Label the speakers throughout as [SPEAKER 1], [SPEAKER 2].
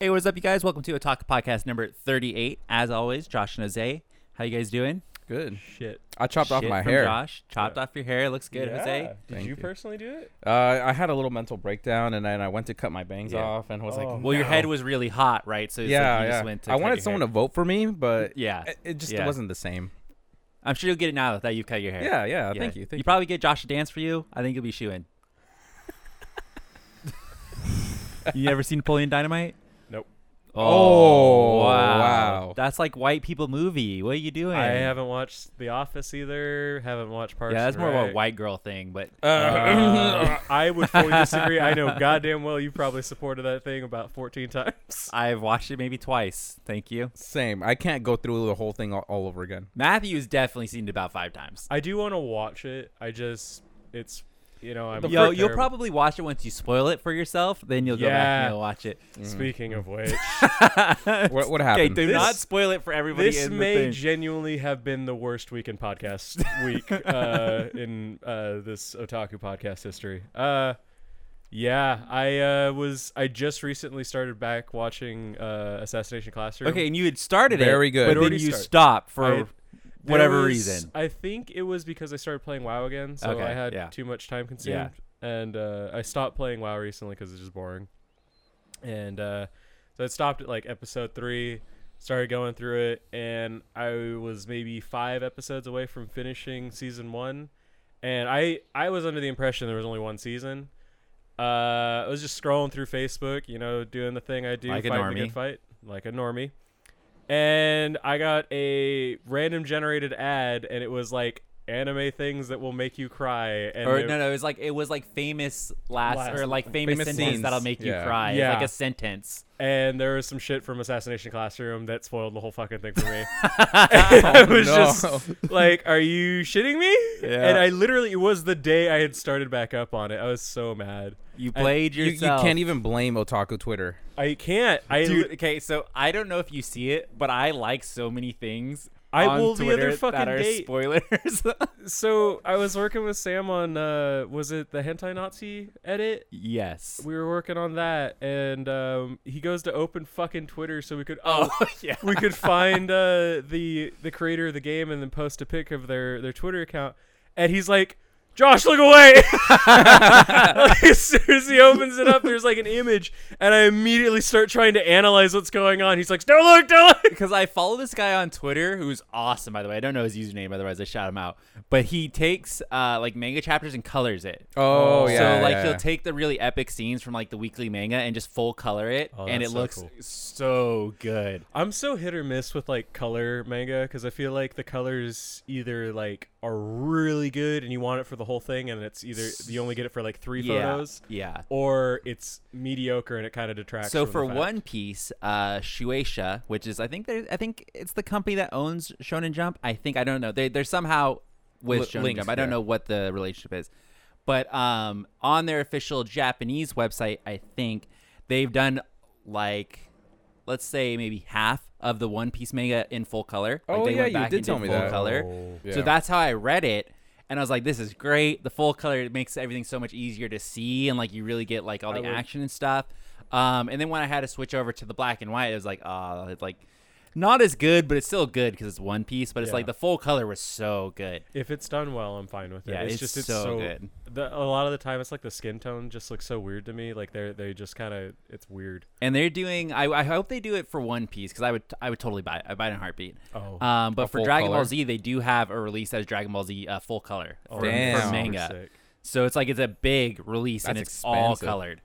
[SPEAKER 1] Hey, what is up, you guys? Welcome to a talk podcast number 38. As always, Josh and Jose. How you guys doing?
[SPEAKER 2] Good.
[SPEAKER 3] Shit.
[SPEAKER 2] I chopped off
[SPEAKER 1] Shit
[SPEAKER 2] my
[SPEAKER 1] from
[SPEAKER 2] hair.
[SPEAKER 1] Josh chopped off your hair. Looks good, Jose.
[SPEAKER 3] Did
[SPEAKER 2] Thank you.
[SPEAKER 3] you, personally do it?
[SPEAKER 2] Uh, I had a little mental breakdown, and then I went to cut my bangs
[SPEAKER 1] Yeah.
[SPEAKER 2] off, and was
[SPEAKER 3] Oh,
[SPEAKER 2] like,
[SPEAKER 1] Well, your
[SPEAKER 2] "No."
[SPEAKER 1] head was really hot, right? So it's
[SPEAKER 2] yeah,
[SPEAKER 1] like you
[SPEAKER 2] yeah.
[SPEAKER 1] just went to
[SPEAKER 2] I
[SPEAKER 1] cut
[SPEAKER 2] wanted
[SPEAKER 1] your
[SPEAKER 2] someone
[SPEAKER 1] hair.
[SPEAKER 2] to vote for me, but
[SPEAKER 1] Yeah.
[SPEAKER 2] it, it just
[SPEAKER 1] Yeah.
[SPEAKER 2] wasn't the same.
[SPEAKER 1] I'm sure you'll get it now that you've cut your hair.
[SPEAKER 2] Yeah, yeah. Thank you. Thank
[SPEAKER 1] you probably get Josh to dance for you. I think you'll be shooing. you ever seen Napoleon Dynamite?
[SPEAKER 3] Nope.
[SPEAKER 2] Oh, wow.
[SPEAKER 1] That's like white people movie. What are you doing?
[SPEAKER 3] I haven't watched The Office either. Haven't watched Parks.
[SPEAKER 1] Yeah, that's
[SPEAKER 3] and
[SPEAKER 1] more of a
[SPEAKER 3] Rec.
[SPEAKER 1] white girl thing, but
[SPEAKER 3] Uh, I would fully disagree. I know goddamn well you probably supported that thing about 14 times.
[SPEAKER 1] I've watched it maybe twice. Thank you.
[SPEAKER 2] Same. I can't go through the whole thing all, all over again.
[SPEAKER 1] Matthew's definitely seen it about five times.
[SPEAKER 3] I do want to watch it. I just, it's, you know, I'm.
[SPEAKER 1] Yo, you'll
[SPEAKER 3] I'm terrible-
[SPEAKER 1] probably watch it once you spoil it for yourself. Then you'll go back
[SPEAKER 3] Yeah.
[SPEAKER 1] and you'll watch it.
[SPEAKER 3] Speaking of which,
[SPEAKER 2] What, what
[SPEAKER 1] Okay,
[SPEAKER 2] happened?
[SPEAKER 1] do
[SPEAKER 3] This-
[SPEAKER 1] not spoil it for everybody.
[SPEAKER 3] this
[SPEAKER 1] in the
[SPEAKER 3] may
[SPEAKER 1] thing.
[SPEAKER 3] genuinely have been the worst week in podcast week uh, in uh, this otaku podcast history. Uh, yeah, I uh, was. I just recently started back watching uh, Assassination Classroom.
[SPEAKER 1] okay, and you had started
[SPEAKER 2] Very
[SPEAKER 1] it,
[SPEAKER 2] good.
[SPEAKER 1] but
[SPEAKER 2] I'd
[SPEAKER 1] then
[SPEAKER 3] already
[SPEAKER 1] you
[SPEAKER 3] started.
[SPEAKER 1] stopped for
[SPEAKER 3] I- there
[SPEAKER 1] whatever
[SPEAKER 3] was-
[SPEAKER 1] reason.
[SPEAKER 3] I think it was because I started playing WoW again, so
[SPEAKER 1] Okay,
[SPEAKER 3] I had
[SPEAKER 1] yeah.
[SPEAKER 3] too much time consumed,
[SPEAKER 1] Yeah.
[SPEAKER 3] and uh, I stopped playing WoW recently because it's just boring. And uh, so I stopped at like episode three, started going through it, and I was maybe five episodes away from finishing season one, and I I was under the impression there was only one season. Uh, I was just scrolling through Facebook, you know, doing the thing I do,
[SPEAKER 1] Like a
[SPEAKER 3] fighting the
[SPEAKER 1] normie.
[SPEAKER 3] good fight, like a normie and I got a random generated ad, and it was like anime things that will make you cry. And
[SPEAKER 1] Or
[SPEAKER 3] they-
[SPEAKER 1] no, no, it was like it was like famous last,
[SPEAKER 3] Last-
[SPEAKER 1] or like famous,
[SPEAKER 2] Famous
[SPEAKER 1] sentence
[SPEAKER 2] scenes.
[SPEAKER 1] that'll make you
[SPEAKER 2] Yeah.
[SPEAKER 1] cry. It's
[SPEAKER 3] Yeah.
[SPEAKER 1] like a sentence.
[SPEAKER 3] and there was some shit from Assassination Classroom that spoiled the whole fucking thing for me. I was
[SPEAKER 2] no.
[SPEAKER 3] just like, "Are you shitting me?"
[SPEAKER 1] Oh, Yeah.
[SPEAKER 3] And I literally, it was the day I had started back up on it. I was so mad.
[SPEAKER 1] You played
[SPEAKER 2] you, you
[SPEAKER 1] yourself.
[SPEAKER 2] can't even blame Otaku Twitter.
[SPEAKER 3] I can't. I
[SPEAKER 1] Dude, okay, so I don't know if you see it, but I like so many things.
[SPEAKER 3] I
[SPEAKER 1] on
[SPEAKER 3] will the other
[SPEAKER 1] Twitter
[SPEAKER 3] fucking
[SPEAKER 1] that are
[SPEAKER 3] day.
[SPEAKER 1] spoilers.
[SPEAKER 3] so I was working with Sam on uh, was it the hentai Nazi edit?
[SPEAKER 1] yes.
[SPEAKER 3] We were working on that, and um, he goes to open fucking Twitter so we could oh
[SPEAKER 1] yeah.
[SPEAKER 3] we could find uh, the the creator of the game and then post a pic of their their Twitter account, and he's like. Josh, look away! Like, as soon as he opens it up, there's like an image, and I immediately start trying to analyze what's going on. He's like, "Don't look, don't look!"
[SPEAKER 1] Because I follow this guy on Twitter who's awesome, by the way. I don't know his username, otherwise I shout him out. But he takes uh, like manga chapters and colors it.
[SPEAKER 2] Oh, yeah.
[SPEAKER 1] so like
[SPEAKER 2] yeah,
[SPEAKER 1] he'll
[SPEAKER 2] yeah.
[SPEAKER 1] take the really epic scenes from like the weekly manga and just full color it,
[SPEAKER 3] Oh,
[SPEAKER 1] and it
[SPEAKER 3] that's so
[SPEAKER 1] looks
[SPEAKER 3] cool.
[SPEAKER 1] so good.
[SPEAKER 3] I'm so hit or miss with like color manga because I feel like the colors either like are really good and you want it for the whole thing, and it's either you only get it for like three
[SPEAKER 1] yeah,
[SPEAKER 3] photos,
[SPEAKER 1] yeah.
[SPEAKER 3] or it's mediocre and it kind of detracts.
[SPEAKER 1] So
[SPEAKER 3] from
[SPEAKER 1] for
[SPEAKER 3] the fact.
[SPEAKER 1] One Piece, uh, Shueisha, which is I think they're- I think it's the company that owns Shonen Jump. I think I don't know. They they're somehow with
[SPEAKER 2] Li-
[SPEAKER 1] Shonen
[SPEAKER 2] linked,
[SPEAKER 1] Jump. I don't
[SPEAKER 2] yeah.
[SPEAKER 1] know what the relationship is, but um, on their official Japanese website, I think they've done like let's say maybe half of the One Piece manga in full color. Like
[SPEAKER 2] Oh,
[SPEAKER 1] they
[SPEAKER 2] yeah,
[SPEAKER 1] went
[SPEAKER 2] you
[SPEAKER 1] back
[SPEAKER 2] did
[SPEAKER 1] and
[SPEAKER 2] tell me
[SPEAKER 1] full
[SPEAKER 2] that. Oh,
[SPEAKER 1] color. So
[SPEAKER 2] Yeah.
[SPEAKER 1] that's how I read it. And I was like, this is great. The full color it makes everything so much easier to see and like you really get like all the
[SPEAKER 3] would-
[SPEAKER 1] action and stuff. Um, and then when I had to switch over to the black and white, it was like, oh, it's like not as good, but it's still good because it's one piece. But it's
[SPEAKER 3] Yeah.
[SPEAKER 1] like the full color was so good.
[SPEAKER 3] if it's done well, I'm fine with it.
[SPEAKER 1] Yeah,
[SPEAKER 3] it's,
[SPEAKER 1] it's
[SPEAKER 3] just it's
[SPEAKER 1] so
[SPEAKER 3] so,
[SPEAKER 1] good.
[SPEAKER 3] The, a lot of the time, it's like the skin tone just looks so weird to me. Like they are they just kind of it's weird.
[SPEAKER 1] And they're doing. I, I hope they do it for One Piece because I would I would totally buy it. I buy it in a heartbeat.
[SPEAKER 3] Oh.
[SPEAKER 1] Um, but for
[SPEAKER 2] full
[SPEAKER 1] Dragon Ball
[SPEAKER 2] color?
[SPEAKER 1] Z, they do have a release as Dragon Ball Z uh, full color
[SPEAKER 3] Oh,
[SPEAKER 1] for, for
[SPEAKER 2] damn. Super
[SPEAKER 1] manga.
[SPEAKER 3] sick.
[SPEAKER 1] So it's like it's a big release and
[SPEAKER 2] That's
[SPEAKER 1] it's all
[SPEAKER 2] expensive.
[SPEAKER 1] colored.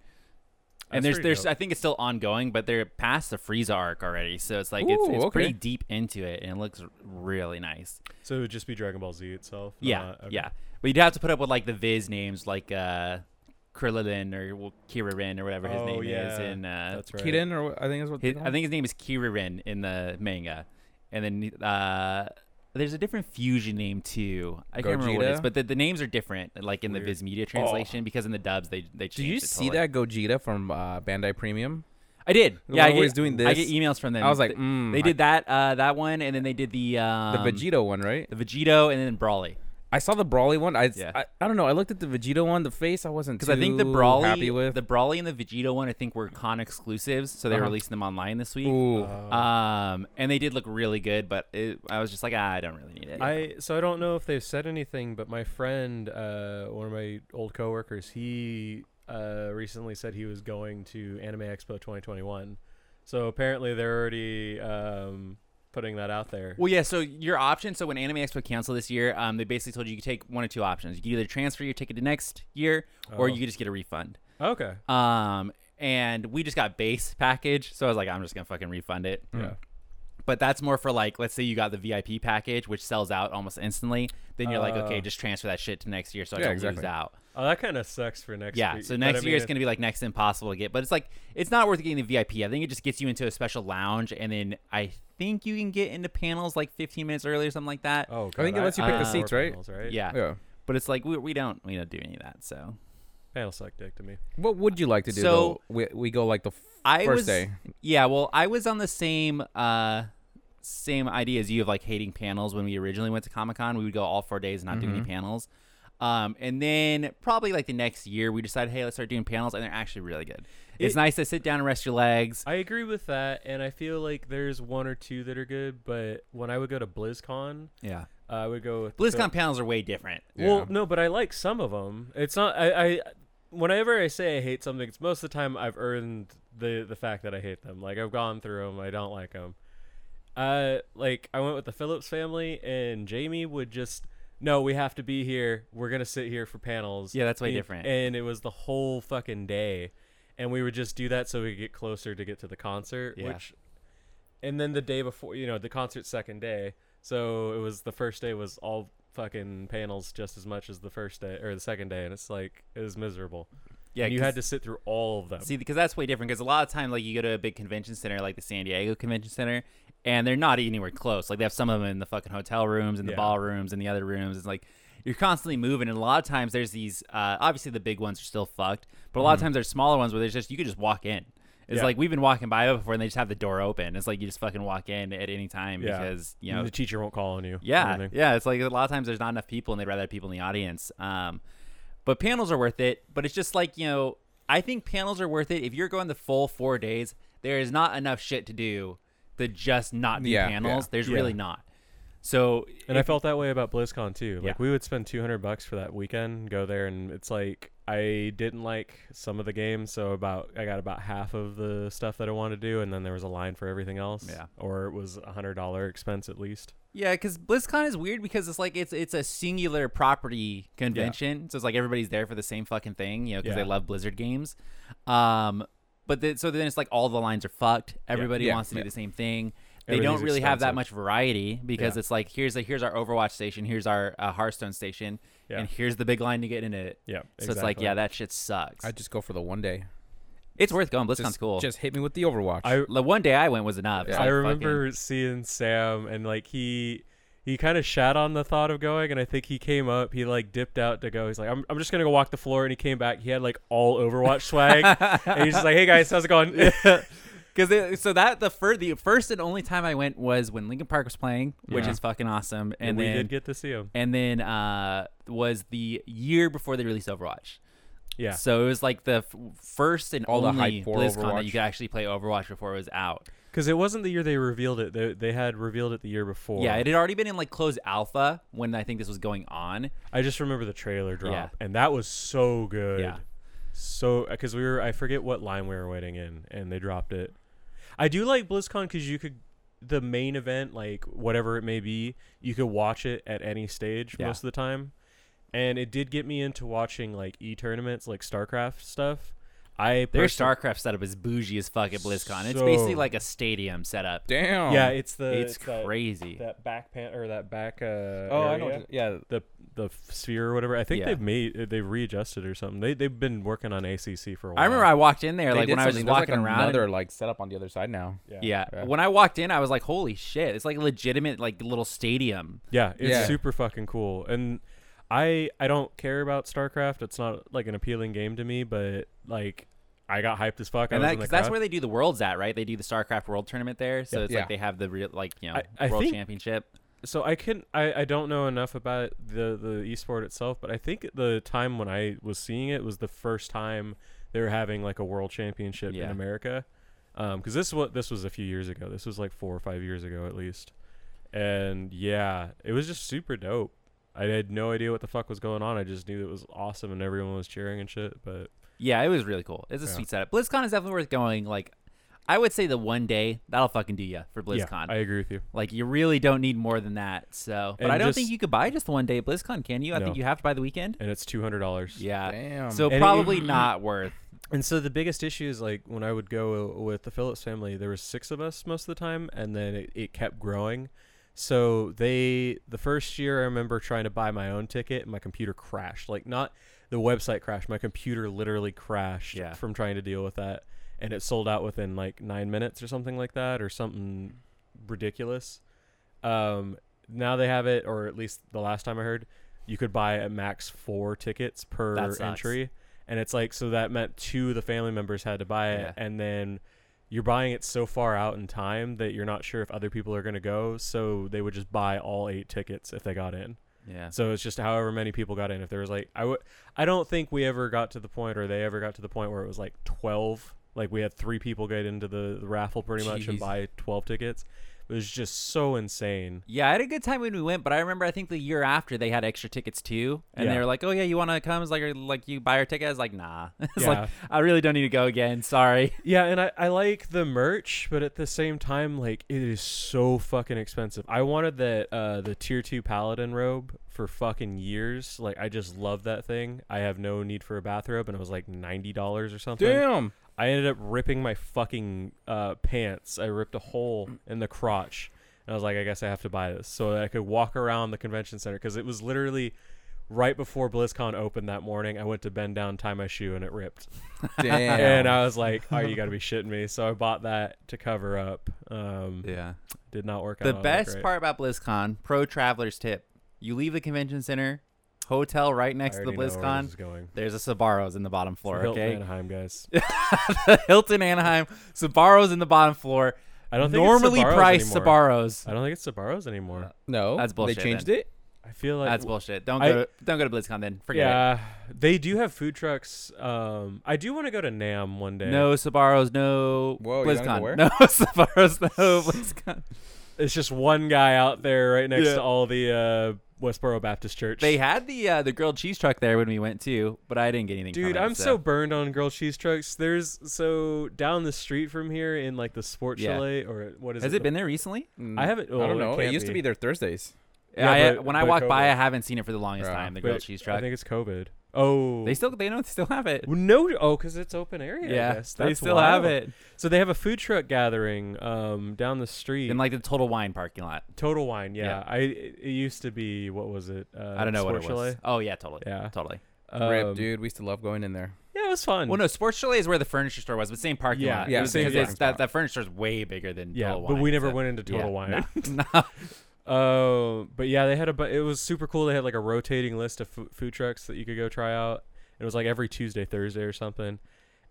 [SPEAKER 1] And
[SPEAKER 3] That's
[SPEAKER 1] there's
[SPEAKER 3] pretty
[SPEAKER 1] there's
[SPEAKER 3] dope.
[SPEAKER 1] I think it's still ongoing, but they're past the Frieza arc already. So it's like it's,
[SPEAKER 2] Ooh,
[SPEAKER 1] it's
[SPEAKER 2] okay.
[SPEAKER 1] pretty deep into it and it looks r- really nice.
[SPEAKER 3] So it would just be Dragon Ball Z itself.
[SPEAKER 1] yeah.
[SPEAKER 2] Uh,
[SPEAKER 3] not- okay.
[SPEAKER 1] Yeah. But you'd have to put up with like the Viz names like uh Krillin or w- Kiririn or whatever his
[SPEAKER 3] Oh,
[SPEAKER 1] name
[SPEAKER 3] yeah.
[SPEAKER 1] is in uh
[SPEAKER 3] That's right.
[SPEAKER 2] Kiden, or what- I think is what they
[SPEAKER 1] his, I think his name is Kiririn in the manga. And then uh there's a different fusion name too. I can't remember what it is,
[SPEAKER 2] Gogeta? Oh.
[SPEAKER 1] but the, the names are different, like in the
[SPEAKER 3] Weird.
[SPEAKER 1] Viz Media translation, because in the dubs they they changed
[SPEAKER 2] Did you
[SPEAKER 1] it
[SPEAKER 2] see
[SPEAKER 1] totally.
[SPEAKER 2] that Gogeta from uh, Bandai Premium?
[SPEAKER 1] I did.
[SPEAKER 2] The
[SPEAKER 1] yeah,
[SPEAKER 2] one
[SPEAKER 1] I
[SPEAKER 2] where
[SPEAKER 1] get,
[SPEAKER 2] he's doing
[SPEAKER 1] I get
[SPEAKER 2] this.
[SPEAKER 1] emails from them.
[SPEAKER 2] I was like,
[SPEAKER 1] Th-
[SPEAKER 2] mm,
[SPEAKER 1] they
[SPEAKER 2] I-
[SPEAKER 1] did that uh, that one, and then they did the um,
[SPEAKER 2] the Vegito one, right?
[SPEAKER 1] the Vegito, and then Brawly.
[SPEAKER 2] I saw the Brawly one. I,
[SPEAKER 1] Yeah.
[SPEAKER 2] I I don't know. I looked at the Vegeta one. The face I wasn't
[SPEAKER 1] Because I think the
[SPEAKER 2] too
[SPEAKER 1] Brawly,
[SPEAKER 2] happy with.
[SPEAKER 1] the Brawly and the Vegeta one, I think were con exclusives, so they're
[SPEAKER 2] Uh-huh.
[SPEAKER 1] releasing them online this week.
[SPEAKER 2] Ooh.
[SPEAKER 1] Um, and they did look really good, but it, I was just like, ah, I don't really need it.
[SPEAKER 3] I so I don't know if they've said anything, but my friend, uh, one of my old coworkers, he uh, recently said he was going to Anime Expo 2021. So apparently they're already um, putting that out there.
[SPEAKER 1] well, yeah. So your option. So when Anime Expo canceled this year, um, they basically told you you could take one of two options. You could either transfer your ticket to next year, or
[SPEAKER 3] Oh.
[SPEAKER 1] you could just get a refund.
[SPEAKER 3] Okay.
[SPEAKER 1] Um, and we just got base package, so I was like, I'm just gonna fucking refund it.
[SPEAKER 3] Yeah.
[SPEAKER 1] But that's more for like, let's say you got the VIP package, which sells out almost instantly. Then you're like,
[SPEAKER 3] Uh.
[SPEAKER 1] okay, just transfer that shit to next year, so I
[SPEAKER 2] Yeah,
[SPEAKER 1] don't lose
[SPEAKER 2] exactly.
[SPEAKER 1] out.
[SPEAKER 3] Oh, that kind of sucks for next.
[SPEAKER 1] Yeah.
[SPEAKER 3] year,
[SPEAKER 1] So
[SPEAKER 3] but
[SPEAKER 1] next
[SPEAKER 3] I mean,
[SPEAKER 1] year it's
[SPEAKER 3] it-
[SPEAKER 1] gonna be like next to impossible to get, but it's like it's not worth getting the VIP. I think it just gets you into a special lounge, and then I think you can get into panels like 15 minutes early or something like that.
[SPEAKER 3] Oh,
[SPEAKER 2] I think it
[SPEAKER 3] God,
[SPEAKER 2] lets you
[SPEAKER 1] pick the
[SPEAKER 3] uh,
[SPEAKER 2] seats,
[SPEAKER 3] more
[SPEAKER 2] right?
[SPEAKER 3] panels, right?
[SPEAKER 1] Yeah.
[SPEAKER 2] yeah.
[SPEAKER 1] But it's like we, we don't we don't do any of that. So
[SPEAKER 3] Panels suck dick to me.
[SPEAKER 2] What would you like to do?
[SPEAKER 1] So-
[SPEAKER 2] though? we we go like the f-
[SPEAKER 1] I
[SPEAKER 2] first
[SPEAKER 1] was
[SPEAKER 2] day.
[SPEAKER 1] yeah. Well, I was on the same uh same idea as you of like hating panels when we originally went to Comic Con. We would go all four days and not do
[SPEAKER 2] Mm-hmm.
[SPEAKER 1] any panels. Um, and then probably like the next year, we decided, hey, let's start doing panels, and they're actually really good. It's
[SPEAKER 3] It-
[SPEAKER 1] nice to sit down and rest your legs.
[SPEAKER 3] I agree with that, and I feel like there's one or two that are good, but when I would go to BlizzCon,
[SPEAKER 1] yeah,
[SPEAKER 3] uh, I would go with the-
[SPEAKER 1] BlizzCon panels are way different.
[SPEAKER 2] Yeah.
[SPEAKER 3] Well, no, but I like some of them. It's not. I, I whenever I say I hate something, it's most of the time I've earned the the fact that I hate them. Like I've gone through them. I don't like them. Uh, like I went with the Phillips family, and Jamie would just. No, we have to be here. We're gonna sit here for panels.
[SPEAKER 1] Yeah, that's way
[SPEAKER 3] And-
[SPEAKER 1] different.
[SPEAKER 3] And it was the whole fucking day, and we would just do that so we could get closer to get to the concert.
[SPEAKER 1] Yeah.
[SPEAKER 3] Which, and then the day before, you know, the concert's second day, so it was the first day was all fucking panels just as much as the first day or the second day, and it's like it was miserable.
[SPEAKER 1] Yeah,
[SPEAKER 3] and you
[SPEAKER 1] 'cause-
[SPEAKER 3] had to sit through all of them.
[SPEAKER 1] See, because that's way different. Because a lot of time, like you go to a big convention center, like the San Diego Convention Center, and they're not anywhere close. Like they have some of them in the fucking hotel rooms and the
[SPEAKER 3] Yeah.
[SPEAKER 1] ballrooms and the other rooms. It's like you're constantly moving, and a lot of times there's these. Uh, obviously, the big ones are still fucked, but a lot of times there's smaller ones where there's just you could just walk in. It's
[SPEAKER 3] Mm-hmm. Yeah.
[SPEAKER 1] like we've been walking by before, and they just have the door open. It's like you just fucking walk in at any time
[SPEAKER 3] Yeah.
[SPEAKER 1] because you
[SPEAKER 3] And
[SPEAKER 1] know
[SPEAKER 3] the teacher won't call on you. or
[SPEAKER 1] yeah,
[SPEAKER 3] anything.
[SPEAKER 1] yeah. It's like a lot of times there's not enough people, and they'd rather have people in the audience. Um, but panels are worth it. But it's just like you know, I think panels are worth it if you're going the full four days. There is not enough shit to do to just not do
[SPEAKER 2] Yeah,
[SPEAKER 1] panels.
[SPEAKER 2] yeah.
[SPEAKER 1] There's
[SPEAKER 3] Yeah.
[SPEAKER 1] really not. So
[SPEAKER 3] And I felt that way about BlizzCon too. Like
[SPEAKER 1] Yeah.
[SPEAKER 3] we would spend 200 bucks for that weekend, go there and it's like I didn't like some of the games, so about I got about half of the stuff that I wanted to do and then there was a line for everything else.
[SPEAKER 1] Yeah.
[SPEAKER 3] Or it was a $100 expense at least.
[SPEAKER 1] yeah, because BlizzCon is weird because it's like it's it's a singular property convention, so it's like everybody's there for the same fucking thing, you know, because
[SPEAKER 3] Yeah.
[SPEAKER 1] they love Blizzard games. Um, but then so then it's like all the lines are fucked. Everybody
[SPEAKER 2] Yeah,
[SPEAKER 1] wants to
[SPEAKER 2] yeah.
[SPEAKER 1] do the same thing. They don't
[SPEAKER 3] Everything's
[SPEAKER 1] really have that
[SPEAKER 3] expensive.
[SPEAKER 1] much variety because
[SPEAKER 3] Yeah.
[SPEAKER 1] it's like here's a, here's our Overwatch station, here's our uh, Hearthstone station,
[SPEAKER 3] Yeah.
[SPEAKER 1] and here's the big line to get into it.
[SPEAKER 3] Yeah.
[SPEAKER 1] So it's like,
[SPEAKER 3] exactly.
[SPEAKER 1] yeah, that shit sucks.
[SPEAKER 2] I just go for the one day.
[SPEAKER 1] it's worth going. BlizzCon's
[SPEAKER 2] Just,
[SPEAKER 1] cool.
[SPEAKER 2] Just hit me with the Overwatch.
[SPEAKER 3] I
[SPEAKER 1] the one day I went was enough. It's
[SPEAKER 2] Yeah.
[SPEAKER 1] like
[SPEAKER 3] I
[SPEAKER 1] fucking-
[SPEAKER 3] remember seeing Sam and like he he kind of shat on the thought of going and I think he came up, he like dipped out to go. He's like, I'm, I'm just gonna go walk the floor and he came back, he had like all Overwatch swag and he's just like, Hey guys, how's it going?
[SPEAKER 1] Because so that the first the first and only time I went was when Lincoln Park was playing, which
[SPEAKER 2] Yeah.
[SPEAKER 1] is fucking awesome. And
[SPEAKER 3] we
[SPEAKER 1] then
[SPEAKER 3] did get to see him.
[SPEAKER 1] and then uh, was the year before they released Overwatch.
[SPEAKER 3] Yeah.
[SPEAKER 1] So it was like the f- first and
[SPEAKER 2] All the
[SPEAKER 1] only
[SPEAKER 2] hype for
[SPEAKER 1] BlizzCon that
[SPEAKER 2] Overwatch.
[SPEAKER 1] you could actually play Overwatch before it was out.
[SPEAKER 3] Because it wasn't the year they revealed it. They, they had revealed it the year before.
[SPEAKER 1] Yeah, it had already been in like closed alpha when I think this was going on.
[SPEAKER 3] I just remember the trailer drop,
[SPEAKER 1] Yeah.
[SPEAKER 3] and that was so good.
[SPEAKER 1] Yeah.
[SPEAKER 3] So, because we were, I forget what line we were waiting in, and they dropped it. I do like BlizzCon because you could, the main event, like whatever it may be, you could watch it at any stage
[SPEAKER 1] Yeah.
[SPEAKER 3] most of the time. And it did get me into watching like e tournaments, like StarCraft stuff. I
[SPEAKER 1] Their
[SPEAKER 3] person-
[SPEAKER 1] StarCraft setup is bougie as fuck at BlizzCon. It's
[SPEAKER 3] So-
[SPEAKER 1] basically like a stadium setup.
[SPEAKER 2] Damn.
[SPEAKER 3] Yeah, it's the
[SPEAKER 1] oh, it's
[SPEAKER 3] that-
[SPEAKER 1] crazy.
[SPEAKER 3] That, back pan or that back. Uh,
[SPEAKER 2] Oh, I know.
[SPEAKER 3] area.
[SPEAKER 2] what you- Yeah.
[SPEAKER 3] the the f- sphere or whatever. I think
[SPEAKER 1] Yeah.
[SPEAKER 3] they've made uh, they've readjusted or something. They they've been working on ACC for a while.
[SPEAKER 1] I remember I walked in there
[SPEAKER 2] They
[SPEAKER 1] like
[SPEAKER 2] did
[SPEAKER 1] when I was just
[SPEAKER 2] something- there's,
[SPEAKER 1] walking
[SPEAKER 2] like
[SPEAKER 1] around. and-
[SPEAKER 2] Another like setup on the other side now.
[SPEAKER 1] yeah.
[SPEAKER 2] Yeah.
[SPEAKER 1] When I walked in, I was like, "Holy shit! It's like a legitimate like little stadium."
[SPEAKER 3] yeah, it's
[SPEAKER 2] Yeah.
[SPEAKER 3] super fucking cool. And I I don't care about StarCraft. It's not like an appealing game to me, but like I got hyped as fuck. I
[SPEAKER 1] And
[SPEAKER 3] was
[SPEAKER 1] that,
[SPEAKER 3] in the
[SPEAKER 1] cause that's
[SPEAKER 3] crowd.
[SPEAKER 1] where they do the worlds at, right? They do the StarCraft World Tournament there, so it's
[SPEAKER 2] Yeah.
[SPEAKER 1] like they have the real, like you know
[SPEAKER 3] I- I
[SPEAKER 1] World
[SPEAKER 3] think-
[SPEAKER 1] Championship.
[SPEAKER 3] so I can I, I don't know enough about the the esport itself, but I think the time when I was seeing it was the first time they were having like a world championship in
[SPEAKER 1] Yeah.
[SPEAKER 3] America, because this is what this was a few years ago. This was like four or five years ago at least, and yeah, it was just super dope. I had no idea what the fuck was going on. I just knew it was awesome and everyone was cheering and shit. But
[SPEAKER 1] Yeah, it was really cool. It's a
[SPEAKER 3] Yeah.
[SPEAKER 1] sweet setup. BlizzCon is definitely worth going. Like, I would say the one day that'll fucking do you for
[SPEAKER 3] yeah,
[SPEAKER 1] BlizzCon.
[SPEAKER 3] I agree with you.
[SPEAKER 1] like, you really don't need more than that. So, but
[SPEAKER 3] And
[SPEAKER 1] I don't
[SPEAKER 3] just-
[SPEAKER 1] think you could buy just the one day at BlizzCon, can you? I think
[SPEAKER 3] No.
[SPEAKER 1] you have to buy the weekend.
[SPEAKER 3] And it's two hundred dollars.
[SPEAKER 1] Yeah.
[SPEAKER 2] Damn.
[SPEAKER 1] So
[SPEAKER 3] And it-
[SPEAKER 1] probably not worth.
[SPEAKER 3] And so the biggest issue is like when I would go with the Phillips family, there was six of us most of the time, and then it, it kept growing. So they the first year I remember trying to buy my own ticket and my computer crashed. Like not the website crashed, my computer literally crashed
[SPEAKER 1] Yeah.
[SPEAKER 3] from trying to deal with that. And it sold out within like nine minutes or something like that, or something ridiculous. Um, now they have it, or at least the last time I heard, you could buy at max four tickets
[SPEAKER 1] That
[SPEAKER 3] per
[SPEAKER 1] sucks.
[SPEAKER 3] entry, and it's like so that meant two of the family members had to buy it,
[SPEAKER 1] Yeah.
[SPEAKER 3] and then you're buying it so far out in time that you're not sure if other people are going to go, so they would just buy all eight tickets if they got in.
[SPEAKER 1] Yeah.
[SPEAKER 3] So it's just however many people got in. If there was like, I would, I don't think we ever got to the point, or they ever got to the point where it was like twelve. Like we had three people get into the, the raffle pretty much and
[SPEAKER 1] Jeez.
[SPEAKER 3] buy twelve tickets. It was just so insane.
[SPEAKER 1] Yeah, I had a good time when we went, but I remember I think the year after they had extra tickets too, and they
[SPEAKER 3] Yeah.
[SPEAKER 1] were like, "Oh yeah, you want to come?" It's like, "Are- "Like you buy your ticket?" I was like, "Nah." It's
[SPEAKER 3] Yeah.
[SPEAKER 1] like I really don't need to go again. Sorry.
[SPEAKER 3] Yeah, and I, I like the merch, but at the same time, like it is so fucking expensive. I wanted that uh the tier two paladin robe for fucking years. Like I just love that thing. I have no need for a bathrobe, and it was like ninety dollars or something.
[SPEAKER 2] Damn.
[SPEAKER 3] I ended up ripping my fucking uh, pants. I ripped a hole in the crotch. And I was like, I guess I have to buy this so that I could walk around the convention center because it was literally right before BlizzCon opened that morning. I went to bend down, tie my shoe, and it ripped.
[SPEAKER 2] Damn.
[SPEAKER 3] And I was like, Oh, you got to be shitting me! So I bought that to cover up. Um,
[SPEAKER 1] Yeah.
[SPEAKER 3] Did not work out.
[SPEAKER 1] The
[SPEAKER 3] all that
[SPEAKER 1] best
[SPEAKER 3] Oh, great.
[SPEAKER 1] part about BlizzCon, pro travelers tip: you leave the convention center, hotel right
[SPEAKER 3] I
[SPEAKER 1] next to the
[SPEAKER 3] already know where this
[SPEAKER 1] BlizzCon.
[SPEAKER 3] is going.
[SPEAKER 1] There's a Sabaros in the bottom floor.
[SPEAKER 3] Hilton
[SPEAKER 1] okay,
[SPEAKER 3] Anaheim, guys.
[SPEAKER 1] Hilton Anaheim, Sabaros in the bottom floor.
[SPEAKER 3] I don't think
[SPEAKER 1] Normally
[SPEAKER 3] it's Sbarro's
[SPEAKER 1] priced
[SPEAKER 3] anymore.
[SPEAKER 1] Sabaros.
[SPEAKER 3] I don't think it's Sabaros anymore.
[SPEAKER 2] no.
[SPEAKER 1] That's bullshit
[SPEAKER 2] They changed
[SPEAKER 1] then.
[SPEAKER 2] it.
[SPEAKER 3] I feel like
[SPEAKER 1] That's bullshit. Don't
[SPEAKER 3] I-
[SPEAKER 1] go. to, don't go to BlizzCon then. Forget it.
[SPEAKER 3] yeah, they do have food trucks. Um, I do want to go to Nam one day.
[SPEAKER 1] No Sabaros, no
[SPEAKER 2] Whoa, you wanna go
[SPEAKER 1] BlizzCon.
[SPEAKER 2] where?
[SPEAKER 1] No Sabaros, no BlizzCon.
[SPEAKER 3] it's just one guy out there right next
[SPEAKER 1] Yeah.
[SPEAKER 3] to all the uh, Westboro Baptist Church.
[SPEAKER 1] They had the uh, the grilled cheese truck there when we went too, but I didn't get anything.
[SPEAKER 3] Dude,
[SPEAKER 1] from it,
[SPEAKER 3] I'm so burned on grilled cheese trucks. There's so down the street from here in like the sports
[SPEAKER 1] Yeah.
[SPEAKER 3] chalet or what is
[SPEAKER 1] Has
[SPEAKER 3] it?
[SPEAKER 1] it been there recently?
[SPEAKER 3] I haven't-
[SPEAKER 2] Mm. I
[SPEAKER 1] Oh,
[SPEAKER 3] well,
[SPEAKER 2] don't
[SPEAKER 3] it
[SPEAKER 2] know. It,
[SPEAKER 3] can't
[SPEAKER 2] used to
[SPEAKER 3] be.
[SPEAKER 2] be there Thursdays.
[SPEAKER 3] Yeah,
[SPEAKER 1] I,
[SPEAKER 3] but-
[SPEAKER 1] when I
[SPEAKER 3] but
[SPEAKER 1] walk by,
[SPEAKER 3] COVID.
[SPEAKER 1] I haven't seen it for the longest
[SPEAKER 2] Yeah.
[SPEAKER 1] time. The
[SPEAKER 3] Wait,
[SPEAKER 1] grilled cheese
[SPEAKER 3] I
[SPEAKER 1] truck.
[SPEAKER 3] think it's COVID. Oh,
[SPEAKER 1] They still they don't still have it.
[SPEAKER 3] Well, no. Oh, because it's open area. I
[SPEAKER 1] yeah,
[SPEAKER 3] guess.
[SPEAKER 1] they
[SPEAKER 3] That's
[SPEAKER 1] still have
[SPEAKER 3] wild.
[SPEAKER 1] it
[SPEAKER 3] So they have a food truck gathering um down the street.
[SPEAKER 1] in like the Total Wine parking lot.
[SPEAKER 3] Total Wine. Yeah,
[SPEAKER 1] Yeah.
[SPEAKER 3] I it it used to be what was it? Uh,
[SPEAKER 1] I don't know what it
[SPEAKER 3] Sports
[SPEAKER 1] was.
[SPEAKER 3] Chalet?
[SPEAKER 1] Oh yeah, totally.
[SPEAKER 3] Yeah.
[SPEAKER 1] Totally.
[SPEAKER 3] Um,
[SPEAKER 2] Rip, dude. We used to love going in there.
[SPEAKER 3] Yeah, it was fun.
[SPEAKER 1] Well, no, Sports Chalet is where the furniture store was, but same parking
[SPEAKER 3] Yeah,
[SPEAKER 1] lot.
[SPEAKER 2] yeah,
[SPEAKER 1] it was
[SPEAKER 2] same
[SPEAKER 1] because
[SPEAKER 2] parking
[SPEAKER 1] it's- that
[SPEAKER 2] lot.
[SPEAKER 1] that furniture is way bigger than
[SPEAKER 3] yeah,
[SPEAKER 1] Total
[SPEAKER 3] but
[SPEAKER 1] Wine,
[SPEAKER 3] we never
[SPEAKER 1] so-
[SPEAKER 3] went into Total
[SPEAKER 1] yeah,
[SPEAKER 3] Wine.
[SPEAKER 1] no, no.
[SPEAKER 3] Um, but yeah, they had a. Bu- it was super cool. They had like a rotating list of fu- food trucks that you could go try out. It was like every Tuesday, Thursday, or something.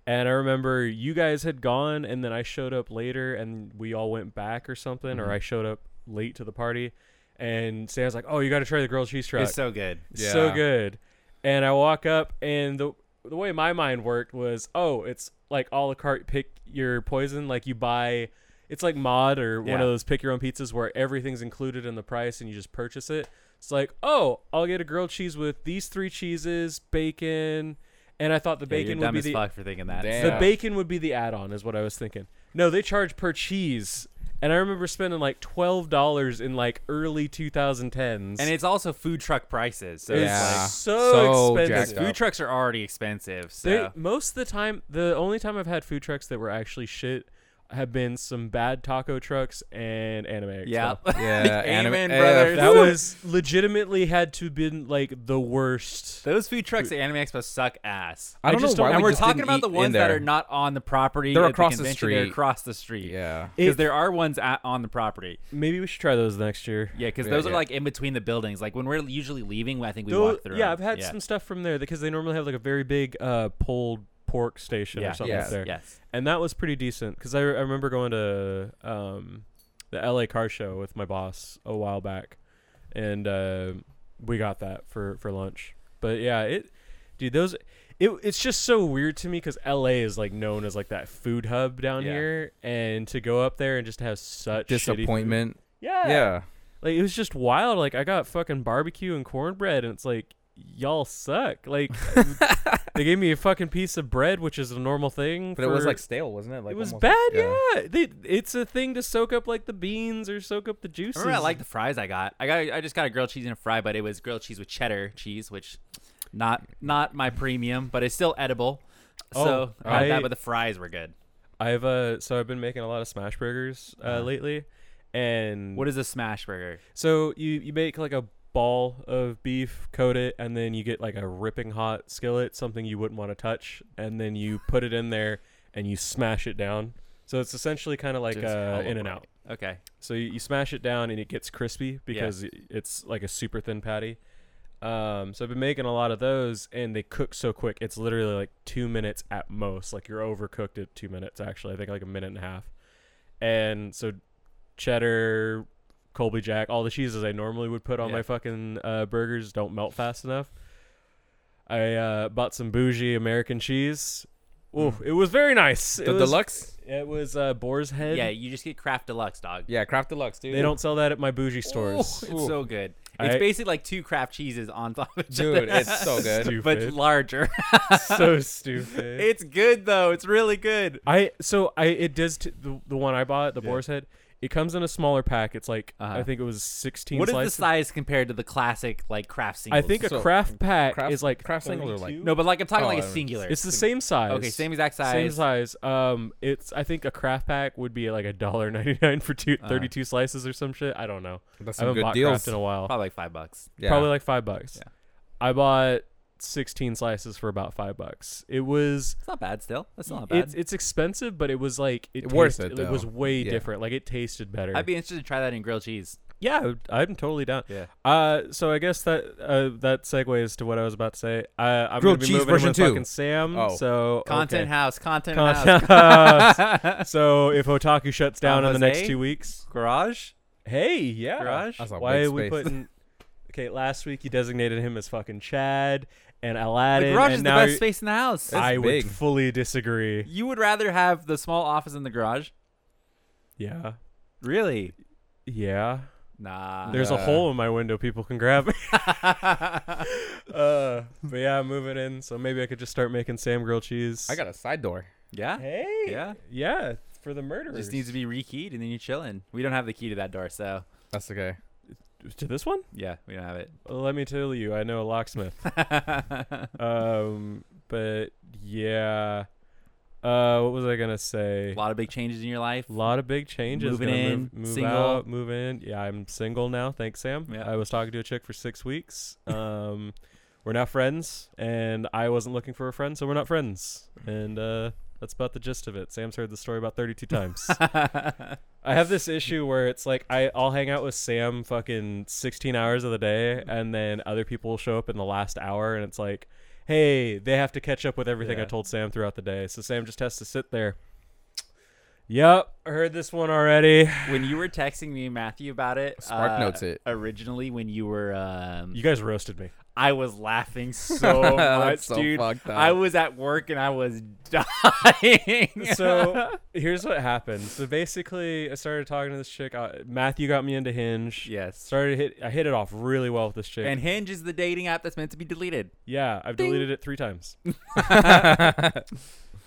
[SPEAKER 3] And I remember you guys had gone, and then I showed up later, and we all went back or something, or I showed up late to the party, and Sam's like, "Oh, you got to try the grilled cheese truck."
[SPEAKER 1] It's so good.
[SPEAKER 3] so
[SPEAKER 2] Yeah.
[SPEAKER 3] good. And I walk up, and the the way my mind worked was, oh, it's like a la carte pick your poison. Like you buy, it's like mod or one
[SPEAKER 1] Yeah.
[SPEAKER 3] of those pick your own pizzas where everything's included in the price and you just purchase it. It's like, oh, I'll get a grilled cheese with these three cheeses, bacon, and I thought the
[SPEAKER 1] Yeah,
[SPEAKER 3] bacon
[SPEAKER 1] you're
[SPEAKER 3] would
[SPEAKER 1] dumb
[SPEAKER 3] be
[SPEAKER 1] as
[SPEAKER 3] the
[SPEAKER 1] fuck for thinking that.
[SPEAKER 2] Damn.
[SPEAKER 3] the
[SPEAKER 2] Yeah.
[SPEAKER 3] bacon would be the add-on, is what I was thinking. No, they charge per cheese, and I remember spending like twelve dollars in like early
[SPEAKER 1] And
[SPEAKER 3] 2010s.
[SPEAKER 1] it's also food truck prices. So
[SPEAKER 3] It's
[SPEAKER 1] it's
[SPEAKER 2] Yeah.
[SPEAKER 1] like
[SPEAKER 3] so
[SPEAKER 2] So
[SPEAKER 3] expensive.
[SPEAKER 2] jacked
[SPEAKER 1] food
[SPEAKER 2] up.
[SPEAKER 1] trucks are already expensive. So
[SPEAKER 3] They- most of the time, the only time I've had food trucks that were actually shit have been some bad taco trucks and anime. Expo.
[SPEAKER 1] yeah,
[SPEAKER 2] Yeah, anime-
[SPEAKER 1] Amen,
[SPEAKER 2] eh,
[SPEAKER 1] brothers.
[SPEAKER 3] that was legitimately had to been like the worst.
[SPEAKER 1] Those food trucks at Anime Expo suck ass.
[SPEAKER 2] I don't
[SPEAKER 3] just
[SPEAKER 2] know
[SPEAKER 3] don't-
[SPEAKER 2] why
[SPEAKER 3] And
[SPEAKER 1] and
[SPEAKER 2] we
[SPEAKER 1] we're
[SPEAKER 2] just
[SPEAKER 1] talking
[SPEAKER 2] didn't
[SPEAKER 1] about the
[SPEAKER 2] eat in
[SPEAKER 1] ones that
[SPEAKER 2] there.
[SPEAKER 1] are not on the property.
[SPEAKER 2] They're
[SPEAKER 1] at
[SPEAKER 2] across the
[SPEAKER 1] convention, They're
[SPEAKER 2] street.
[SPEAKER 1] across the street.
[SPEAKER 2] Yeah.
[SPEAKER 1] Because
[SPEAKER 3] It-
[SPEAKER 1] there are ones at, on the property.
[SPEAKER 3] Maybe we should try those next year.
[SPEAKER 1] Yeah, because
[SPEAKER 2] Yeah,
[SPEAKER 1] those are
[SPEAKER 2] yeah.
[SPEAKER 1] like in between the buildings. Like when we're usually leaving, I think we
[SPEAKER 3] Though-
[SPEAKER 1] walk through.
[SPEAKER 3] yeah,
[SPEAKER 1] 'em.
[SPEAKER 3] I've had
[SPEAKER 1] yeah.
[SPEAKER 3] some stuff from there because they normally have like a very big uh, pulled pork station
[SPEAKER 1] Yeah,
[SPEAKER 3] or something
[SPEAKER 2] yes,
[SPEAKER 3] up there,
[SPEAKER 1] Yes.
[SPEAKER 3] and that was pretty decent. Because I, I remember going to um, the LA car show with my boss a while back, and uh, we got that for for lunch. But yeah, it, dude, those. It, it's just so weird to me because LA is like known as like that food hub down
[SPEAKER 2] Yeah.
[SPEAKER 3] here, and to go up there and just have such shitty food-
[SPEAKER 2] Disappointment.
[SPEAKER 3] Yeah,
[SPEAKER 2] Yeah.
[SPEAKER 3] like it was just wild. Like I got fucking barbecue and cornbread, and it's like y'all suck. Like they gave me a fucking piece of bread, which is a normal thing.
[SPEAKER 2] But it was
[SPEAKER 3] for-
[SPEAKER 2] like stale, wasn't it? Like
[SPEAKER 3] it was
[SPEAKER 2] almost-
[SPEAKER 3] bad. Yeah, They, it's a thing to soak up like the beans or soak up the juices.
[SPEAKER 1] Remember, I like the fries I got. I got I just got a grilled cheese and a fry, but it was grilled cheese with cheddar cheese, which not not my premium, but it's still edible. so
[SPEAKER 3] Oh,
[SPEAKER 1] I, had
[SPEAKER 3] I-
[SPEAKER 1] that, but the fries were good.
[SPEAKER 3] I've uh, so I've been making a lot of smash burgers uh, lately, and
[SPEAKER 1] What is a smash burger?
[SPEAKER 3] So you you make like a ball of beef, coat it, and then you get like a ripping hot skillet, something you wouldn't want to touch, and then you put it in there and you smash it down. So it's essentially kind of like
[SPEAKER 1] Just
[SPEAKER 3] uh,
[SPEAKER 1] hella
[SPEAKER 3] in and
[SPEAKER 1] wide.
[SPEAKER 3] out.
[SPEAKER 1] Okay.
[SPEAKER 3] So you, you smash it down and it gets crispy because it- it's like a super thin patty. Um, so I've been making a lot of those, and they cook so quick. It's literally like two minutes at most. Like you're overcooked at two minutes, actually. I think like a minute and a half. And so cheddar, Colby Jack, all the cheeses I normally would put on
[SPEAKER 1] Yeah.
[SPEAKER 3] my fucking uh, burgers don't melt fast enough. I uh, bought some bougie American cheese. Oof, it was very nice.
[SPEAKER 2] The
[SPEAKER 3] it was,
[SPEAKER 2] deluxe.
[SPEAKER 3] It was uh, Boar's Head.
[SPEAKER 1] Yeah, you just get Kraft Deluxe, dog.
[SPEAKER 2] Yeah, craft deluxe, dude.
[SPEAKER 3] They don't sell that at my bougie stores.
[SPEAKER 1] It's so good.
[SPEAKER 3] I-
[SPEAKER 1] it's basically like two Kraft cheeses on top of each
[SPEAKER 2] Dude,
[SPEAKER 1] other,
[SPEAKER 2] it's so good.
[SPEAKER 3] Stupid.
[SPEAKER 1] but larger.
[SPEAKER 3] so stupid.
[SPEAKER 1] it's good though. It's really good.
[SPEAKER 3] I so I it does t- the, the one I bought the
[SPEAKER 2] Yeah.
[SPEAKER 3] boar's head. It comes in a smaller pack. It's like
[SPEAKER 1] Uh-huh.
[SPEAKER 3] I think it was sixteen.
[SPEAKER 1] What is
[SPEAKER 3] slices.
[SPEAKER 1] the size compared to the classic like Kraft
[SPEAKER 3] I
[SPEAKER 1] singles?
[SPEAKER 3] think a
[SPEAKER 2] So,
[SPEAKER 3] craft pack
[SPEAKER 2] Kraft-
[SPEAKER 3] is like
[SPEAKER 2] Kraft singles are like-
[SPEAKER 3] 32?
[SPEAKER 1] no, but like I'm talking
[SPEAKER 2] Oh,
[SPEAKER 1] like
[SPEAKER 2] I
[SPEAKER 1] a
[SPEAKER 2] don't-
[SPEAKER 1] singular.
[SPEAKER 3] It's the same size.
[SPEAKER 1] okay, same exact size.
[SPEAKER 3] Same size. Um, it's I think a craft pack would be like a dollar ninety nine for two,
[SPEAKER 1] Uh-huh.
[SPEAKER 3] 32 slices or some shit. I don't know.
[SPEAKER 2] That's
[SPEAKER 3] I
[SPEAKER 2] some
[SPEAKER 3] haven't
[SPEAKER 2] good
[SPEAKER 3] bought
[SPEAKER 2] deals.
[SPEAKER 3] craft in a while.
[SPEAKER 1] Probably like five bucks.
[SPEAKER 2] yeah.
[SPEAKER 3] Probably like five bucks.
[SPEAKER 2] Yeah.
[SPEAKER 3] I bought sixteen slices for about five bucks. It was
[SPEAKER 1] It's not bad still. That's not bad.
[SPEAKER 3] it's it's expensive, but it was like it
[SPEAKER 2] Worth
[SPEAKER 3] tasted-
[SPEAKER 2] it,
[SPEAKER 3] It was
[SPEAKER 2] though.
[SPEAKER 3] way
[SPEAKER 2] Yeah.
[SPEAKER 3] different. Like it tasted better.
[SPEAKER 1] I'd be interested to try that in grilled cheese.
[SPEAKER 3] yeah, I would- I'm totally down.
[SPEAKER 1] Yeah.
[SPEAKER 3] Uh, so I guess that uh, that segues to what I was about to say. Uh, I'm
[SPEAKER 2] Grilled
[SPEAKER 3] gonna be
[SPEAKER 2] cheese
[SPEAKER 3] moving in
[SPEAKER 2] version
[SPEAKER 3] with
[SPEAKER 2] two.
[SPEAKER 3] fucking Sam.
[SPEAKER 2] Oh.
[SPEAKER 3] So
[SPEAKER 1] Content
[SPEAKER 3] okay.
[SPEAKER 1] house, content,
[SPEAKER 3] Content
[SPEAKER 1] house.
[SPEAKER 3] so if Otaku shuts down in the next
[SPEAKER 1] Jose?
[SPEAKER 3] two weeks,
[SPEAKER 1] Garage?
[SPEAKER 3] hey, yeah,
[SPEAKER 1] Garage?
[SPEAKER 2] That's a
[SPEAKER 3] why
[SPEAKER 2] big
[SPEAKER 3] are we
[SPEAKER 2] space.
[SPEAKER 3] putting? Okay, last week you designated him as fucking Chad and Aladdin.
[SPEAKER 1] The garage
[SPEAKER 3] and
[SPEAKER 1] is the
[SPEAKER 3] now
[SPEAKER 1] best
[SPEAKER 3] you-
[SPEAKER 1] space in the house.
[SPEAKER 2] It's
[SPEAKER 3] I
[SPEAKER 2] big.
[SPEAKER 3] would fully disagree.
[SPEAKER 1] you would rather have the small office in the garage?
[SPEAKER 3] Yeah,
[SPEAKER 1] Really?
[SPEAKER 3] yeah.
[SPEAKER 1] Nah.
[SPEAKER 3] There's a
[SPEAKER 2] Yeah.
[SPEAKER 3] hole in my window people can grab. uh, but yeah, I'm moving in, so maybe I could just start making Sam grilled cheese.
[SPEAKER 2] I got a side door.
[SPEAKER 1] yeah.
[SPEAKER 3] Hey.
[SPEAKER 1] Yeah.
[SPEAKER 3] Yeah, for the murderers.
[SPEAKER 1] Just needs to be rekeyed and then you're chilling. We don't have the key to that door, so
[SPEAKER 2] That's okay.
[SPEAKER 3] to this one.
[SPEAKER 1] yeah, we don't have it.
[SPEAKER 3] Let me tell you, I know a locksmith. um, but yeah. Uh, what was I gonna say?
[SPEAKER 1] a lot of big changes in your life.
[SPEAKER 3] lot of big changes.
[SPEAKER 1] Moving
[SPEAKER 3] Gonna move,
[SPEAKER 1] in,
[SPEAKER 3] move
[SPEAKER 1] single.
[SPEAKER 3] out, move in. Yeah, I'm single now. Thanks, Sam.
[SPEAKER 1] Yeah.
[SPEAKER 3] I was talking to a chick for six weeks. Um, we're now friends, and I wasn't looking for a friend, so we're not friends. And uh, that's about the gist of it. Sam's heard the story about 32 times. I have this issue where it's like I, I'll hang out with Sam fucking 16 hours of the day, and then other people will show up in the last hour, and it's like, hey, they have to catch up with everything I
[SPEAKER 1] Yeah.
[SPEAKER 3] told Sam throughout the day. So Sam just has to sit there. Yep, I heard this one already.
[SPEAKER 1] when you were texting me and Matthew about it,
[SPEAKER 2] Spark
[SPEAKER 1] uh,
[SPEAKER 2] notes it.
[SPEAKER 1] Originally, when you were, um,
[SPEAKER 3] You guys roasted me.
[SPEAKER 1] I was laughing so much,
[SPEAKER 2] That's so
[SPEAKER 1] dude.
[SPEAKER 2] fucked up.
[SPEAKER 1] I was at work and I was dying.
[SPEAKER 3] So here's what happened. So basically, I started talking to this chick. Uh, Matthew got me into Hinge.
[SPEAKER 1] yes.
[SPEAKER 3] Started hit. I hit it off really well with this chick.
[SPEAKER 1] And Hinge is the dating app that's meant to be deleted.
[SPEAKER 3] yeah, I've deleted it three times.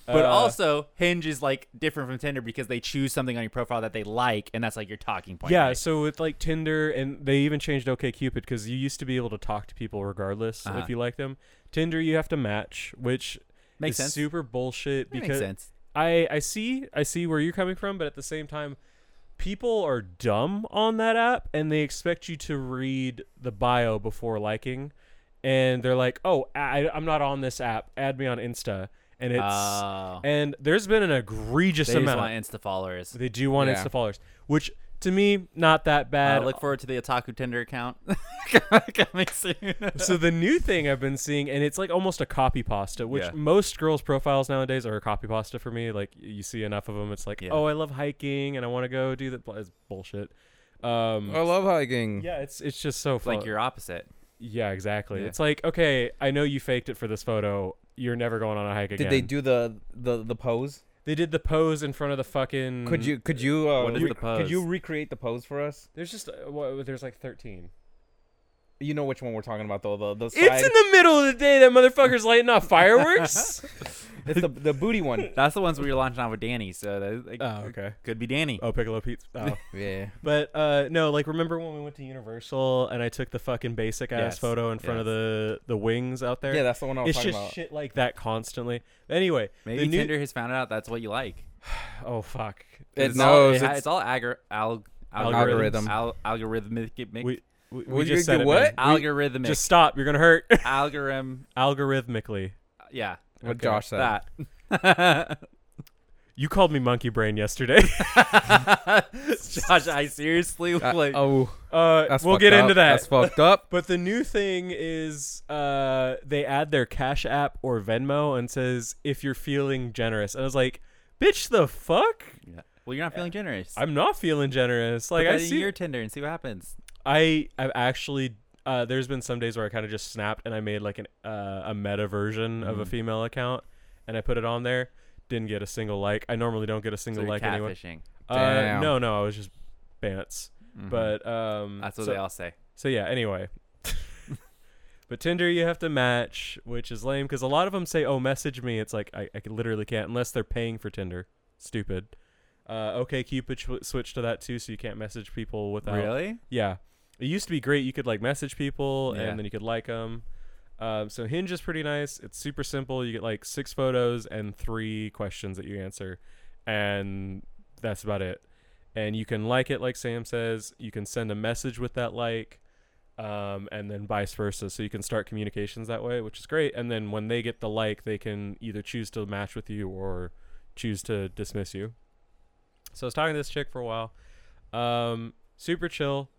[SPEAKER 1] But
[SPEAKER 3] Uh,
[SPEAKER 1] also, Hinge is like different from Tinder because they choose something on your profile that they like, and that's like your talking point.
[SPEAKER 3] Yeah,
[SPEAKER 1] right?
[SPEAKER 3] so with like Tinder, and they even changed OKCupid because you used to be able to talk to people regardless
[SPEAKER 1] Uh-huh.
[SPEAKER 3] if you like them. Tinder, you have to match, which
[SPEAKER 1] Makes
[SPEAKER 3] is
[SPEAKER 1] sense.
[SPEAKER 3] super bullshit.
[SPEAKER 1] That
[SPEAKER 3] because
[SPEAKER 1] makes sense.
[SPEAKER 3] I I see I see where you're coming from, but at the same time, people are dumb on that app, and they expect you to read the bio before liking, and they're like, oh, I, I'm not on this app. Add me on Insta, and it's
[SPEAKER 1] Oh.
[SPEAKER 3] and there's been an egregious
[SPEAKER 1] They just
[SPEAKER 3] amount.
[SPEAKER 1] want Insta followers.
[SPEAKER 3] They do want
[SPEAKER 2] Yeah.
[SPEAKER 3] Insta followers, which to me, not that
[SPEAKER 1] Uh,
[SPEAKER 3] bad.
[SPEAKER 1] look forward to the Otaku Tinder account coming soon.
[SPEAKER 3] so the new thing I've been seeing, and it's like almost a copy pasta, which
[SPEAKER 1] Yeah.
[SPEAKER 3] most girls' profiles nowadays are a copy pasta for me. Like y- you see enough of them, it's like,
[SPEAKER 1] Yeah.
[SPEAKER 3] oh, I love hiking and I want to go do that. It's bullshit. Um,
[SPEAKER 2] I love hiking.
[SPEAKER 3] yeah, it's it's just so
[SPEAKER 1] It's
[SPEAKER 3] fun.
[SPEAKER 1] like your opposite.
[SPEAKER 3] yeah, exactly.
[SPEAKER 2] Yeah.
[SPEAKER 3] It's like okay, I know you faked it for this photo. You're never going on a hike again.
[SPEAKER 2] Did they do the the the pose?
[SPEAKER 3] They did the pose in front of the fucking.
[SPEAKER 2] Could you could you uh,
[SPEAKER 1] What is
[SPEAKER 2] re-
[SPEAKER 1] the
[SPEAKER 2] could you
[SPEAKER 1] pose?
[SPEAKER 2] recreate the pose for us?
[SPEAKER 3] There's just uh, wha- there's like 13.
[SPEAKER 2] You know which one we're talking about though. The the side.
[SPEAKER 3] It's in the middle of the day that motherfucker's lighting off fireworks.
[SPEAKER 2] it's the the booty one.
[SPEAKER 1] That's the ones we were launching off with Danny, so that like,
[SPEAKER 3] okay.
[SPEAKER 1] could be Danny.
[SPEAKER 3] Uh, Oh, Piccolo Pete's. Oh.
[SPEAKER 2] yeah.
[SPEAKER 3] but uh, no, like remember when we went to Universal and I took the fucking basic ass
[SPEAKER 1] Yes,
[SPEAKER 3] photo in front of
[SPEAKER 1] yes.
[SPEAKER 3] the the wings out there?
[SPEAKER 2] Yeah, that's the one I was
[SPEAKER 3] it's
[SPEAKER 2] talking
[SPEAKER 3] just
[SPEAKER 2] about.
[SPEAKER 3] shit like that constantly. Anyway,
[SPEAKER 1] Maybe
[SPEAKER 3] the new-
[SPEAKER 1] Tinder has found out that's what you like.
[SPEAKER 3] Oh fuck.
[SPEAKER 2] It
[SPEAKER 1] it's all,
[SPEAKER 2] knows
[SPEAKER 1] it ha-
[SPEAKER 2] it's-
[SPEAKER 1] it's all agor- al-
[SPEAKER 2] Algorithm.
[SPEAKER 1] algorithms. Al- algorithmic. mic-
[SPEAKER 3] We we, we
[SPEAKER 2] Would you
[SPEAKER 3] just
[SPEAKER 2] do
[SPEAKER 3] said it,
[SPEAKER 2] what?
[SPEAKER 3] man.
[SPEAKER 1] algorithmic.
[SPEAKER 3] Just stop. You're gonna hurt.
[SPEAKER 1] algorithm.
[SPEAKER 3] Algorithmically,
[SPEAKER 1] Yeah,
[SPEAKER 2] What
[SPEAKER 3] Okay,
[SPEAKER 2] Josh said.
[SPEAKER 1] that.
[SPEAKER 3] you called me monkey brain yesterday.
[SPEAKER 1] Josh, I seriously
[SPEAKER 2] Uh,
[SPEAKER 1] like.
[SPEAKER 2] oh,
[SPEAKER 3] Uh,
[SPEAKER 2] that's
[SPEAKER 3] we'll
[SPEAKER 2] fucked
[SPEAKER 3] get
[SPEAKER 2] up.
[SPEAKER 3] into that.
[SPEAKER 2] That's fucked up.
[SPEAKER 3] But the new thing is uh, they add their Cash App or Venmo and says if you're feeling generous. And I was like, bitch, the fuck?
[SPEAKER 1] Yeah. Well, you're not feeling generous.
[SPEAKER 3] I'm not feeling generous.
[SPEAKER 1] Put
[SPEAKER 3] Like
[SPEAKER 1] that
[SPEAKER 3] I
[SPEAKER 1] in
[SPEAKER 3] see,
[SPEAKER 1] your Tinder and see what happens.
[SPEAKER 3] I I've actually uh, there's been some days where I kind of just snapped and I made like an uh, a meta version of
[SPEAKER 1] Mm-hmm.
[SPEAKER 3] a female account and I put it on there. Didn't get a single like. I normally don't get a
[SPEAKER 1] So
[SPEAKER 3] single
[SPEAKER 1] you're
[SPEAKER 3] like anyway.
[SPEAKER 1] catfishing.
[SPEAKER 3] Uh,
[SPEAKER 2] Damn.
[SPEAKER 3] no, no, I was just bants. But
[SPEAKER 1] Mm-hmm.
[SPEAKER 3] um,
[SPEAKER 1] That's what
[SPEAKER 3] so-
[SPEAKER 1] they all say.
[SPEAKER 3] So yeah, anyway. but Tinder you have to match, which is lame because a lot of them say, "Oh, message me." It's like I, I literally can't unless they're paying for Tinder. Stupid. Uh, okay, Cupid sw- switched to that too, so you can't message people without.
[SPEAKER 1] Really?
[SPEAKER 3] Yeah, it used to be great. You could like message people
[SPEAKER 1] Yeah.
[SPEAKER 3] and then you could like them. Um, so Hinge is pretty nice. It's super simple. You get like six photos and three questions that you answer, and that's about it. And you can like it, like Sam says. You can send a message with that like, um, and then vice versa. So you can start communications that way, which is great. And then when they get the like, they can either choose to match with you or choose to dismiss you. So I was talking to this chick for a while. Um, super chill.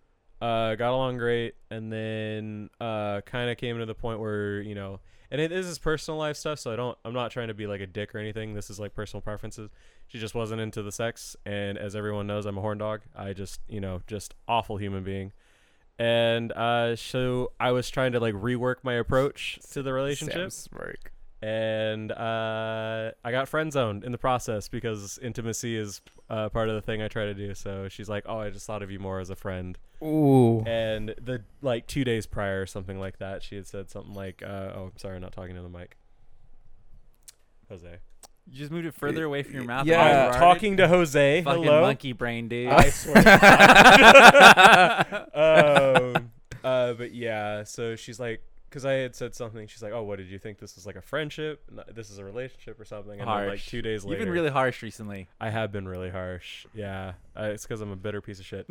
[SPEAKER 3] Uh, got along great, and then uh, kind of came to the point where you know, and it, this is personal life stuff, so I don't, I'm not trying to be like a dick or anything. This is like personal preferences. She just wasn't into the sex, and as everyone knows, I'm a horn dog. I just, you know, just awful human being. And uh, so I was trying to like rework my approach to the relationship
[SPEAKER 2] Sam's work.
[SPEAKER 3] and uh, I got friend zoned in the process because intimacy is uh, part of the thing I try to do. So she's like, "Oh, I just thought of you more as a friend."
[SPEAKER 2] Ooh.
[SPEAKER 3] And the like two days prior or something like that, she had said something like, uh, "Oh, I'm sorry, I'm not talking to the mic." Jose,
[SPEAKER 1] You just moved it further away from your mouth.
[SPEAKER 2] Yeah.
[SPEAKER 1] and
[SPEAKER 3] I'm
[SPEAKER 1] you
[SPEAKER 3] talking to
[SPEAKER 1] farted?
[SPEAKER 3] Jose.
[SPEAKER 1] Uh, Fucking
[SPEAKER 3] Hello.
[SPEAKER 1] monkey brain, dude.
[SPEAKER 3] I swear. to God. um, uh, but yeah, so she's like, because I had said something, she's like, "Oh, what did you think? This was like a friendship? N- This is a relationship or something?" And then like
[SPEAKER 1] Harsh.
[SPEAKER 3] two days later,
[SPEAKER 1] You've been really harsh recently.
[SPEAKER 3] I have been really harsh. Yeah, uh, it's because I'm a bitter piece of shit.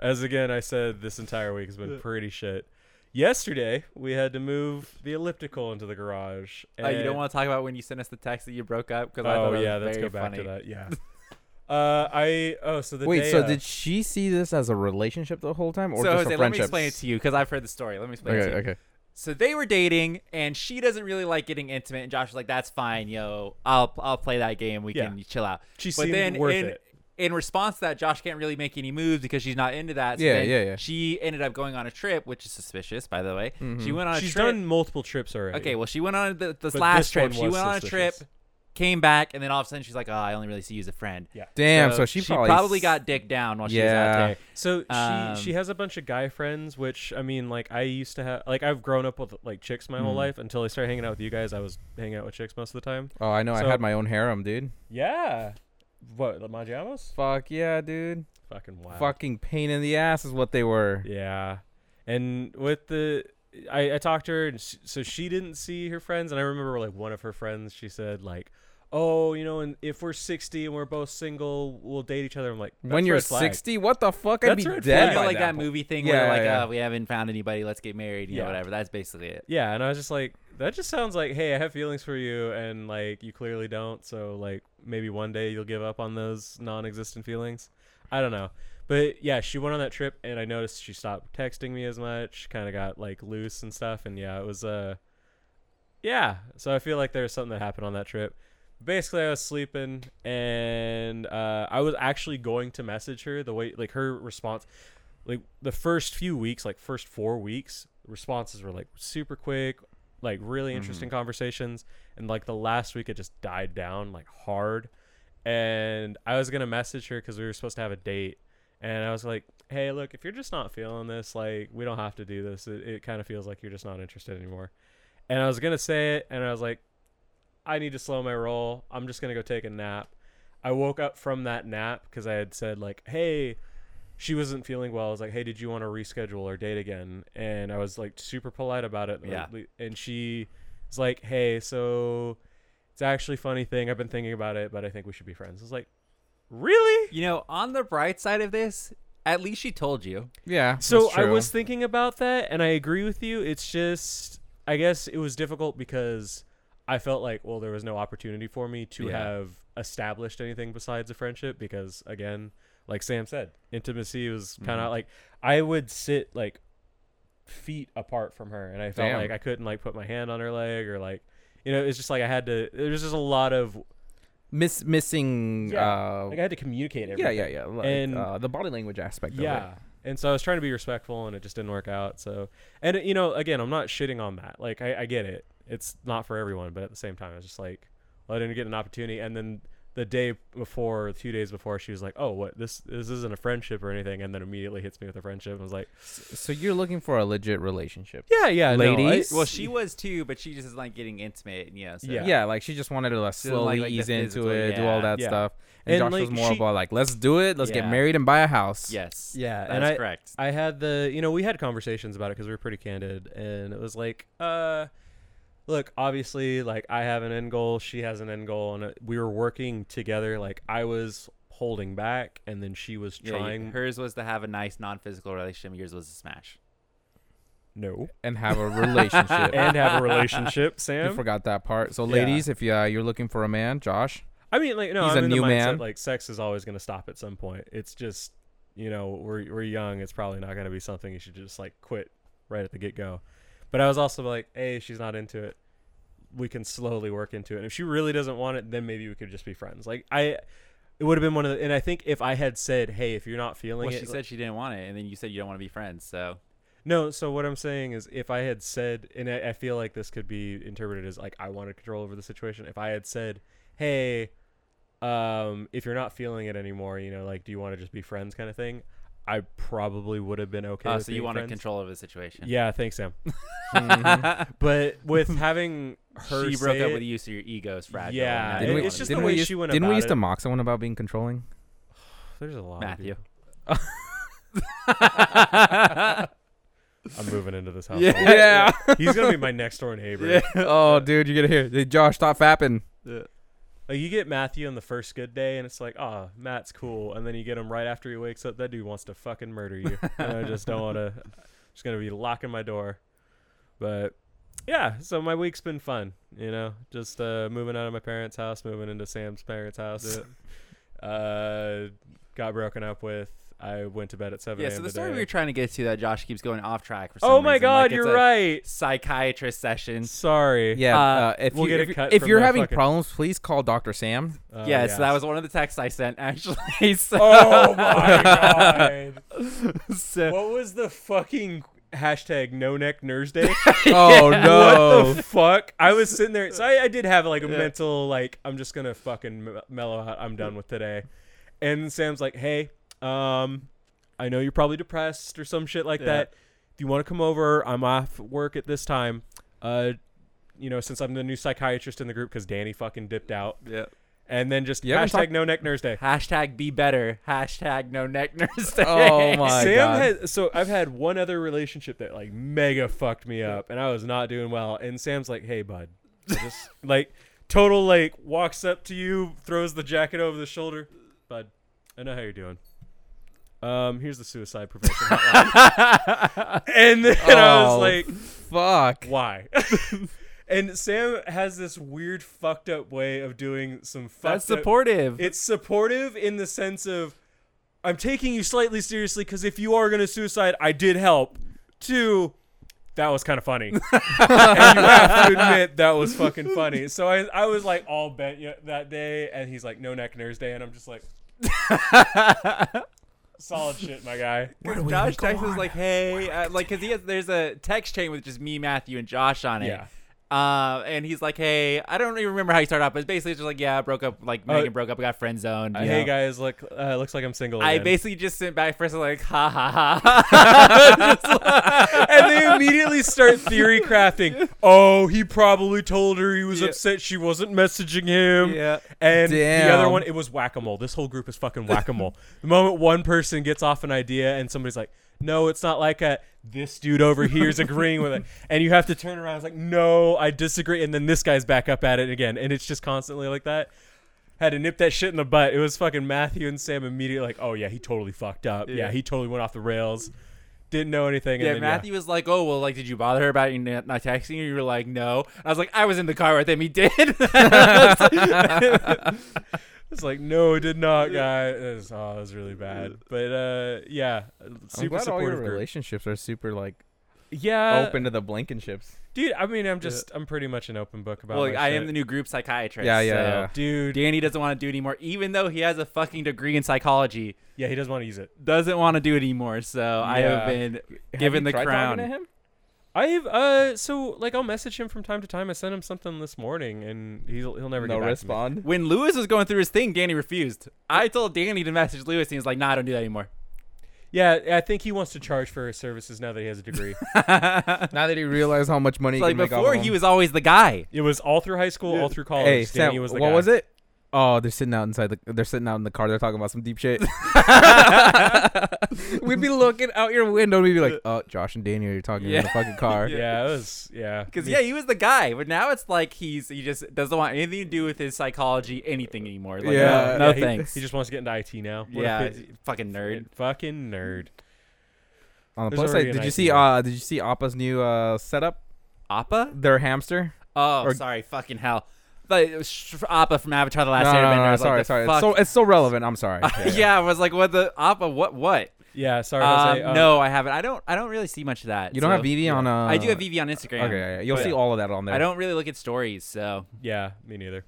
[SPEAKER 3] As again, I said this entire week has been pretty shit. Yesterday, we had to move the elliptical into the garage.
[SPEAKER 1] Uh, you don't
[SPEAKER 3] and-
[SPEAKER 1] want to talk about when you sent us the text that you broke up because I
[SPEAKER 3] Oh
[SPEAKER 1] thought that
[SPEAKER 3] yeah,
[SPEAKER 1] was
[SPEAKER 3] let's
[SPEAKER 1] very
[SPEAKER 3] go back
[SPEAKER 1] funny.
[SPEAKER 3] to that. Yeah. Uh, I oh so the
[SPEAKER 2] Wait,
[SPEAKER 3] day,
[SPEAKER 2] so
[SPEAKER 3] uh,
[SPEAKER 2] did she see this as a relationship the whole time, or
[SPEAKER 1] so
[SPEAKER 2] just
[SPEAKER 1] Jose,
[SPEAKER 2] a
[SPEAKER 1] let
[SPEAKER 2] friendship?
[SPEAKER 1] me explain it to you because I've heard the story. Let me explain it to
[SPEAKER 2] Okay,
[SPEAKER 1] you.
[SPEAKER 2] okay.
[SPEAKER 1] So they were dating, and she doesn't really like getting intimate. And Josh was like, "That's fine, yo. I'll I'll play that game. We
[SPEAKER 3] Yeah.
[SPEAKER 1] can chill out."
[SPEAKER 3] She
[SPEAKER 1] but
[SPEAKER 3] seemed
[SPEAKER 1] then
[SPEAKER 3] worth
[SPEAKER 1] in,
[SPEAKER 3] it.
[SPEAKER 1] In response to that, Josh can't really make any moves because she's not into that. So
[SPEAKER 2] Yeah,
[SPEAKER 1] then
[SPEAKER 2] yeah, yeah.
[SPEAKER 1] She ended up going on a trip, which is suspicious, by the way.
[SPEAKER 2] Mm-hmm.
[SPEAKER 1] She went on a
[SPEAKER 3] She's
[SPEAKER 1] trip.
[SPEAKER 3] done multiple trips already.
[SPEAKER 1] Okay, well, she went on the, this
[SPEAKER 3] But
[SPEAKER 1] last
[SPEAKER 3] this
[SPEAKER 1] trip.
[SPEAKER 3] one
[SPEAKER 1] She
[SPEAKER 3] was
[SPEAKER 1] went on a trip,
[SPEAKER 3] suspicious.
[SPEAKER 1] came back, and then all of a sudden she's like, "Oh, I only really see you as a friend."
[SPEAKER 3] Yeah.
[SPEAKER 2] Damn. So, she,
[SPEAKER 1] probably, got dick down while she was out
[SPEAKER 2] Yeah.
[SPEAKER 1] there.
[SPEAKER 3] So she
[SPEAKER 1] Um,
[SPEAKER 3] she has a bunch of guy friends, which I mean, like I used to have, like I've grown up with like chicks my
[SPEAKER 1] Mm.
[SPEAKER 3] whole life until I started hanging out with you guys. I was hanging out with chicks most of the time.
[SPEAKER 2] Oh, I know.
[SPEAKER 3] So-
[SPEAKER 2] I had my own harem, dude.
[SPEAKER 3] Yeah. What the Magiamos?
[SPEAKER 2] Fuck yeah, dude.
[SPEAKER 3] Fucking wow.
[SPEAKER 2] Fucking pain in the ass is what they were.
[SPEAKER 3] Yeah, and with the. I, I talked to her, and s so she didn't see her friends. And I remember, like, one of her friends, she said, like, "Oh, you know, and if we're sixty and we're both single, we'll date each other." I'm like,
[SPEAKER 2] when
[SPEAKER 3] "That's
[SPEAKER 2] you're
[SPEAKER 3] red flag."
[SPEAKER 2] 60, what the fuck?
[SPEAKER 3] That's a
[SPEAKER 2] I'd be
[SPEAKER 3] red
[SPEAKER 1] You
[SPEAKER 2] dead.
[SPEAKER 3] flag.
[SPEAKER 1] know,
[SPEAKER 2] by
[SPEAKER 1] like that
[SPEAKER 2] point.
[SPEAKER 1] movie thing
[SPEAKER 2] Yeah,
[SPEAKER 1] where like,
[SPEAKER 2] yeah.
[SPEAKER 1] "Oh, we haven't found anybody. Let's get married." You
[SPEAKER 3] Yeah.
[SPEAKER 1] know, whatever. That's basically it.
[SPEAKER 3] Yeah, and I was just like, that just sounds like, hey, I have feelings for you, and like you clearly don't. So like maybe one day you'll give up on those non-existent feelings. I don't know, but yeah, she went on that trip, and I noticed she stopped texting me as much. Kind of got like loose and stuff, and yeah, it was uh, yeah. So I feel like there was something that happened on that trip. basically I was sleeping and uh, I was actually going to message her the way like her response like the first few weeks like first 4 weeks responses were like super quick like really interesting conversations and like the last week it just died down like hard and I was going to message her cuz we were supposed to have a date and I was like hey look if you're just not feeling this like we don't have to do this it, it kind of feels like you're just not interested anymore and I was going to say it and I was like I need to slow my roll. I'm just gonna go take a nap. I woke up from that nap because I had said like, hey, she wasn't feeling well. I was like, hey, did you want to reschedule our date again? And I was like super polite about it.
[SPEAKER 1] Yeah.
[SPEAKER 3] Like, And she was like, hey, so it's actually a funny thing. I've been thinking about it, but I think we should be friends. I was like, really?
[SPEAKER 1] You know, on the bright side of this, at least she told you.
[SPEAKER 2] Yeah.
[SPEAKER 3] So
[SPEAKER 2] that's
[SPEAKER 3] I
[SPEAKER 2] true.
[SPEAKER 3] was thinking about that, and I agree with you. It's just, I guess it was difficult because I felt like, well, there was no opportunity for me to
[SPEAKER 1] Yeah.
[SPEAKER 3] have established anything besides a friendship because, again, like Sam said, intimacy was kind of
[SPEAKER 2] Mm-hmm.
[SPEAKER 3] like I would sit like feet apart from her, and I felt
[SPEAKER 2] Damn.
[SPEAKER 3] like I couldn't like put my hand on her leg or like, you know, it's just like I had to. There was just a lot of
[SPEAKER 2] Miss missing.
[SPEAKER 3] Yeah,
[SPEAKER 2] Uh,
[SPEAKER 3] like I had to communicate everything.
[SPEAKER 2] yeah, yeah, yeah. Like,
[SPEAKER 3] And-
[SPEAKER 2] uh, the body language aspect. Of
[SPEAKER 3] Yeah. And so I was trying to be respectful and it just didn't work out. So, and you know, again, I'm not shitting on that. Like, I, I get it. It's not for everyone, but at the same time, I was just like, well, I didn't get an opportunity. And then the day before, a few days before, she was like, oh, what? This this isn't a friendship or anything. And then immediately hits me with a friendship. and was like,
[SPEAKER 2] it. So you're looking for a legit relationship.
[SPEAKER 3] yeah, yeah. no, I-
[SPEAKER 2] Ladies?
[SPEAKER 1] Well, she was too, but she just is like getting intimate. And, yeah. So.
[SPEAKER 3] Yeah.
[SPEAKER 2] Yeah. like she just wanted to like,
[SPEAKER 1] didn't like,
[SPEAKER 2] slowly
[SPEAKER 1] like, the
[SPEAKER 2] ease into
[SPEAKER 1] physical-
[SPEAKER 2] it, do
[SPEAKER 1] yeah.
[SPEAKER 2] all that
[SPEAKER 3] Yeah.
[SPEAKER 2] stuff. And,
[SPEAKER 3] And,
[SPEAKER 2] Josh was
[SPEAKER 3] like,
[SPEAKER 2] more
[SPEAKER 3] she-
[SPEAKER 2] about like, let's do it, let's
[SPEAKER 1] Yeah.
[SPEAKER 2] get married and buy a house.
[SPEAKER 1] Yes.
[SPEAKER 3] Yeah,
[SPEAKER 1] That's
[SPEAKER 3] and I-
[SPEAKER 1] correct.
[SPEAKER 3] I had the you know we had conversations about it because we were pretty candid, and it was like, uh, look, obviously, like I have an end goal, she has an end goal, and uh, we were working together. Like I was holding back, and then she was
[SPEAKER 1] Yeah, you-
[SPEAKER 3] trying.
[SPEAKER 1] hers was to have a nice non-physical relationship. Yours was to smash.
[SPEAKER 3] no,
[SPEAKER 2] And have a relationship.
[SPEAKER 3] and have a relationship,
[SPEAKER 2] you
[SPEAKER 3] Sam.
[SPEAKER 2] forgot that part. So,
[SPEAKER 3] Yeah.
[SPEAKER 2] ladies, if you, uh, you're looking for a man, Josh,
[SPEAKER 3] I mean, like no,
[SPEAKER 2] He's
[SPEAKER 3] I'm
[SPEAKER 2] a
[SPEAKER 3] in the
[SPEAKER 2] new
[SPEAKER 3] mindset,
[SPEAKER 2] man.
[SPEAKER 3] Like sex is always going to stop at some point. It's just you know we're we're young. It's probably not going to be something you should just like quit right at the get go. But I was also like, hey, she's not into it. We can slowly work into it. And if she really doesn't want it, then maybe we could just be friends. Like I, it would have been one of the. And I think if I had said, hey, if you're not feeling
[SPEAKER 1] Well,
[SPEAKER 3] it,
[SPEAKER 1] she said she didn't want it, and then you said you don't want to be friends. So
[SPEAKER 3] no, so what I'm saying is, if I had said, and I, I feel like this could be interpreted as like I wanted control over the situation. If I had said, "Hey, um, if you're not feeling it anymore, you know, like, do you want to just be friends?" kind of thing, I probably would have been okay.
[SPEAKER 1] Oh,
[SPEAKER 3] with
[SPEAKER 1] so you
[SPEAKER 3] being
[SPEAKER 1] wanted
[SPEAKER 3] friends.
[SPEAKER 1] control of the situation.
[SPEAKER 3] Yeah, thanks, Sam. But with having her,
[SPEAKER 1] she broke
[SPEAKER 3] say
[SPEAKER 1] up
[SPEAKER 3] it-
[SPEAKER 1] with you, so your ego is fragile. and
[SPEAKER 3] Yeah, Uh, it-
[SPEAKER 1] now you
[SPEAKER 3] it's
[SPEAKER 1] wanna
[SPEAKER 3] just
[SPEAKER 1] be
[SPEAKER 3] the
[SPEAKER 2] didn't
[SPEAKER 1] friends.
[SPEAKER 2] we
[SPEAKER 3] way
[SPEAKER 2] used,
[SPEAKER 3] she went
[SPEAKER 2] didn't we
[SPEAKER 3] about
[SPEAKER 2] used
[SPEAKER 3] it.
[SPEAKER 2] to mock someone about being controlling?
[SPEAKER 3] There's a lot.
[SPEAKER 1] Matthew.
[SPEAKER 3] Of people. I'm moving into this house.
[SPEAKER 2] Yeah.
[SPEAKER 3] He's gonna be my next door neighbor.
[SPEAKER 2] oh, dude, you're gonna hear. Hey, Josh, stop fapping.
[SPEAKER 3] Like you get Matthew on the first good day, and it's like, oh, Matt's cool, and then you get him right after he wakes up. That dude wants to fucking murder you. and I just don't want to. Just gonna be locking my door. But yeah, so my week's been fun. You know, just uh, moving out of my parents' house, moving into Sam's parents' house. uh, got broken up with. I went to bed at seven.
[SPEAKER 1] yeah.
[SPEAKER 3] a.m.
[SPEAKER 1] So the
[SPEAKER 3] today.
[SPEAKER 1] story we were trying to get to that Josh keeps going off track for. Some
[SPEAKER 3] Oh my
[SPEAKER 1] reason,
[SPEAKER 3] god,
[SPEAKER 1] like it's
[SPEAKER 3] you're
[SPEAKER 1] a
[SPEAKER 3] right.
[SPEAKER 1] Psychiatrist session.
[SPEAKER 3] Sorry.
[SPEAKER 2] Yeah.
[SPEAKER 1] Uh,
[SPEAKER 2] Uh, if
[SPEAKER 3] we'll
[SPEAKER 2] you,
[SPEAKER 3] get
[SPEAKER 2] if,
[SPEAKER 3] a
[SPEAKER 2] you-
[SPEAKER 3] cut
[SPEAKER 2] if
[SPEAKER 3] from
[SPEAKER 2] you're
[SPEAKER 3] the
[SPEAKER 2] having
[SPEAKER 3] fucking-
[SPEAKER 2] problems, please call Dr. Sam.
[SPEAKER 3] Uh,
[SPEAKER 1] yeah, So that was one of the texts I sent actually. So,
[SPEAKER 3] Oh my god.
[SPEAKER 1] so-
[SPEAKER 3] What was the fucking hashtag no neck nurse day?
[SPEAKER 2] Oh no.
[SPEAKER 3] What the fuck? I was sitting there. So I, I did have like a
[SPEAKER 1] Yeah.
[SPEAKER 3] mental like I'm just gonna fucking me- mellow out. I'm done with today. And Sam's like, hey, um, I know you're probably depressed or some shit like
[SPEAKER 1] Yeah.
[SPEAKER 3] that. Do you want to come over? I'm off work at this time. Uh, you know, since I'm the new psychiatrist in the group because Danny fucking dipped out.
[SPEAKER 1] yeah.
[SPEAKER 3] And then just
[SPEAKER 2] You
[SPEAKER 3] hashtag
[SPEAKER 2] haven't talked-
[SPEAKER 3] no neck nurse day.
[SPEAKER 1] Hashtag be better. Hashtag no neck nurse. Day.
[SPEAKER 2] Oh my
[SPEAKER 3] Sam
[SPEAKER 2] god.
[SPEAKER 3] had so I've had one other relationship that like mega fucked me up and I was not doing well and Sam's like, "Hey bud." I Just like total like walks up to you, throws the jacket over the shoulder. Bud, I know how you're doing. Um, here's the suicide prevention hotline. and then I
[SPEAKER 2] Oh.
[SPEAKER 3] was like,
[SPEAKER 2] Fuck.
[SPEAKER 3] "Why?" and Sam has this weird fucked up way of doing some fucked
[SPEAKER 1] That's
[SPEAKER 3] up
[SPEAKER 1] supportive.
[SPEAKER 3] it's supportive in the sense of I'm taking you slightly seriously because if you are going to suicide, I did help. Two, that was kind of funny. and you have to admit that was fucking funny. So I, I was like all bent you know, that day, and he's like, no neck nerds day, and I'm just like, solid shit, my guy.
[SPEAKER 1] Josh texts us like, "Hey, uh, like, cause he has there's a text chain with just me, Matthew, and Josh on it."
[SPEAKER 3] Yeah.
[SPEAKER 1] Uh, and he's like, "Hey, I don't even remember how he started off, but it's basically just like, yeah, I broke up, like
[SPEAKER 3] Oh.
[SPEAKER 1] Megan broke up, I got friend zoned.
[SPEAKER 3] Hey guys, look, uh, looks like I'm single.
[SPEAKER 1] I
[SPEAKER 3] again.
[SPEAKER 1] basically just sent back first like, ha ha ha. Just like-
[SPEAKER 3] and they immediately start theory crafting. Oh, he probably told her he was
[SPEAKER 1] Yeah.
[SPEAKER 3] upset she wasn't messaging him.
[SPEAKER 1] Yeah.
[SPEAKER 3] And the other
[SPEAKER 2] Damn.
[SPEAKER 3] one, it was whack a mole. This whole group is fucking whack a mole. the moment one person gets off an idea and somebody's like, no, it's not like a, this dude over here is agreeing with it. And you have to turn around. It's like, no, I disagree. And then this guy's back up at it again. And it's just constantly like that. Had to nip that shit in the butt. It was fucking Matthew and Sam immediately like, oh, yeah, he totally fucked up. Yeah,
[SPEAKER 1] Yeah.
[SPEAKER 3] he totally went off the rails. Didn't know anything.
[SPEAKER 1] yeah,
[SPEAKER 3] and then,
[SPEAKER 1] Matthew was like, "Oh, well, like, did you bother her about you not not texting her?" You were like, "No." I was like, "I was in the car with him. He did."
[SPEAKER 3] It's like, no, it did not, guy. It was, oh, it was really bad. But uh, yeah,
[SPEAKER 2] I'm
[SPEAKER 3] super
[SPEAKER 2] glad all your
[SPEAKER 3] supportive group. Uh,
[SPEAKER 2] relationships are super like
[SPEAKER 3] Yeah,
[SPEAKER 2] open to the Blankenships.
[SPEAKER 3] dude. I mean, I'm just, I'm pretty much an open book about.
[SPEAKER 1] well,
[SPEAKER 3] my
[SPEAKER 1] I am
[SPEAKER 3] shit.
[SPEAKER 1] the new group psychiatrist.
[SPEAKER 2] Yeah, yeah,
[SPEAKER 1] so-
[SPEAKER 2] yeah.
[SPEAKER 3] dude.
[SPEAKER 1] Danny doesn't want to do it anymore, even though he has a fucking degree in psychology.
[SPEAKER 3] Yeah, he doesn't want to use it.
[SPEAKER 1] Doesn't want to do it anymore. So I have
[SPEAKER 3] Yeah.
[SPEAKER 1] been
[SPEAKER 2] Have
[SPEAKER 1] given
[SPEAKER 2] you
[SPEAKER 1] the
[SPEAKER 2] tried
[SPEAKER 1] crown.
[SPEAKER 2] talking to him?
[SPEAKER 3] I've uh, so like, I'll message him from time to time. I sent him something this morning, and he'll he'll never
[SPEAKER 2] No
[SPEAKER 3] get back
[SPEAKER 2] respond.
[SPEAKER 1] When Lewis was going through his thing, Danny refused. I told Danny to message Lewis, and he was like, "Nah, I don't do that anymore."
[SPEAKER 3] To me. Yeah, I think he wants to charge for his services now that he has a degree.
[SPEAKER 2] Now that he realized how much money
[SPEAKER 1] It's like
[SPEAKER 2] he can make off
[SPEAKER 1] before,
[SPEAKER 2] of
[SPEAKER 1] he
[SPEAKER 2] him.
[SPEAKER 1] was always the guy.
[SPEAKER 3] it was all through high school, all through college.
[SPEAKER 2] Hey,
[SPEAKER 3] Danny
[SPEAKER 2] Sam,
[SPEAKER 3] was "Ah." the
[SPEAKER 2] what
[SPEAKER 3] guy.
[SPEAKER 2] was it? Oh, they're sitting out inside the. They're sitting out in the car. They're talking about some deep shit. we'd be looking out your window. and We'd be like, "Oh, Josh and Daniel, you're talking
[SPEAKER 1] Yeah.
[SPEAKER 2] in the fucking car."
[SPEAKER 3] Yeah, it was. Yeah,
[SPEAKER 1] Because
[SPEAKER 3] Me-
[SPEAKER 1] yeah, he was the guy, but now it's like he's he just doesn't want anything to do with his psychology, anything anymore. Like,
[SPEAKER 2] Yeah.
[SPEAKER 1] no, no
[SPEAKER 3] "Ah." he-
[SPEAKER 1] thanks.
[SPEAKER 3] He, just wants to get into IT now. What a
[SPEAKER 1] yeah,
[SPEAKER 3] fit-
[SPEAKER 1] fucking nerd.
[SPEAKER 3] Fucking nerd.
[SPEAKER 2] On the
[SPEAKER 3] There's
[SPEAKER 2] plus side,
[SPEAKER 3] already
[SPEAKER 2] did
[SPEAKER 3] an
[SPEAKER 2] you see?
[SPEAKER 3] idea.
[SPEAKER 2] Uh, did you see Appa's new uh setup?
[SPEAKER 1] Appa?
[SPEAKER 2] Their hamster.
[SPEAKER 1] Oh,
[SPEAKER 2] Or-
[SPEAKER 1] sorry, fucking hell. But it was Sh- Appa from Avatar: The Last
[SPEAKER 2] No, no,
[SPEAKER 1] Airbender.
[SPEAKER 2] no, no,
[SPEAKER 1] I was
[SPEAKER 2] sorry,
[SPEAKER 1] like, the
[SPEAKER 2] sorry. It's
[SPEAKER 1] fuck?
[SPEAKER 2] so it's so relevant. I'm sorry.
[SPEAKER 1] yeah. I was like, what the Appa? What what?
[SPEAKER 3] Yeah, sorry. Jose.
[SPEAKER 1] Um,
[SPEAKER 3] Um,
[SPEAKER 1] no, I haven't. I don't. I don't really see much of that.
[SPEAKER 2] uh, You don't
[SPEAKER 1] so-
[SPEAKER 2] have VV on. Uh,
[SPEAKER 1] I do have VV on Instagram.
[SPEAKER 2] Okay, yeah, yeah. you'll
[SPEAKER 3] but-
[SPEAKER 2] see all of that on there.
[SPEAKER 1] I don't really look at stories, so
[SPEAKER 3] Yeah, me neither.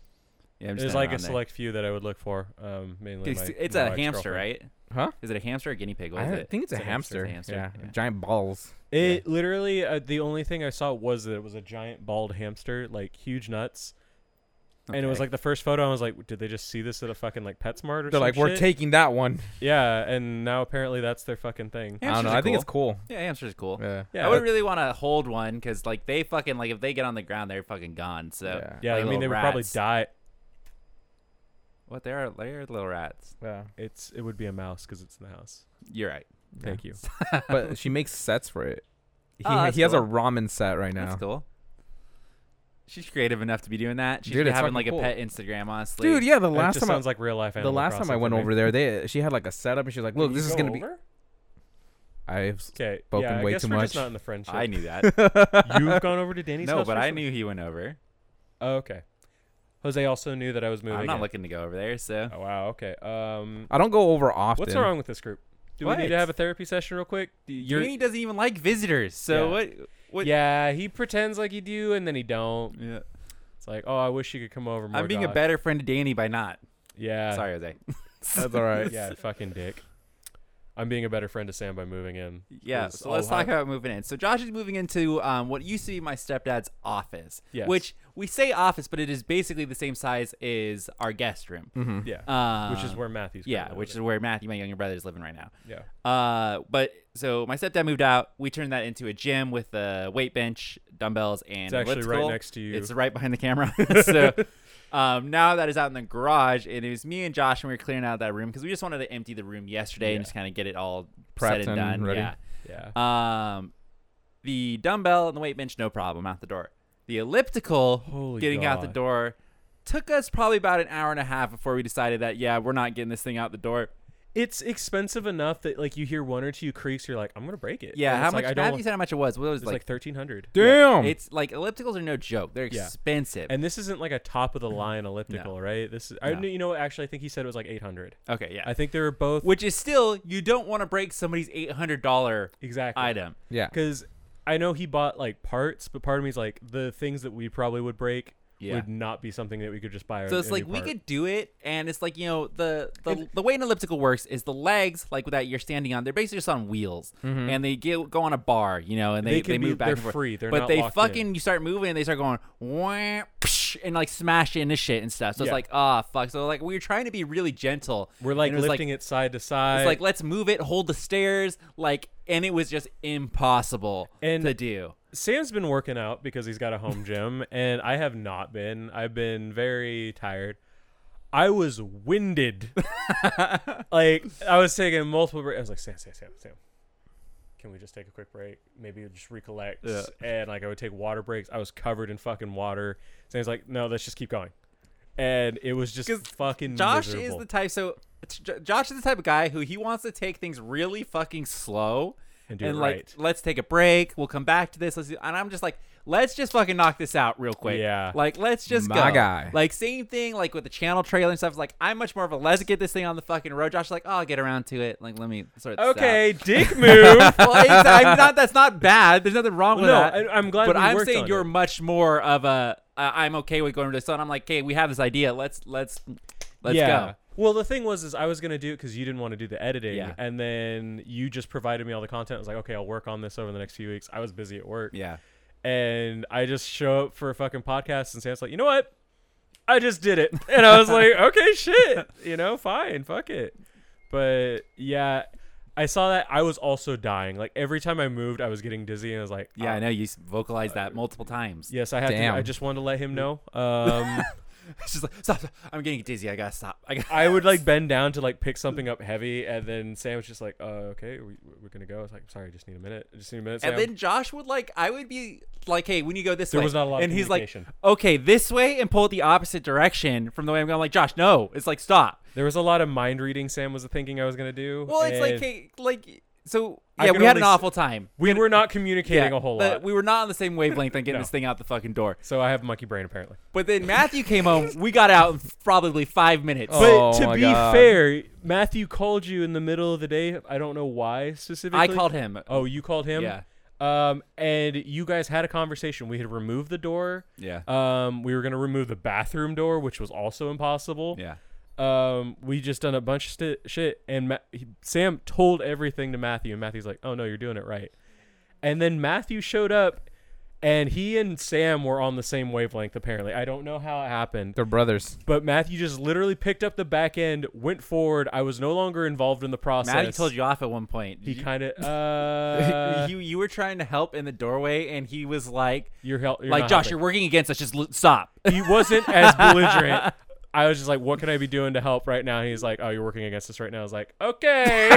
[SPEAKER 1] yeah, I'm just
[SPEAKER 3] There's
[SPEAKER 1] not
[SPEAKER 3] like a
[SPEAKER 1] on there.
[SPEAKER 3] select few that I would look for. Um, mainly
[SPEAKER 1] It's,
[SPEAKER 3] my-
[SPEAKER 1] it's
[SPEAKER 3] my
[SPEAKER 1] a
[SPEAKER 3] wife's
[SPEAKER 1] hamster,
[SPEAKER 3] girlfriend.
[SPEAKER 1] right?
[SPEAKER 2] Huh?
[SPEAKER 1] Is it a hamster or a guinea pig? What
[SPEAKER 2] I
[SPEAKER 1] is
[SPEAKER 2] don't-
[SPEAKER 1] it?
[SPEAKER 2] think it's a
[SPEAKER 1] It's a hamster, it's
[SPEAKER 2] hamster.
[SPEAKER 1] a hamster,
[SPEAKER 2] Yeah,
[SPEAKER 1] yeah.
[SPEAKER 2] giant balls.
[SPEAKER 3] It literally uh, the only thing I saw was that it was a giant bald hamster, like huge nuts. And it was
[SPEAKER 1] Okay.
[SPEAKER 3] like the first photo. I was like, did they just see this at a fucking like PetSmart or
[SPEAKER 2] They're like,
[SPEAKER 3] some
[SPEAKER 2] we're
[SPEAKER 3] shit?"
[SPEAKER 2] taking that one.
[SPEAKER 3] Yeah, and now apparently that's their fucking thing.
[SPEAKER 2] I don't know.
[SPEAKER 1] Hamsters are
[SPEAKER 2] I think it's cool.
[SPEAKER 1] yeah, hamsters cool.
[SPEAKER 2] Yeah.
[SPEAKER 3] Yeah,
[SPEAKER 1] I would
[SPEAKER 3] that-
[SPEAKER 1] really want to hold one because like they fucking like if they get on the ground, they're fucking gone. So
[SPEAKER 2] Yeah.
[SPEAKER 3] yeah.
[SPEAKER 1] like
[SPEAKER 3] I mean, they
[SPEAKER 1] little
[SPEAKER 3] would probably
[SPEAKER 1] rats.
[SPEAKER 3] die.
[SPEAKER 1] What they are? They are little rats.
[SPEAKER 2] Yeah.
[SPEAKER 3] It's it would be a mouse because it's in the house.
[SPEAKER 1] You're right.
[SPEAKER 3] Thank you.
[SPEAKER 2] but she makes sets for it. He,
[SPEAKER 3] Ah,
[SPEAKER 1] Oh, that's
[SPEAKER 2] he has a
[SPEAKER 1] cool.
[SPEAKER 2] ramen set right now.
[SPEAKER 1] That's cool. She's creative enough to be doing that. She's
[SPEAKER 2] Dude, it's
[SPEAKER 1] having
[SPEAKER 2] fucking
[SPEAKER 1] like
[SPEAKER 2] cool.
[SPEAKER 1] a pet Instagram, honestly.
[SPEAKER 2] Dude, yeah, the
[SPEAKER 3] That
[SPEAKER 2] last
[SPEAKER 3] just
[SPEAKER 2] time I,
[SPEAKER 3] sounds like real life.
[SPEAKER 2] the
[SPEAKER 3] Animal
[SPEAKER 2] last time I
[SPEAKER 3] Crossing
[SPEAKER 2] went
[SPEAKER 3] for me.
[SPEAKER 2] over there, they she had like a setup and she was like, "Look,
[SPEAKER 3] Did
[SPEAKER 2] this
[SPEAKER 3] you
[SPEAKER 2] is
[SPEAKER 3] go
[SPEAKER 2] going to be
[SPEAKER 3] over?
[SPEAKER 2] I've
[SPEAKER 3] Okay.
[SPEAKER 2] spoken
[SPEAKER 3] yeah, I
[SPEAKER 2] way
[SPEAKER 3] guess
[SPEAKER 2] too
[SPEAKER 3] we're Just
[SPEAKER 2] much.
[SPEAKER 3] not in the friendship.
[SPEAKER 1] I knew that.
[SPEAKER 3] You've gone over to Danny's
[SPEAKER 1] no,
[SPEAKER 3] house
[SPEAKER 1] but I
[SPEAKER 3] recently?
[SPEAKER 1] knew he went over.
[SPEAKER 3] Oh, okay. Jose also knew that I was moving.
[SPEAKER 1] I'm not
[SPEAKER 3] in.
[SPEAKER 1] looking to go over there, so
[SPEAKER 3] Oh wow. Okay. Um,
[SPEAKER 2] I don't go over often.
[SPEAKER 3] what's wrong with this group? Do we
[SPEAKER 1] What?
[SPEAKER 3] need to have a therapy session real quick? D- you're-
[SPEAKER 1] Danny doesn't even like visitors. So
[SPEAKER 3] Yeah.
[SPEAKER 1] what? What?
[SPEAKER 3] yeah, he pretends like he do, and then he don't.
[SPEAKER 1] yeah.
[SPEAKER 3] It's like, oh, I wish you could come over more.
[SPEAKER 1] I'm being a
[SPEAKER 3] Josh."
[SPEAKER 1] better friend to Danny by not.
[SPEAKER 3] Yeah.
[SPEAKER 1] Sorry, Jose.
[SPEAKER 2] That's all right.
[SPEAKER 3] Yeah, fucking dick. I'm being a better friend to Sam by moving in.
[SPEAKER 1] Yeah,
[SPEAKER 3] 'cause
[SPEAKER 1] so let's
[SPEAKER 3] I'll
[SPEAKER 1] talk
[SPEAKER 3] have-
[SPEAKER 1] about moving in. So Josh is moving into um, what used to be my stepdad's office,
[SPEAKER 3] Yes.
[SPEAKER 1] which we say office, but it is basically the same size as our guest room,
[SPEAKER 3] Yeah.
[SPEAKER 1] Um,
[SPEAKER 3] which is where Matthew's.
[SPEAKER 1] yeah,
[SPEAKER 3] currently
[SPEAKER 1] which is
[SPEAKER 3] living.
[SPEAKER 1] where Matthew, my younger brother, is living right now.
[SPEAKER 3] yeah.
[SPEAKER 1] Uh, but so my stepdad moved out. We turned that into a gym with a weight bench, dumbbells, and
[SPEAKER 3] It's actually right
[SPEAKER 1] elliptical.
[SPEAKER 3] next to you.
[SPEAKER 1] It's right behind the camera. so um, now that is out in the garage, and it was me and Josh, and we were clearing out that room because we just wanted to empty the room yesterday and
[SPEAKER 3] Yeah.
[SPEAKER 1] just kind of get it all
[SPEAKER 2] Prepped
[SPEAKER 1] set and
[SPEAKER 2] and
[SPEAKER 1] done.
[SPEAKER 2] ready.
[SPEAKER 1] Yeah.
[SPEAKER 3] Yeah.
[SPEAKER 1] Um, the dumbbell and the weight bench, no problem, out the door. The elliptical,
[SPEAKER 3] Holy
[SPEAKER 1] getting out the
[SPEAKER 3] God.
[SPEAKER 1] door, took us probably about an hour and a half before we decided that yeah, we're not getting this thing out the door.
[SPEAKER 3] it's expensive enough that like you hear one or two creaks, you're like, I'm gonna break it.
[SPEAKER 1] Yeah,
[SPEAKER 3] And
[SPEAKER 1] how
[SPEAKER 3] it's
[SPEAKER 1] much?
[SPEAKER 3] Like, I
[SPEAKER 1] Matthew
[SPEAKER 3] don't. want-
[SPEAKER 1] said how much it was. What was it,
[SPEAKER 3] It's like thirteen hundred.
[SPEAKER 2] Damn.
[SPEAKER 1] It's like ellipticals are no joke. They're
[SPEAKER 3] Yeah.
[SPEAKER 1] expensive.
[SPEAKER 3] And this isn't like a top of the line elliptical, right? This is, I
[SPEAKER 1] Mm-hmm. No.
[SPEAKER 3] knew, you know, what, actually, I think he said it was like 800.
[SPEAKER 1] okay, yeah.
[SPEAKER 3] I think they were both
[SPEAKER 1] Which is still you don't want to break somebody's eight hundred dollar
[SPEAKER 3] exactly
[SPEAKER 1] item.
[SPEAKER 2] yeah.
[SPEAKER 3] because I know he bought like parts, but part of me's like the things that we probably would break
[SPEAKER 1] Yeah.
[SPEAKER 3] would not be something that we could just buy.
[SPEAKER 1] So
[SPEAKER 3] a-
[SPEAKER 1] it's
[SPEAKER 3] a
[SPEAKER 1] like
[SPEAKER 3] new
[SPEAKER 1] we
[SPEAKER 3] part.
[SPEAKER 1] could do it, and it's like you know the the, the way an elliptical works is the legs like that you're standing on. They're basically just on wheels, and they get, go on a bar, you know, and they
[SPEAKER 3] Mm-hmm. They can be-
[SPEAKER 1] move back
[SPEAKER 3] they're
[SPEAKER 1] and forth.
[SPEAKER 3] free. They're
[SPEAKER 1] but
[SPEAKER 3] not
[SPEAKER 1] they
[SPEAKER 3] locked in.
[SPEAKER 1] fucking you start moving, and they start going wah, psh, and like smash into shit and stuff. So it's
[SPEAKER 3] Yeah.
[SPEAKER 1] like ah fuck. So like we were trying to be really gentle.
[SPEAKER 3] We're like
[SPEAKER 1] and it was,
[SPEAKER 3] lifting it side to side.
[SPEAKER 1] It's like let's move it, hold the stairs, like, and it was just impossible
[SPEAKER 3] And-
[SPEAKER 1] to do.
[SPEAKER 3] Sam's been working out because he's got a home gym, and I have not been. I've been very tired. I was winded. like I was taking multiple breaks. I was like, Sam, Sam, Sam, Sam. Can we just take a quick break? Maybe just recollect.
[SPEAKER 1] Yeah.
[SPEAKER 3] And like I would take water breaks. I was covered in fucking water. Sam's like, no, let's just keep going. And it was just
[SPEAKER 1] 'Cause
[SPEAKER 3] fucking
[SPEAKER 1] Josh
[SPEAKER 3] miserable.
[SPEAKER 1] is the type. So it's- J- Josh is the type of guy who he wants to take things really fucking slow
[SPEAKER 3] And do it
[SPEAKER 1] like
[SPEAKER 3] right.
[SPEAKER 1] let's take a break. We'll come back to this. Let's do, and I'm just like let's just fucking knock this out real quick.
[SPEAKER 3] Yeah.
[SPEAKER 1] like let's just
[SPEAKER 2] My
[SPEAKER 1] go.
[SPEAKER 2] guy.
[SPEAKER 1] Like same thing like with the channel trailer and stuff. Like I'm much more of a let's get this thing on the fucking road. Josh is like oh, I'll get around to it. Like let me sort this out.
[SPEAKER 3] okay, dick move.
[SPEAKER 1] well, it's, I'm not. That's not bad. There's nothing wrong with
[SPEAKER 3] No,
[SPEAKER 1] that.
[SPEAKER 3] I- I'm glad
[SPEAKER 1] But
[SPEAKER 3] we
[SPEAKER 1] I'm
[SPEAKER 3] worked
[SPEAKER 1] saying
[SPEAKER 3] on
[SPEAKER 1] you're
[SPEAKER 3] it.
[SPEAKER 1] much more of a. Uh, I'm okay with going to the sun. I'm like, okay, we have this idea. Let's let's let's go.
[SPEAKER 3] Well, the thing was, is I was gonna do it because you didn't want to do the editing,
[SPEAKER 1] Yeah.
[SPEAKER 3] and then you just provided me all the content. I was like, okay, I'll work on this over the next few weeks. I was busy at work,
[SPEAKER 1] Yeah.
[SPEAKER 3] and I just show up for a fucking podcast, and Sam's like, you know what? I just did it, and I was like, okay, shit, you know, fine, fuck it. But yeah, I saw that. I was also dying. Like every time I moved, I was getting dizzy, and I was like,
[SPEAKER 1] Yeah,
[SPEAKER 3] "Oh,
[SPEAKER 1] I know you s- vocalized that multiple times. Um, uh, Yeah.
[SPEAKER 3] Yes, I have
[SPEAKER 2] Damn.
[SPEAKER 3] to. I just wanted to let him know. Um,
[SPEAKER 1] It's just like stop, stop. I'm getting dizzy. I gotta stop. I gotta.
[SPEAKER 3] I would like bend down to like pick something up heavy, and then Sam was just like, "Oh, okay, we, we're gonna go." I was like, "Sorry, I just need a minute. I just need a minute." Sam.
[SPEAKER 1] and then Josh would like, I would be like, hey, when you go this
[SPEAKER 3] There
[SPEAKER 1] way,
[SPEAKER 3] was not a lot of
[SPEAKER 1] and he's like,
[SPEAKER 3] communication.
[SPEAKER 1] okay, this way, and pull it the opposite direction from the way I'm going. I'm Like Josh, no, it's like stop.
[SPEAKER 3] there was a lot of mind reading. Sam was thinking I was gonna do.
[SPEAKER 1] Well, it's like,
[SPEAKER 3] and
[SPEAKER 1] hey, like, so
[SPEAKER 3] I
[SPEAKER 1] yeah,
[SPEAKER 3] can
[SPEAKER 1] we had an
[SPEAKER 3] only s-
[SPEAKER 1] awful time.
[SPEAKER 3] we were not communicating a whole
[SPEAKER 1] but
[SPEAKER 3] lot,
[SPEAKER 1] We were not on the same wavelength on getting
[SPEAKER 3] No.
[SPEAKER 1] this thing out the fucking door.
[SPEAKER 3] so I have monkey brain apparently.
[SPEAKER 1] But then Matthew came home. We got out in probably five minutes.
[SPEAKER 2] Oh.
[SPEAKER 3] but to
[SPEAKER 2] my
[SPEAKER 3] be
[SPEAKER 2] God.
[SPEAKER 3] fair, Matthew called you in the middle of the day. I don't know why specifically.
[SPEAKER 1] I called him.
[SPEAKER 3] Oh, you called him.
[SPEAKER 1] Yeah.
[SPEAKER 3] Um, and you guys had a conversation. We had removed the door.
[SPEAKER 1] Yeah.
[SPEAKER 3] Um, we were gonna remove the bathroom door, which was also impossible.
[SPEAKER 1] yeah.
[SPEAKER 3] um, we just done a bunch of sti shit, and Ma- he, Sam told everything to Matthew, and Matthew's like, "Oh no, you're doing it right." And then Matthew showed up, and he and Sam were on the same wavelength. Apparently, I don't know how it happened,
[SPEAKER 2] They're brothers.
[SPEAKER 3] but Matthew just literally picked up the back end, went forward. I was no longer involved in the process.
[SPEAKER 1] Matthew told you off at one point.
[SPEAKER 3] he
[SPEAKER 1] You-
[SPEAKER 3] kind of uh,
[SPEAKER 1] you you were trying to help in the doorway, and he was like,
[SPEAKER 3] you're, hel- you're
[SPEAKER 1] like
[SPEAKER 3] not
[SPEAKER 1] Josh,
[SPEAKER 3] helping."
[SPEAKER 1] you're working against us. Just l- stop.
[SPEAKER 3] he wasn't as belligerent. I was just like, "What can I be doing to help right now?" And he's like, "Oh, you're working against us right now." I was like, "Okay."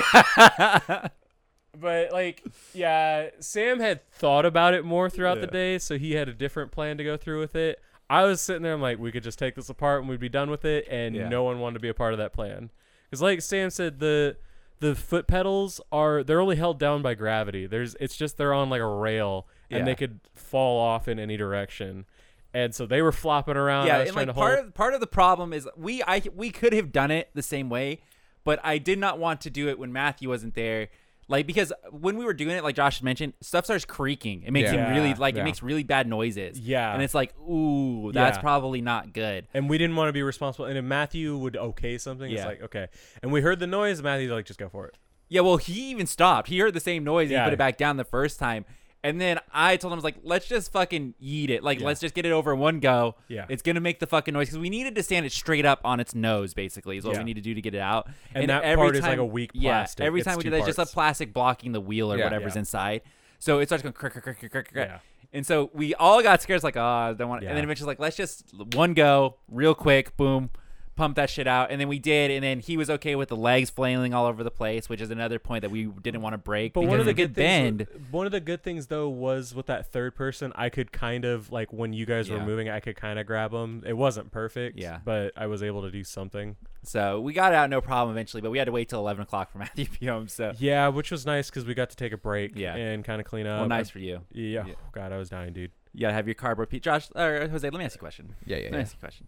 [SPEAKER 3] but like, yeah, Sam had thought about it more throughout the day, so he had a different plan to go through with it. I was sitting there, I'm like, "We could just take this apart and we'd be done with it," and
[SPEAKER 1] Yeah.
[SPEAKER 3] no one wanted to be a part of that plan because, like Sam said, the the foot pedals are they're only held down by gravity. There's it's just they're on like a rail and
[SPEAKER 1] Yeah.
[SPEAKER 3] they could fall off in any direction. And so they were flopping around. I
[SPEAKER 1] yeah,
[SPEAKER 3] was
[SPEAKER 1] and
[SPEAKER 3] trying
[SPEAKER 1] like
[SPEAKER 3] to
[SPEAKER 1] part
[SPEAKER 3] hold.
[SPEAKER 1] of part of the problem is we I we could have done it the same way, but I did not want to do it when Matthew wasn't there. Like because when we were doing it, like Josh mentioned, stuff starts creaking. It makes
[SPEAKER 3] Yeah.
[SPEAKER 1] you really like
[SPEAKER 2] Yeah.
[SPEAKER 1] it makes really bad noises.
[SPEAKER 3] Yeah.
[SPEAKER 1] and it's like ooh, that's
[SPEAKER 3] Yeah.
[SPEAKER 1] probably not good.
[SPEAKER 3] and we didn't want to be responsible. And if Matthew would okay something, it's
[SPEAKER 1] Yeah.
[SPEAKER 3] like okay. And we heard the noise. Matthew's like, just go for it.
[SPEAKER 1] Yeah, well, he even stopped. He heard the same noise. And
[SPEAKER 3] Yeah.
[SPEAKER 1] he put it back down the first time. And then I told him, I was like, let's just fucking eat it. Like, let's just get it over in one go.
[SPEAKER 3] Yeah.
[SPEAKER 1] It's going to make the fucking noise. Because we needed to stand it straight up on its nose, basically, is what
[SPEAKER 3] Yeah.
[SPEAKER 1] we need to do to get it out.
[SPEAKER 3] And that part is like a weak plastic.
[SPEAKER 1] Yeah, every
[SPEAKER 3] It's
[SPEAKER 1] time we
[SPEAKER 3] two
[SPEAKER 1] do that, it's just
[SPEAKER 3] parts.
[SPEAKER 1] a plastic blocking the wheel or
[SPEAKER 2] Yeah.
[SPEAKER 1] whatever's
[SPEAKER 3] Yeah.
[SPEAKER 1] inside. So it starts going crick, crick, crick, crick, crick, crick.
[SPEAKER 3] Yeah.
[SPEAKER 1] And so we all got scared. It's like, oh, I don't want to. And
[SPEAKER 3] Yeah.
[SPEAKER 1] then eventually, like, let's just one go, real quick, boom, pump that shit out. And then we did. And then he was okay with the legs flailing all over the place, which is another point that we didn't want to break.
[SPEAKER 3] But one
[SPEAKER 1] because
[SPEAKER 3] of the
[SPEAKER 1] it could
[SPEAKER 3] good things,
[SPEAKER 1] bend.
[SPEAKER 3] one of the good things though was with that third person, I could kind of like when you guys were
[SPEAKER 1] Yeah.
[SPEAKER 3] moving, I could kind of grab them. It wasn't perfect,
[SPEAKER 1] Yeah.
[SPEAKER 3] but I was able to do something.
[SPEAKER 1] So we got out no problem eventually, but we had to wait till 11 o'clock for Matthew to be home. So
[SPEAKER 3] Yeah, which was nice because we got to take a break,
[SPEAKER 1] Yeah.
[SPEAKER 3] and kind of clean up.
[SPEAKER 1] well, nice for you.
[SPEAKER 3] Yeah. Oh, God, I was dying, dude.
[SPEAKER 1] You got to have your cardboard pizza. Josh, or Jose, let me ask you a question.
[SPEAKER 2] Yeah, yeah,
[SPEAKER 1] Let me
[SPEAKER 2] yeah.
[SPEAKER 1] ask you a question.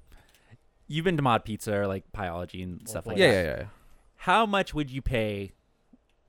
[SPEAKER 1] You've been to Mod Pizza or like Pyology and stuff like
[SPEAKER 2] Yeah,
[SPEAKER 1] that.
[SPEAKER 2] yeah, yeah.
[SPEAKER 1] How much would you pay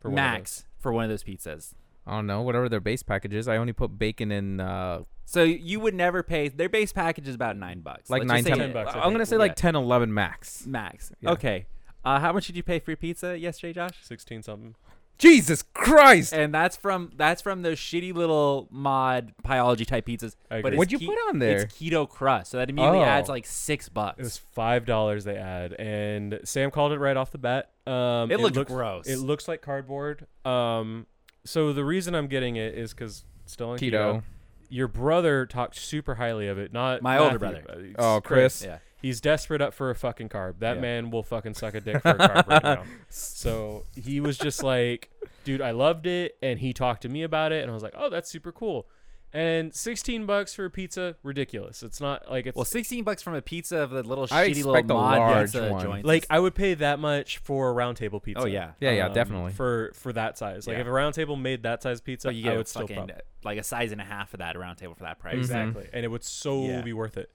[SPEAKER 3] For one of
[SPEAKER 1] max for one of those pizzas?
[SPEAKER 2] I don't know, whatever their base package is. I only put bacon in uh,
[SPEAKER 1] So you would never pay. Their base package is about nine bucks.
[SPEAKER 2] like
[SPEAKER 1] Let's
[SPEAKER 2] nine,
[SPEAKER 1] just say
[SPEAKER 2] 10
[SPEAKER 3] 10 bucks, I
[SPEAKER 2] I'm gonna
[SPEAKER 3] think.
[SPEAKER 2] say
[SPEAKER 1] Yeah.
[SPEAKER 2] like 10, 11 max.
[SPEAKER 1] max.
[SPEAKER 2] Yeah.
[SPEAKER 1] Okay. Uh, how much did you pay for your pizza yesterday, Josh?
[SPEAKER 3] sixteen something.
[SPEAKER 2] Jesus Christ!
[SPEAKER 1] And that's from that's from those shitty little mod biology type pizzas.
[SPEAKER 3] I
[SPEAKER 1] But
[SPEAKER 3] agree.
[SPEAKER 1] it's
[SPEAKER 2] What'd you
[SPEAKER 1] ke-
[SPEAKER 2] put on there?
[SPEAKER 1] It's keto crust, so that immediately
[SPEAKER 2] Oh.
[SPEAKER 1] adds like six bucks.
[SPEAKER 3] It was five dollars they add, and Sam called it right off the bat. Um,
[SPEAKER 1] It looked
[SPEAKER 3] looks,
[SPEAKER 1] gross.
[SPEAKER 3] It looks like cardboard. Um, so the reason I'm getting it is because still on keto.
[SPEAKER 2] Keto.
[SPEAKER 3] Your brother talked super highly of it. Not
[SPEAKER 1] My older
[SPEAKER 3] Matthew,
[SPEAKER 1] brother.
[SPEAKER 3] but it's
[SPEAKER 2] Oh, Chris.
[SPEAKER 1] yeah.
[SPEAKER 3] He's desperate up for a fucking carb. That
[SPEAKER 2] Yeah.
[SPEAKER 3] man will fucking suck a dick for a carb right now. So he was just like, dude, I loved it. And he talked to me about it. And I was like, oh, that's super cool. And 16 bucks for a pizza, ridiculous. It's not like it's.
[SPEAKER 1] Well, sixteen bucks from a pizza of the little
[SPEAKER 2] I
[SPEAKER 1] shitty
[SPEAKER 2] expect
[SPEAKER 1] little
[SPEAKER 2] a
[SPEAKER 1] mod
[SPEAKER 2] large
[SPEAKER 1] pizza
[SPEAKER 2] one.
[SPEAKER 1] joints.
[SPEAKER 3] like I would pay that much for a round table pizza.
[SPEAKER 1] oh yeah,
[SPEAKER 2] Yeah, yeah,
[SPEAKER 3] um,
[SPEAKER 2] definitely.
[SPEAKER 3] For for that size. Like
[SPEAKER 1] Yeah.
[SPEAKER 3] if a round table made that size pizza,
[SPEAKER 1] but you
[SPEAKER 3] I
[SPEAKER 1] get
[SPEAKER 3] would still
[SPEAKER 1] fucking Mm-hmm.
[SPEAKER 3] probably
[SPEAKER 1] like a size and a half of that round table for that price.
[SPEAKER 3] exactly and it would so
[SPEAKER 1] Yeah.
[SPEAKER 3] be worth it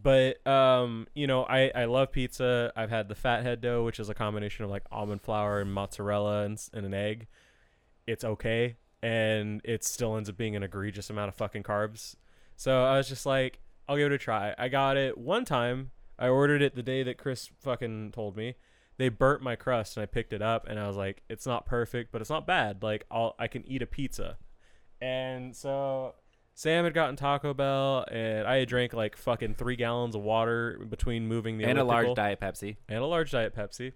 [SPEAKER 3] but um you know i i love pizza i've had the fathead dough which is a combination of like almond flour and mozzarella and, s- and an egg it's okay and it still ends up being an egregious amount of fucking carbs so i was just like i'll give it a try i got it one time i ordered it the day that chris fucking told me they burnt my crust and i picked it up and i was like it's not perfect but it's not bad like i'll i can eat a pizza and so Sam had gotten Taco Bell, and I had drank like fucking three gallons of water between moving the
[SPEAKER 2] Mm-hmm.
[SPEAKER 1] and a large
[SPEAKER 3] elliptical-
[SPEAKER 1] diet Pepsi.
[SPEAKER 3] and a large diet Pepsi.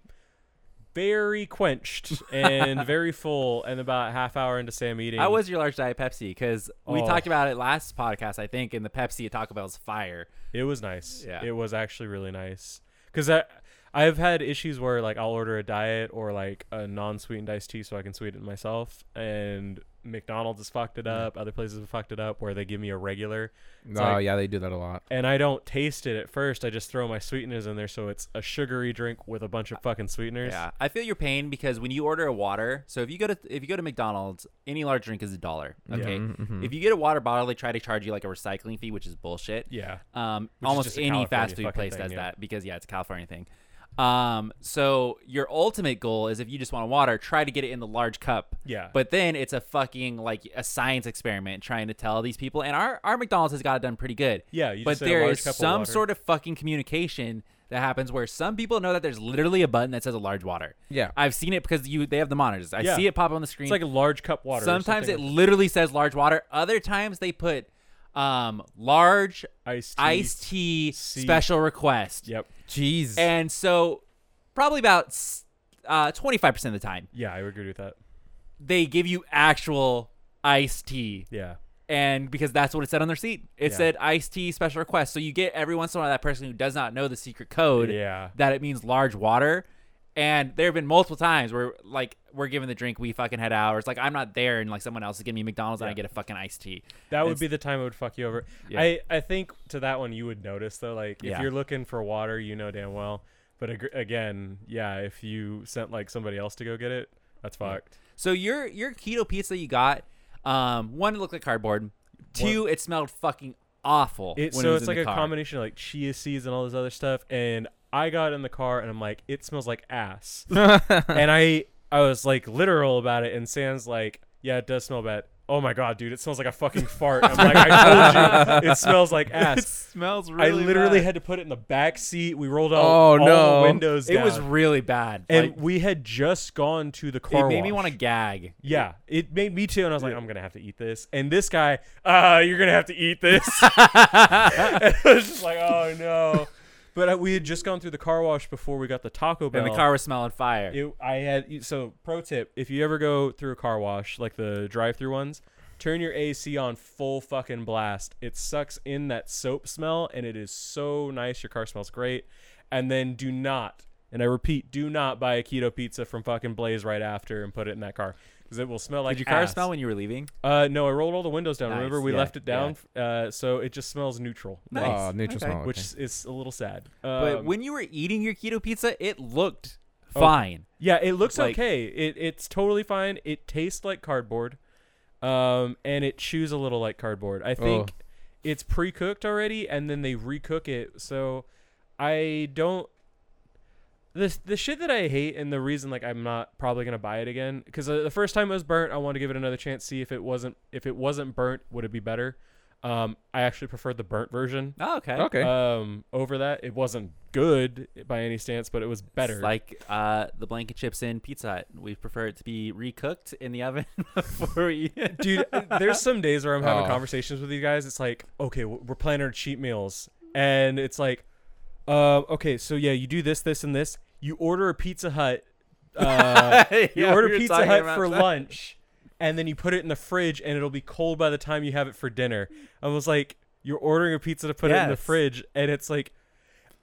[SPEAKER 3] Very quenched and very full, and about half hour into Sam eating,
[SPEAKER 1] I was your large diet Pepsi because we
[SPEAKER 3] Oh.
[SPEAKER 1] talked about it last podcast, I think, and the Pepsi at Taco Bell's fire.
[SPEAKER 3] It was nice.
[SPEAKER 1] Yeah.
[SPEAKER 3] it was actually really nice because I. I've had issues where like I'll order a diet or like a non-sweetened iced tea so I can sweeten it myself, and McDonald's has fucked it up. Other places have fucked it up where they give me a regular,
[SPEAKER 2] oh
[SPEAKER 3] like-
[SPEAKER 2] yeah, they do that a lot.
[SPEAKER 3] and I don't taste it at first. I just throw my sweeteners in there, so it's a sugary drink with a bunch of fucking sweeteners.
[SPEAKER 1] Yeah, I feel your pain because when you order a water, so if you go to if you go to McDonald's, any large drink is a dollar. Okay,
[SPEAKER 3] Mm-hmm.
[SPEAKER 1] if you get a water bottle, they try to charge you like a recycling fee, which is bullshit.
[SPEAKER 3] yeah.
[SPEAKER 1] Um,
[SPEAKER 3] is
[SPEAKER 1] almost
[SPEAKER 3] just a
[SPEAKER 1] any fast
[SPEAKER 3] California
[SPEAKER 1] food
[SPEAKER 3] fucking
[SPEAKER 1] place
[SPEAKER 3] thing,
[SPEAKER 1] does
[SPEAKER 3] yeah.
[SPEAKER 1] that because yeah, it's a California thing. Um, so your ultimate goal is if you just want water, try to get it in the large cup.
[SPEAKER 3] Yeah.
[SPEAKER 1] But then it's a fucking like a science experiment trying to tell these people, and our our McDonald's has got it done pretty good.
[SPEAKER 3] Yeah, you
[SPEAKER 1] but
[SPEAKER 3] just said a
[SPEAKER 1] there
[SPEAKER 3] large
[SPEAKER 1] is
[SPEAKER 3] cup of
[SPEAKER 1] some
[SPEAKER 3] water.
[SPEAKER 1] sort of fucking communication that happens where some people know that there's literally a button that says a large water.
[SPEAKER 2] Yeah.
[SPEAKER 1] I've seen it because you they have the monitors. I
[SPEAKER 3] Yeah.
[SPEAKER 1] see it pop up on the screen.
[SPEAKER 3] It's like a large cup water. or
[SPEAKER 1] Sometimes it
[SPEAKER 3] something
[SPEAKER 1] literally says large water. Other times they put um large
[SPEAKER 3] like iced tea.
[SPEAKER 1] iced tea
[SPEAKER 3] C.
[SPEAKER 1] special request.
[SPEAKER 3] Yep.
[SPEAKER 2] Jeez.
[SPEAKER 1] And so probably about s- uh, 25% of the time,
[SPEAKER 3] Yeah, I would agree with that.
[SPEAKER 1] they give you actual iced tea.
[SPEAKER 3] Yeah.
[SPEAKER 1] And because that's what it said on their seat, it
[SPEAKER 3] Yeah.
[SPEAKER 1] said iced tea special request. So you get every once in a while that person who does not know the secret code
[SPEAKER 3] Yeah.
[SPEAKER 1] that it means large water. And there have been multiple times where like we're given the drink, we fucking had hours. Like I'm not there, and like someone else is giving me McDonald's, and I
[SPEAKER 3] Yeah.
[SPEAKER 1] get a fucking iced tea.
[SPEAKER 3] That would
[SPEAKER 1] It's-
[SPEAKER 3] be the time it would fuck you over.
[SPEAKER 1] Yeah.
[SPEAKER 3] I, I think to that one you would notice though, like if
[SPEAKER 1] Yeah.
[SPEAKER 3] you're looking for water, you know damn well. But ag- again, yeah, if you sent like somebody else to go get it, that's fucked.
[SPEAKER 1] So your your keto pizza you got, um, one it looked like cardboard. Two, it smelled fucking awful.
[SPEAKER 3] It,
[SPEAKER 1] when it
[SPEAKER 3] so
[SPEAKER 1] was
[SPEAKER 3] it's
[SPEAKER 1] in
[SPEAKER 3] like
[SPEAKER 1] the
[SPEAKER 3] a
[SPEAKER 1] car.
[SPEAKER 3] combination of like chia seeds and all this other stuff. And I got in the car and I'm like, it smells like ass. and I I was like literal about it. And Sam's like, yeah, it does smell bad. Oh my god, dude, it smells like a fucking fart. I'm like, I told you, it smells like
[SPEAKER 1] It
[SPEAKER 3] ass.
[SPEAKER 1] smells
[SPEAKER 3] I
[SPEAKER 1] really.
[SPEAKER 3] literally
[SPEAKER 1] bad.
[SPEAKER 3] had to put it in the back seat. We rolled out
[SPEAKER 2] Oh,
[SPEAKER 3] all
[SPEAKER 2] no.
[SPEAKER 3] the windows.
[SPEAKER 1] It was
[SPEAKER 3] down.
[SPEAKER 1] really bad.
[SPEAKER 3] and
[SPEAKER 1] like,
[SPEAKER 3] we had just gone to the car.
[SPEAKER 1] it made me
[SPEAKER 3] wash.
[SPEAKER 1] want to gag.
[SPEAKER 3] Yeah, it made me too, and I was like, I'm gonna have to eat this. And this guy, uh, you're gonna have to eat this. and I was just like, oh no. But uh, we had just gone through the car wash before we got the Taco Bell.
[SPEAKER 1] And the car was smelling fire.
[SPEAKER 3] Oh. It, I had e, so pro tip: if you ever go through a car wash, like the drive-through ones, turn your AC on full fucking blast. It sucks in that soap smell, and it is so nice. Your car smells great. And then do not, and I repeat, do not buy a keto pizza from fucking Blaze right after and put it in that car because it will smell like
[SPEAKER 1] Did your car
[SPEAKER 3] ass.
[SPEAKER 1] smell when you were leaving?
[SPEAKER 3] Uh, no, I rolled all the windows down.
[SPEAKER 1] Nice,
[SPEAKER 3] Remember, we
[SPEAKER 1] yeah,
[SPEAKER 3] left it
[SPEAKER 1] yeah.
[SPEAKER 3] down, uh, so it just smells neutral,
[SPEAKER 2] Oh,
[SPEAKER 1] Nice.
[SPEAKER 2] neutral
[SPEAKER 1] Okay.
[SPEAKER 2] smell.
[SPEAKER 3] which
[SPEAKER 2] okay.
[SPEAKER 3] is a little sad.
[SPEAKER 1] But
[SPEAKER 3] Um, Oh.
[SPEAKER 1] when you were eating your keto pizza, it looked fine.
[SPEAKER 3] Yeah, it looks
[SPEAKER 1] Like-
[SPEAKER 3] okay. It it's totally fine. It tastes like cardboard, um, and it chews a little like cardboard. I think it's pre cooked already, and then they recook it. So I don't. the the shit that I hate and the reason like I'm not probably gonna buy it again because the first time it was burnt, I want to give it another chance. See if it wasn't if it wasn't burnt, would it be better? Um, I actually preferred the burnt version.
[SPEAKER 1] Oh, okay.
[SPEAKER 2] Okay.
[SPEAKER 3] Um, over that, it wasn't good by any stance, but it was better.
[SPEAKER 1] It's like uh, the blanket chips in Pizza Hut. We prefer it to be recooked in the oven before we eat it.
[SPEAKER 3] dude uh, there's some days where i'm having
[SPEAKER 2] Oh.
[SPEAKER 3] conversations with you guys it's like okay w- we're planning our cheat meals and it's like uh, okay so yeah you do this this and this you order a pizza hut uh, you
[SPEAKER 1] Yeah,
[SPEAKER 3] order
[SPEAKER 1] we were
[SPEAKER 3] pizza
[SPEAKER 1] talking
[SPEAKER 3] hut
[SPEAKER 1] about
[SPEAKER 3] for
[SPEAKER 1] that.
[SPEAKER 3] lunch and then you put it in the fridge and it'll be cold by the time you have it for dinner i was like you're ordering a pizza to put it in the
[SPEAKER 1] Yes.
[SPEAKER 3] fridge and it's like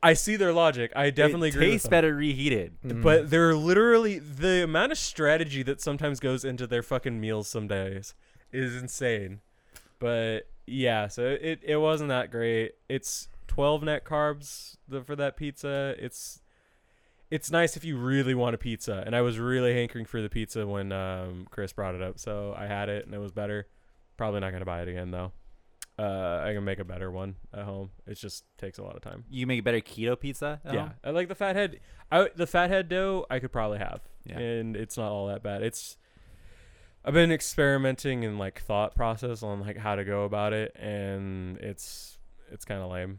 [SPEAKER 3] i see their logic i definitely
[SPEAKER 1] it
[SPEAKER 3] agree with
[SPEAKER 1] tastes
[SPEAKER 3] them.
[SPEAKER 1] better reheated.
[SPEAKER 3] But they're literally the amount of strategy that sometimes goes into their fucking meals some days is insane. But yeah, so it, it wasn't that great. It's 12 net carbs the, for that pizza. It's it's nice if you really want a pizza, and I was really hankering for the pizza when um, Chris brought it up, so I had it and it was better. Probably not gonna buy it again though. Uh, I can make a better one at home. It just takes a lot of time.
[SPEAKER 1] You make a better keto pizza. at
[SPEAKER 3] Yeah,
[SPEAKER 1] home?
[SPEAKER 3] I like the fathead. I the fathead dough I could probably have,
[SPEAKER 1] Yeah.
[SPEAKER 3] and it's not all that bad. It's I've been experimenting in like thought process on like how to go about it, and it's it's kind of lame.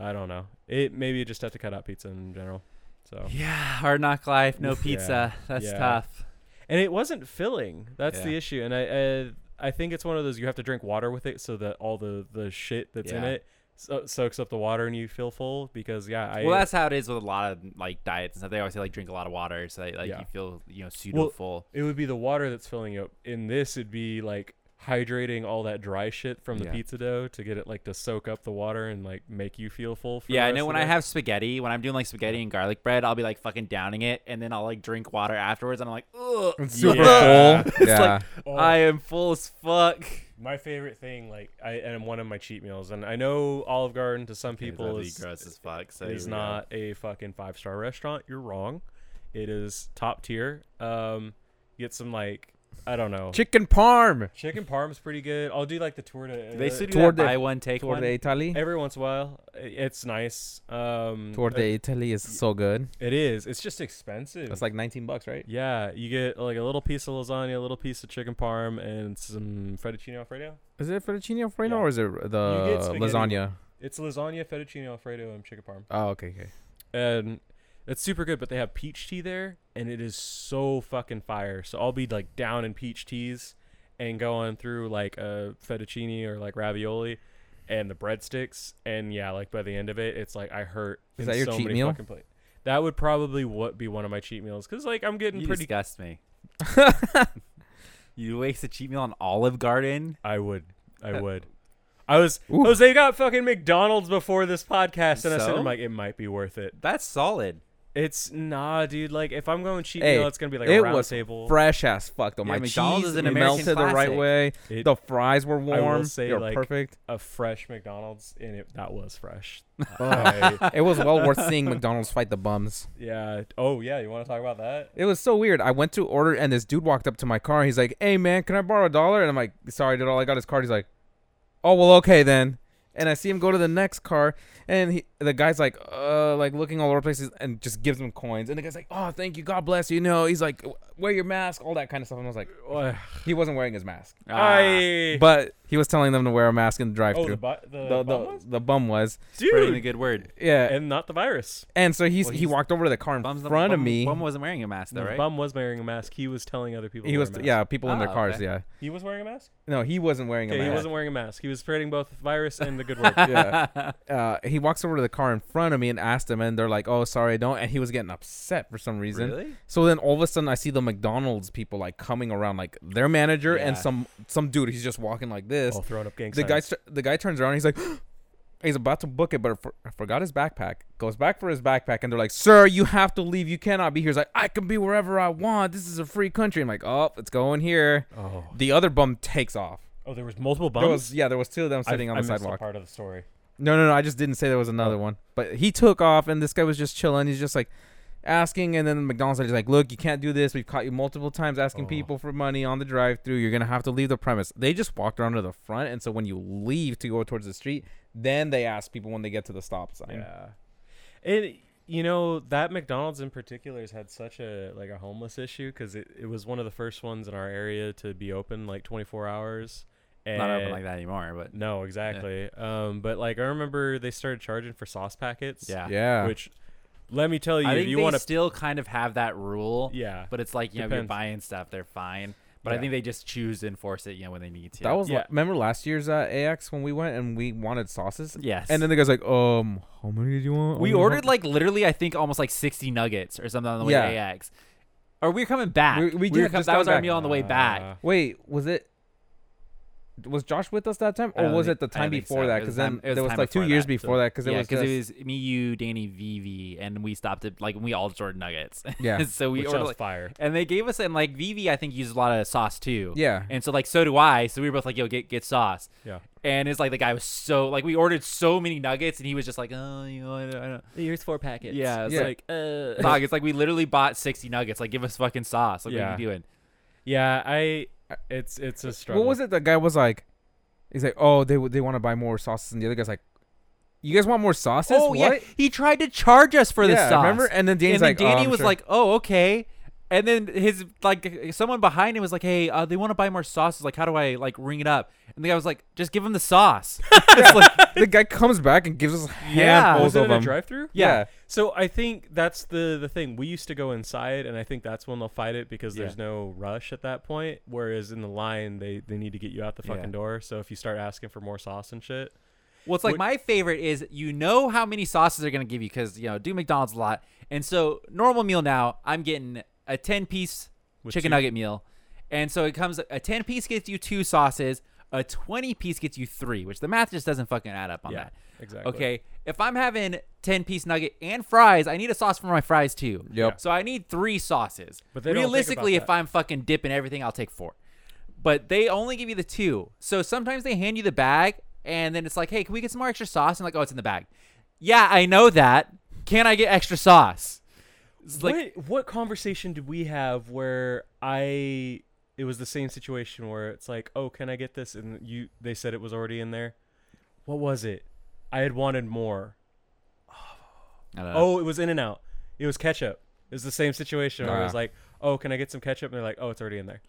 [SPEAKER 3] I don't know. It maybe you just have to cut out pizza in general. So
[SPEAKER 1] Yeah. Hard knock life. No
[SPEAKER 3] Oof.
[SPEAKER 1] pizza. That's
[SPEAKER 3] Yeah.
[SPEAKER 1] tough.
[SPEAKER 3] and it wasn't filling. That's the
[SPEAKER 1] Yeah.
[SPEAKER 3] issue. And I, I I think it's one of those you have to drink water with it so that all the the shit that's in
[SPEAKER 1] Yeah.
[SPEAKER 3] it so- soaks up the water and you feel full because yeah I
[SPEAKER 1] well, that's how it is with a lot of like diets and stuff. They always say like drink a lot of water, so that, like
[SPEAKER 3] Yeah.
[SPEAKER 1] you feel you know pseudo full.
[SPEAKER 3] It would be the water that's filling you up. In this, it'd be like hydrating all that dry shit from the
[SPEAKER 1] Yeah.
[SPEAKER 3] pizza dough to get it like to soak up the water and like make you feel full. For the
[SPEAKER 1] Yeah, I know
[SPEAKER 3] rest
[SPEAKER 1] when
[SPEAKER 3] of
[SPEAKER 1] I
[SPEAKER 3] it.
[SPEAKER 1] have spaghetti, when I'm doing like spaghetti and garlic bread, I'll be like fucking downing it, and then I'll like drink water afterwards, and I'm like, ugh,
[SPEAKER 2] Super
[SPEAKER 1] Yeah.
[SPEAKER 2] full.
[SPEAKER 1] It's
[SPEAKER 2] yeah. Oh.
[SPEAKER 1] like I am full as fuck.
[SPEAKER 3] my favorite thing, like I and one of my cheat meals, and I know Olive Garden to some people is
[SPEAKER 1] gross as fuck. So
[SPEAKER 3] It is not a fucking five star restaurant. You're wrong. It is top tier. Um, get some like I don't know.
[SPEAKER 2] Chicken parm.
[SPEAKER 3] Chicken parm's pretty good. I'll do like the tour to.
[SPEAKER 1] They still do
[SPEAKER 2] Toward
[SPEAKER 1] that
[SPEAKER 2] the-
[SPEAKER 1] buy one take one.
[SPEAKER 2] Toward the Italy.
[SPEAKER 3] every once in a while. I- It's nice. Um,
[SPEAKER 2] Toward the Italy is so good.
[SPEAKER 3] It is. It's just expensive.
[SPEAKER 2] That's like 19 bucks, right?
[SPEAKER 3] yeah, you get like a little piece of lasagna, a little piece of chicken parm, and some fettuccine alfredo.
[SPEAKER 2] Is it fettuccine alfredo
[SPEAKER 3] Yeah.
[SPEAKER 2] or is it the
[SPEAKER 3] spaghetti.
[SPEAKER 2] lasagna?
[SPEAKER 3] It's lasagna, fettuccine alfredo, and chicken parm,
[SPEAKER 2] Oh, okay, okay.
[SPEAKER 3] and it's super good. But they have peach tea there, and it is so fucking fire. So I'll be like down in peach teas, and going through like a fettuccine or like ravioli, and the breadsticks, and yeah, like by the end of it, it's like I hurt.
[SPEAKER 2] Is
[SPEAKER 3] in
[SPEAKER 2] that your
[SPEAKER 3] so
[SPEAKER 2] cheat
[SPEAKER 3] many
[SPEAKER 2] meal?
[SPEAKER 3] Fucking pla- that would probably what be one of my cheat meals because like I'm getting
[SPEAKER 1] You
[SPEAKER 3] pretty.
[SPEAKER 1] disgust me. you waste a cheat meal on Olive Garden.
[SPEAKER 3] I would. I would. I was
[SPEAKER 2] Uh, Ooh.
[SPEAKER 3] Jose got fucking McDonald's before this podcast, and I said,
[SPEAKER 1] So?
[SPEAKER 3] "I'm like, it might be worth it."
[SPEAKER 1] That's solid.
[SPEAKER 3] It's nah, dude. Like, if I'm going cheap
[SPEAKER 2] Hey,
[SPEAKER 3] meal, it's gonna be like a
[SPEAKER 2] it
[SPEAKER 3] round
[SPEAKER 2] was
[SPEAKER 3] table.
[SPEAKER 2] fresh as fuck though.
[SPEAKER 1] Yeah,
[SPEAKER 2] My
[SPEAKER 1] McDonald's
[SPEAKER 2] cheese
[SPEAKER 1] is an
[SPEAKER 2] melted
[SPEAKER 1] American
[SPEAKER 2] the right
[SPEAKER 1] classic.
[SPEAKER 2] way.
[SPEAKER 3] It-
[SPEAKER 2] the fries were
[SPEAKER 3] will
[SPEAKER 2] warm.
[SPEAKER 3] say,
[SPEAKER 2] They were
[SPEAKER 3] like-
[SPEAKER 2] perfect.
[SPEAKER 3] a fresh McDonald's, and it that was fresh. I-
[SPEAKER 2] It was well worth seeing McDonald's fight the bums.
[SPEAKER 3] yeah. Oh yeah. You want to talk about that?
[SPEAKER 2] It was so weird. I went to order and this dude walked up to my car. He's like, "Hey man, can I borrow a dollar?" And I'm like, "Sorry, dude. All I got is card." He's like, "Oh well, okay then." And I see him go to the next car, and he, the guy's like, uh, like looking all over the places, and just gives him coins. And the guy's like, "Oh, thank you, God bless you." You know, he's like, "Wear your mask," all that kind of stuff. And I was like,
[SPEAKER 3] Ugh.
[SPEAKER 2] he wasn't wearing his mask,
[SPEAKER 1] Ah,
[SPEAKER 3] I.
[SPEAKER 2] but he was telling them to wear a mask in the
[SPEAKER 3] oh, the
[SPEAKER 2] drive-through.
[SPEAKER 3] bu- the,
[SPEAKER 2] Ah, the,
[SPEAKER 3] bum
[SPEAKER 2] the,
[SPEAKER 3] was?
[SPEAKER 2] the bum was,
[SPEAKER 1] spreading the
[SPEAKER 3] dude,
[SPEAKER 1] good word.
[SPEAKER 2] yeah.
[SPEAKER 3] and not the virus.
[SPEAKER 2] And so he's,
[SPEAKER 1] Well,
[SPEAKER 2] he
[SPEAKER 1] he's-
[SPEAKER 2] walked over to the car in
[SPEAKER 1] Bum's the-
[SPEAKER 2] front of
[SPEAKER 1] bum-
[SPEAKER 2] me.
[SPEAKER 1] Bum wasn't wearing a mask though,
[SPEAKER 3] The
[SPEAKER 1] right?
[SPEAKER 3] bum was wearing a mask. He was telling other people. to
[SPEAKER 2] he
[SPEAKER 3] wear
[SPEAKER 2] was,
[SPEAKER 3] a mask.
[SPEAKER 2] yeah, people in their
[SPEAKER 1] Oh,
[SPEAKER 2] cars,
[SPEAKER 1] okay.
[SPEAKER 2] yeah.
[SPEAKER 3] He was wearing a mask.
[SPEAKER 2] No, he wasn't wearing a
[SPEAKER 3] Okay,
[SPEAKER 2] mask.
[SPEAKER 3] he wasn't wearing a mask. He was spreading both the virus and the good word.
[SPEAKER 2] yeah. Uh, he walks over to the car in front of me and asked him, and they're like, "Oh, sorry, I don't." And he was getting upset for some reason.
[SPEAKER 1] Really?
[SPEAKER 2] So then all of a sudden, I see the McDonald's people like coming around, like their manager and
[SPEAKER 1] Yeah.
[SPEAKER 2] some some dude. He's just walking like this.
[SPEAKER 3] All thrown up gang
[SPEAKER 2] the guy
[SPEAKER 3] signs.
[SPEAKER 2] st- the guy turns around. He's like. He's about to book it, but I for- I forgot his backpack. Goes back for his backpack, and they're like, "Sir, you have to leave. You cannot be here." He's like, "I can be wherever I want. This is a free country." I'm like, "Oh, it's going here."
[SPEAKER 3] Oh.
[SPEAKER 2] The other bum takes off.
[SPEAKER 3] Oh, there was multiple bums.
[SPEAKER 2] There was yeah, there was two of them sitting
[SPEAKER 3] I,
[SPEAKER 2] on the
[SPEAKER 3] I missed that
[SPEAKER 2] sidewalk.
[SPEAKER 3] part of the story.
[SPEAKER 2] No, no, no. I just didn't say there was
[SPEAKER 1] Oh.
[SPEAKER 2] another one. But he took off, and this guy was just chilling. He's just like asking, and then McDonald's is like, "Look, you can't do this. We've caught you multiple times asking
[SPEAKER 3] Oh.
[SPEAKER 2] people for money on the drive-through. You're gonna have to leave the premise." They just walked around to the front, and so when you leave to go towards the street, then they ask people when they get to the stop sign.
[SPEAKER 3] Yeah. And you know that McDonald's in particular has had such a like a homeless issue because it, it was one of the first ones in our area to be open like 24 hours. And
[SPEAKER 1] Not open like that anymore, but
[SPEAKER 3] No, exactly. Um, but like I remember they started charging for sauce packets.
[SPEAKER 1] yeah.
[SPEAKER 2] yeah.
[SPEAKER 3] Which, let me tell you,
[SPEAKER 1] I
[SPEAKER 3] if
[SPEAKER 1] think
[SPEAKER 3] you
[SPEAKER 1] they
[SPEAKER 3] want to,
[SPEAKER 1] still kind of have that rule.
[SPEAKER 3] yeah,
[SPEAKER 1] But it's like, you know, if you're
[SPEAKER 3] Depends.
[SPEAKER 1] buying stuff, they're fine. But I
[SPEAKER 3] Yeah.
[SPEAKER 1] think they just choose to enforce it, you know, when they need to.
[SPEAKER 2] that was
[SPEAKER 3] Yeah.
[SPEAKER 2] la- remember last year's uh, AX when we went and we wanted sauces.
[SPEAKER 1] Yes.
[SPEAKER 2] And then the guy's like, um, how many did you want?
[SPEAKER 1] we
[SPEAKER 2] How many-
[SPEAKER 1] ordered like literally, I think almost like 60 nuggets or something on the way to
[SPEAKER 2] Yeah.
[SPEAKER 1] AX. Or we were coming back.
[SPEAKER 2] We- we
[SPEAKER 1] were
[SPEAKER 2] did
[SPEAKER 1] com-
[SPEAKER 2] just
[SPEAKER 1] that was
[SPEAKER 2] come
[SPEAKER 1] our
[SPEAKER 2] back. Ah,
[SPEAKER 1] meal on the way back.
[SPEAKER 3] Uh,
[SPEAKER 2] Wait, was it? Was Josh with us that time,
[SPEAKER 1] I
[SPEAKER 2] or
[SPEAKER 1] don't
[SPEAKER 2] was
[SPEAKER 1] think-
[SPEAKER 2] it the
[SPEAKER 1] I don't
[SPEAKER 2] time
[SPEAKER 1] think
[SPEAKER 2] before
[SPEAKER 1] so.
[SPEAKER 2] that?
[SPEAKER 1] It
[SPEAKER 2] Because
[SPEAKER 1] was
[SPEAKER 2] then
[SPEAKER 1] time- it was
[SPEAKER 2] there
[SPEAKER 1] the
[SPEAKER 2] was
[SPEAKER 1] time
[SPEAKER 2] like two
[SPEAKER 1] before
[SPEAKER 2] years
[SPEAKER 1] that,
[SPEAKER 2] before
[SPEAKER 1] so-
[SPEAKER 2] that. Because
[SPEAKER 1] Yeah,
[SPEAKER 2] it was
[SPEAKER 1] because
[SPEAKER 2] just,
[SPEAKER 1] it was me, you, Danny, Vivi, and we stopped at like we all just ordered nuggets.
[SPEAKER 2] Yeah.
[SPEAKER 1] so we
[SPEAKER 3] which
[SPEAKER 1] ordered
[SPEAKER 3] sounds
[SPEAKER 1] like,
[SPEAKER 3] fire.
[SPEAKER 1] and they gave us and like Vivi, I think uses a lot of sauce too.
[SPEAKER 2] yeah,
[SPEAKER 1] And so like so do I. So we were both like, yo, get get sauce.
[SPEAKER 3] Yeah.
[SPEAKER 1] And it's like the guy was so like we ordered so many nuggets and he was just like, oh, you know, I don't, I don't.
[SPEAKER 3] Here's four packets.
[SPEAKER 1] yeah, it's
[SPEAKER 2] Yeah.
[SPEAKER 1] like uh, dog, it's like we literally bought sixty nuggets. Like give us fucking sauce. Like what
[SPEAKER 3] Yeah.
[SPEAKER 1] are you doing?
[SPEAKER 3] Yeah, I. It's it's a struggle.
[SPEAKER 2] What was it? The guy was like, he's like, oh, they they want to buy more sauces, and the other guy's like, you guys want more sauces?
[SPEAKER 1] oh
[SPEAKER 2] what?
[SPEAKER 1] yeah, he tried to charge us for the
[SPEAKER 2] Yeah,
[SPEAKER 1] sauce.
[SPEAKER 2] remember? And then
[SPEAKER 1] and
[SPEAKER 2] Danny's
[SPEAKER 1] then
[SPEAKER 2] like, "Oh,
[SPEAKER 1] Danny
[SPEAKER 2] I'm
[SPEAKER 1] was
[SPEAKER 2] sure."
[SPEAKER 1] like, oh okay. And then his like someone behind him was like, hey, uh, they want to buy more sauces. Like how do I like ring it up? And the guy was like, just give him the sauce. It's like,
[SPEAKER 2] the guy comes back and gives us
[SPEAKER 1] Yeah.
[SPEAKER 2] handfuls
[SPEAKER 3] Oh, Was it
[SPEAKER 2] of
[SPEAKER 3] in a
[SPEAKER 2] them.
[SPEAKER 3] drive-through?
[SPEAKER 2] yeah,
[SPEAKER 3] So I think that's the the thing. We used to go inside, and I think that's when they'll fight it because there's no rush at that point. Whereas in the line, they they need to get you out the
[SPEAKER 1] Yeah.
[SPEAKER 3] fucking door. So if you start asking for more sauce and shit,
[SPEAKER 1] Well, it's like
[SPEAKER 3] Would-
[SPEAKER 1] my favorite is you know how many sauces they're gonna give you because you know do McDonald's a lot, and so normal meal now I'm getting a ten piece
[SPEAKER 3] With
[SPEAKER 1] chicken
[SPEAKER 3] two-
[SPEAKER 1] nugget meal, and so it comes a ten piece gets you two sauces, a twenty piece gets you three, which the math just doesn't fucking add up on
[SPEAKER 3] yeah,
[SPEAKER 1] that.
[SPEAKER 3] exactly.
[SPEAKER 1] Okay, if I'm having ten piece nugget and fries, I need a sauce for my fries too.
[SPEAKER 2] Yep.
[SPEAKER 1] So I need three sauces.
[SPEAKER 3] But they don't think about
[SPEAKER 1] realistically, if
[SPEAKER 3] that.
[SPEAKER 1] I'm fucking dipping everything, I'll take four. But they only give you the two. So sometimes they hand you the bag, and then it's like, hey, can we get some more extra sauce? And like, oh, it's in the bag. Yeah, I know that. Can I get extra sauce? It's like,
[SPEAKER 3] what what conversation did we have where I it was the same situation where it's like, "Oh, can I get this?" and you they said it was already in there. What was it? I had wanted more.
[SPEAKER 1] I don't know.
[SPEAKER 3] Oh, it was in and out. It was ketchup. It was the same situation where it was
[SPEAKER 2] Nah.
[SPEAKER 3] like, "Oh, can I get some ketchup?" and they're like, "Oh, it's already in there."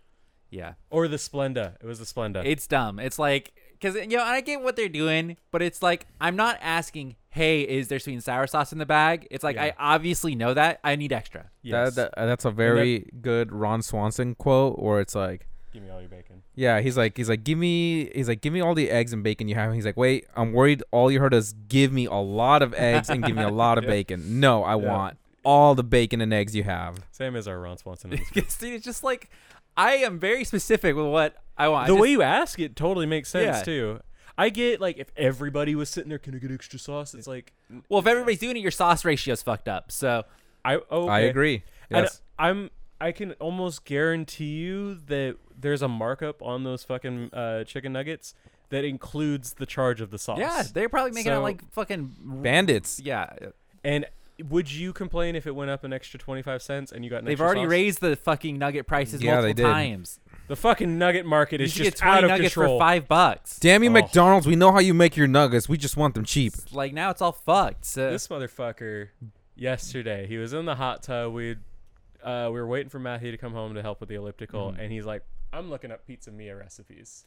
[SPEAKER 1] yeah.
[SPEAKER 3] Or the Splenda. It was the Splenda.
[SPEAKER 1] It's dumb. It's like because you know and I get what they're doing, but it's like I'm not asking. Hey, is there sweet and sour sauce in the bag? It's like
[SPEAKER 3] Yeah.
[SPEAKER 1] I obviously know that. I need extra.
[SPEAKER 3] yes.
[SPEAKER 2] That, that- that's a very good Ron Swanson quote, where it's like,
[SPEAKER 3] Give me all your bacon.
[SPEAKER 2] yeah, he's like, he's like, give me, he's like, give me all the eggs and bacon you have. And he's like, wait, I'm worried. All you heard is give me a lot of eggs and give me a lot of bacon. No, I
[SPEAKER 3] Yeah.
[SPEAKER 2] want all the bacon and eggs you have.
[SPEAKER 3] Same as our Ron Swanson. in this-
[SPEAKER 1] Because dude, it's just like I am very specific with what I want. I
[SPEAKER 3] the
[SPEAKER 1] just-
[SPEAKER 3] way you ask it totally makes sense
[SPEAKER 1] Yeah.
[SPEAKER 3] too. I get like if everybody was sitting there, can I get extra sauce? It's like
[SPEAKER 1] well, if everybody's doing it, your sauce ratio's fucked up. So
[SPEAKER 3] I oh,
[SPEAKER 2] I
[SPEAKER 3] okay.
[SPEAKER 2] agree.
[SPEAKER 3] And
[SPEAKER 2] Yes.
[SPEAKER 3] I'm I can almost guarantee you that there's a markup on those fucking uh, chicken nuggets that includes the charge of the sauce.
[SPEAKER 1] yeah, they're probably making it
[SPEAKER 3] So-
[SPEAKER 1] like fucking.
[SPEAKER 2] Bandits.
[SPEAKER 1] yeah,
[SPEAKER 3] and would you complain if it went up an extra 25 cents and you got an
[SPEAKER 1] they've
[SPEAKER 3] extra
[SPEAKER 1] already
[SPEAKER 3] sauce?
[SPEAKER 1] raised the fucking nugget prices
[SPEAKER 2] Yeah, they
[SPEAKER 1] multiple
[SPEAKER 2] did.
[SPEAKER 1] times.
[SPEAKER 3] the fucking nugget market
[SPEAKER 1] You
[SPEAKER 3] is
[SPEAKER 1] should get
[SPEAKER 3] just
[SPEAKER 1] twenty
[SPEAKER 3] out of
[SPEAKER 1] nuggets
[SPEAKER 3] control.
[SPEAKER 1] for five bucks.
[SPEAKER 2] Damn you,
[SPEAKER 3] Oh.
[SPEAKER 2] McDonald's. We know how you make your nuggets. We just want them cheap.
[SPEAKER 1] Like now, it's all fucked. So
[SPEAKER 3] This motherfucker yesterday, he was in the hot tub. We uh, we were waiting for Matthew to come home to help with the elliptical
[SPEAKER 2] Mm-hmm.
[SPEAKER 3] and he's like, "I'm looking up pizza Mia recipes."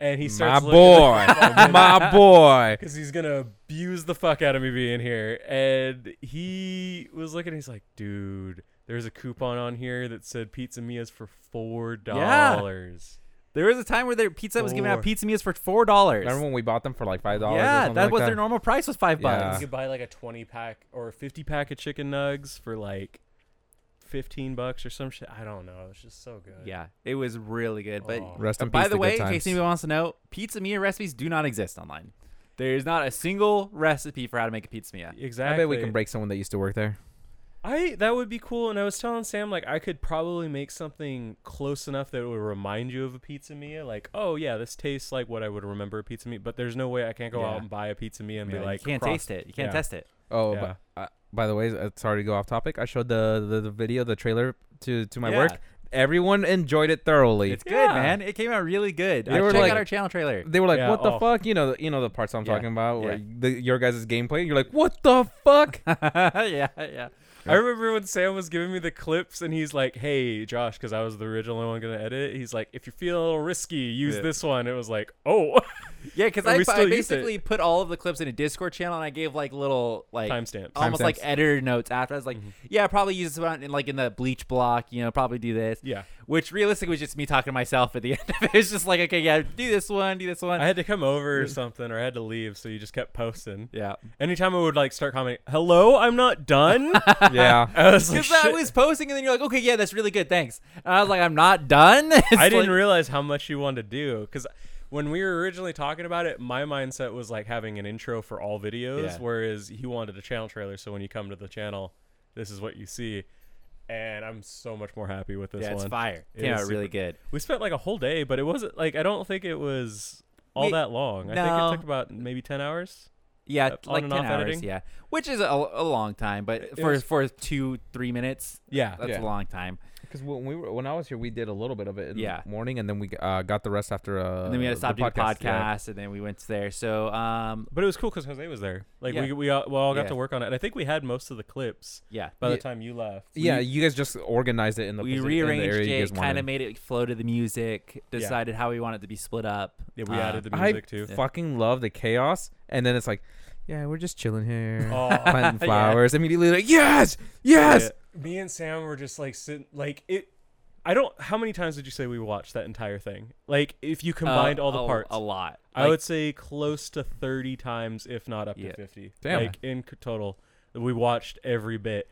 [SPEAKER 3] And he
[SPEAKER 2] My
[SPEAKER 3] starts looking at
[SPEAKER 2] boy. My boy.
[SPEAKER 3] because he's gonna abuse the fuck out of me being here. And he was looking, he's like, dude, there's a coupon on here that said Pizza Mia's for four dollars.
[SPEAKER 1] there was a time where their pizza was giving out
[SPEAKER 3] Four.
[SPEAKER 1] pizza meals for four dollars.
[SPEAKER 2] Remember when we bought them for like $5? or
[SPEAKER 1] Yeah,
[SPEAKER 2] something
[SPEAKER 1] that
[SPEAKER 2] like
[SPEAKER 1] was their normal price was five
[SPEAKER 2] Yeah.
[SPEAKER 1] bucks.
[SPEAKER 3] You could buy like a twenty pack or a fifty pack of chicken nugs for like fifteen bucks or some shit. I don't know. It's just so good.
[SPEAKER 1] Yeah, it was really good. But
[SPEAKER 3] Oh.
[SPEAKER 2] Rest in
[SPEAKER 1] by
[SPEAKER 2] peace
[SPEAKER 1] the
[SPEAKER 2] to good
[SPEAKER 1] way, in
[SPEAKER 2] times.
[SPEAKER 1] case anybody wants to know, pizza mia recipes do not exist online. There is not a single recipe for how to make a pizza mia.
[SPEAKER 3] Exactly.
[SPEAKER 2] I bet we can break someone that used to work there.
[SPEAKER 3] I that would be cool. And I was telling Sam like I could probably make something close enough that it would remind you of a pizza mia. Like, oh yeah, this tastes like what I would remember a pizza mia. But there's no way I can't go
[SPEAKER 1] Yeah.
[SPEAKER 3] out and buy a pizza mia and
[SPEAKER 1] Yeah,
[SPEAKER 3] be like,
[SPEAKER 1] you can't
[SPEAKER 3] cross-
[SPEAKER 1] taste it. You can't
[SPEAKER 3] yeah.
[SPEAKER 1] test it.
[SPEAKER 2] Oh,
[SPEAKER 3] Yeah.
[SPEAKER 2] but, uh, by the way, uh, sorry to go off topic. I showed the, the, the video, the trailer to, to my
[SPEAKER 1] Yeah.
[SPEAKER 2] work. everyone enjoyed it thoroughly.
[SPEAKER 1] It's good,
[SPEAKER 3] Yeah.
[SPEAKER 1] man. It came out really good.
[SPEAKER 2] They
[SPEAKER 1] Uh,
[SPEAKER 2] were
[SPEAKER 1] check
[SPEAKER 2] like-
[SPEAKER 1] out our channel trailer.
[SPEAKER 2] they were like,
[SPEAKER 3] Yeah,
[SPEAKER 2] "What the
[SPEAKER 3] off.
[SPEAKER 2] fuck?" You know, the, you know the parts I'm
[SPEAKER 1] Yeah,
[SPEAKER 2] talking about, where
[SPEAKER 1] yeah.
[SPEAKER 2] the, your guys' gameplay. You're like, "What the fuck?"
[SPEAKER 1] yeah, yeah.
[SPEAKER 3] I remember when Sam was giving me the clips and he's like, "Hey, Josh, because I was the original one gonna edit." He's like, "If you feel a little risky, use
[SPEAKER 1] Yeah.
[SPEAKER 3] this one." It was like, "Oh,
[SPEAKER 1] Yeah, because
[SPEAKER 3] And
[SPEAKER 1] I,
[SPEAKER 3] we
[SPEAKER 1] bu- I
[SPEAKER 3] still used it.
[SPEAKER 1] basically put all of the clips in a Discord channel and I gave like little like
[SPEAKER 3] Timestamps.
[SPEAKER 1] almost like
[SPEAKER 2] Timestamps.
[SPEAKER 1] editor notes after. I was like,
[SPEAKER 3] Mm-hmm.
[SPEAKER 1] yeah, probably use this one in like in the bleach block. You know, probably do this.
[SPEAKER 3] Yeah.
[SPEAKER 1] Which realistically was just me talking to myself at the end of it. It's just like, okay, yeah, do this one, do this one.
[SPEAKER 3] I had to come over or something, or I had to leave, so you just kept posting."
[SPEAKER 1] yeah.
[SPEAKER 3] Anytime I would like start commenting, "Hello, I'm not done."
[SPEAKER 2] yeah.
[SPEAKER 3] I was like,
[SPEAKER 1] Because I
[SPEAKER 3] "Shit."
[SPEAKER 1] was posting and then you're like, okay, yeah, that's really good, thanks. And I was like, I'm not done. It's
[SPEAKER 3] I didn't
[SPEAKER 1] like-
[SPEAKER 3] realize how much you wanted to do because when we were originally talking about it, my mindset was like having an intro for all videos,
[SPEAKER 1] Yeah.
[SPEAKER 3] whereas he wanted a channel trailer. So when you come to the channel, this is what you see. And I'm so much more happy with this
[SPEAKER 1] yeah,
[SPEAKER 3] one.
[SPEAKER 1] it's fire.
[SPEAKER 3] It
[SPEAKER 1] Came
[SPEAKER 3] is
[SPEAKER 1] out really
[SPEAKER 3] super-
[SPEAKER 1] good.
[SPEAKER 3] We spent like a whole day, but it wasn't like I don't think it was all
[SPEAKER 1] We-
[SPEAKER 3] that long. I
[SPEAKER 1] no.
[SPEAKER 3] think it took about maybe ten hours.
[SPEAKER 1] Yeah,
[SPEAKER 3] Uh,
[SPEAKER 1] t-
[SPEAKER 3] on
[SPEAKER 1] like
[SPEAKER 3] and
[SPEAKER 1] 10
[SPEAKER 3] off
[SPEAKER 1] hours,
[SPEAKER 3] editing?
[SPEAKER 1] yeah. Which is a, a long time, but
[SPEAKER 3] It
[SPEAKER 1] for
[SPEAKER 3] was-
[SPEAKER 1] for 2 3 minutes,
[SPEAKER 3] Yeah,
[SPEAKER 1] that's
[SPEAKER 2] Yeah.
[SPEAKER 1] a long time.
[SPEAKER 2] Because when we were when I was here, we did a little bit of it in
[SPEAKER 1] Yeah.
[SPEAKER 2] the morning, and then we uh, got the rest after. Uh,
[SPEAKER 1] And then we had to stop
[SPEAKER 2] the
[SPEAKER 1] doing the podcast,
[SPEAKER 2] yeah.
[SPEAKER 1] and then we went to there. So, um
[SPEAKER 3] but it was cool because Jose was there. Like
[SPEAKER 1] Yeah.
[SPEAKER 3] we we all, we all got
[SPEAKER 1] Yeah.
[SPEAKER 3] to work on it, and I think we had most of the clips
[SPEAKER 1] yeah.
[SPEAKER 3] by
[SPEAKER 2] Yeah.
[SPEAKER 3] the time you left.
[SPEAKER 2] Yeah, you guys just organized it in the
[SPEAKER 1] we
[SPEAKER 2] posi- in the
[SPEAKER 1] rearranged
[SPEAKER 2] area you guys
[SPEAKER 1] it, kind
[SPEAKER 2] wanted.
[SPEAKER 1] of made it flow to the music, decided how we want it to be split up.
[SPEAKER 3] Yeah, we
[SPEAKER 1] Uh,
[SPEAKER 3] added the
[SPEAKER 2] I
[SPEAKER 3] music too.
[SPEAKER 2] fucking love the chaos, and then it's like, yeah, we're just chilling here,
[SPEAKER 3] Oh.
[SPEAKER 2] planting
[SPEAKER 1] Yeah.
[SPEAKER 2] flowers. Immediately, like, yes, yes.
[SPEAKER 3] Yeah. Me and Sam were just like sitting, like it. I don't. How many times did you say we watched that entire thing? Like, if you
[SPEAKER 1] uh,
[SPEAKER 3] combined all the
[SPEAKER 1] a-
[SPEAKER 3] parts,
[SPEAKER 1] A lot.
[SPEAKER 3] I
[SPEAKER 1] Like,
[SPEAKER 3] would say close to thirty times, if not up
[SPEAKER 1] Yeah.
[SPEAKER 3] to fifty.
[SPEAKER 2] Damn.
[SPEAKER 3] Like in c- total, we watched every bit.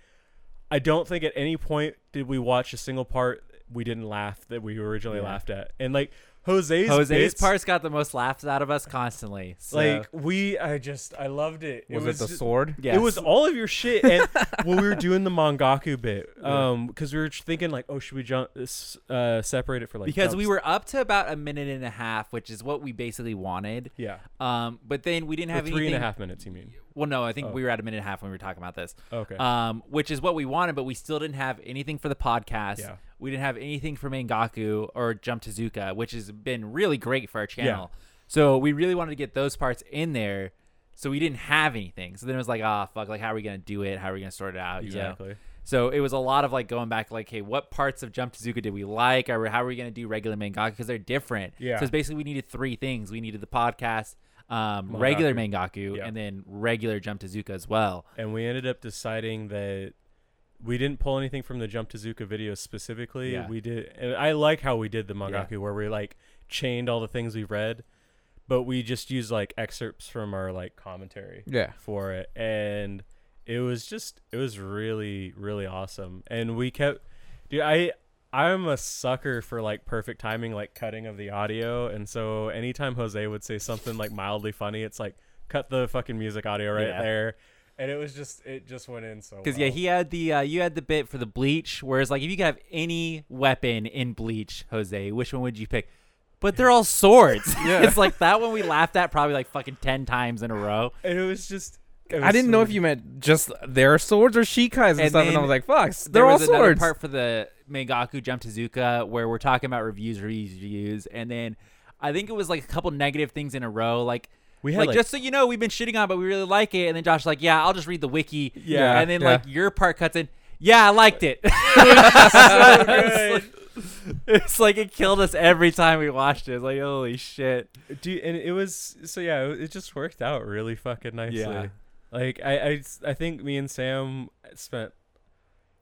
[SPEAKER 3] I don't think at any point did we watch a single part we didn't laugh that we originally
[SPEAKER 1] Yeah.
[SPEAKER 3] laughed at, and like Jose's
[SPEAKER 1] Jose's
[SPEAKER 3] bits,
[SPEAKER 1] parts got the most laughs out of us constantly. So,
[SPEAKER 3] Like we, I just, I loved it.
[SPEAKER 2] Was it, the
[SPEAKER 3] just-
[SPEAKER 2] sword?
[SPEAKER 1] yes.
[SPEAKER 3] It was all of your shit, and when we were doing the Mangaku bit, um, because we were thinking like, oh, should we jump, s- uh, separate it for like
[SPEAKER 1] because we
[SPEAKER 3] jumps?
[SPEAKER 1] were up to about a minute and a half, which is what we basically wanted.
[SPEAKER 3] yeah,
[SPEAKER 1] Um, but then we didn't
[SPEAKER 3] for
[SPEAKER 1] have
[SPEAKER 3] three
[SPEAKER 1] anything.
[SPEAKER 3] and a half minutes. You mean?
[SPEAKER 1] Well, no, I think
[SPEAKER 3] Oh.
[SPEAKER 1] we were at a minute and a half when we were talking about this.
[SPEAKER 3] Okay.
[SPEAKER 1] Um, which is what we wanted, but we still didn't have anything for the podcast.
[SPEAKER 3] Yeah.
[SPEAKER 1] We didn't have anything for Mangaku or Jump to Zuka, which has been really great for our channel. So we really wanted to get those parts in there. So we didn't have anything. So then it was like, ah, fuck, like how are we gonna do it? How are we gonna sort it out? you know?
[SPEAKER 3] Exactly.
[SPEAKER 1] So it was a lot of like going back, like, hey, what parts of Jump to Zuka did we like? Or how are we gonna do regular Mangaku? Because they're different.
[SPEAKER 3] Yeah.
[SPEAKER 1] So it's basically we needed three things. We needed the podcast, um, regular Mangaku,
[SPEAKER 3] Yeah.
[SPEAKER 1] and then regular Jump to Zuka as well.
[SPEAKER 3] And we ended up deciding that we didn't pull anything from the Jump to Zuka video specifically.
[SPEAKER 1] Yeah.
[SPEAKER 3] We did, and I like how we did the Mangaku, where we like chained all the things we read, but we just used like excerpts from our like commentary.
[SPEAKER 2] Yeah.
[SPEAKER 3] for it and it was just it was really really awesome and we kept dude i i'm a sucker for like perfect timing like cutting of the audio and so anytime jose would say something like mildly funny it's like cut the fucking music audio right
[SPEAKER 1] Yeah.
[SPEAKER 3] there and it was just it just went in so
[SPEAKER 1] Because
[SPEAKER 3] well.
[SPEAKER 1] yeah, he had the uh, you had the bit for the bleach, whereas like if you could have any weapon in bleach, Jose, which one would you pick? But they're all swords. it's like that one we laughed at probably like fucking ten times in a row.
[SPEAKER 3] and it was just it
[SPEAKER 2] I
[SPEAKER 3] was
[SPEAKER 2] didn't
[SPEAKER 3] so-
[SPEAKER 2] know if you meant just their swords or Shikai's and,
[SPEAKER 1] And
[SPEAKER 2] stuff, and I
[SPEAKER 1] then
[SPEAKER 2] was like, fuck, s-
[SPEAKER 1] There
[SPEAKER 2] they're all
[SPEAKER 1] was another
[SPEAKER 2] swords.
[SPEAKER 1] part for the Mangaku Jump to Zuka where we're talking about reviews, reviews, reviews, and then I think it was like a couple negative things in a row, like.
[SPEAKER 3] We had,
[SPEAKER 1] like,
[SPEAKER 3] like-
[SPEAKER 1] just so you know, we've been shitting on, it, but we really like it. And then Josh, like, yeah, I'll just read the wiki.
[SPEAKER 2] Yeah,
[SPEAKER 1] And then
[SPEAKER 2] yeah.
[SPEAKER 1] like your part cuts in. Yeah, I liked it.
[SPEAKER 3] so good.
[SPEAKER 1] it's like it killed us every time we watched it. It's like holy shit.
[SPEAKER 3] Dude, and it was so yeah. It, it just worked out really fucking nicely.
[SPEAKER 1] Yeah.
[SPEAKER 3] Like I, I, I think me and Sam spent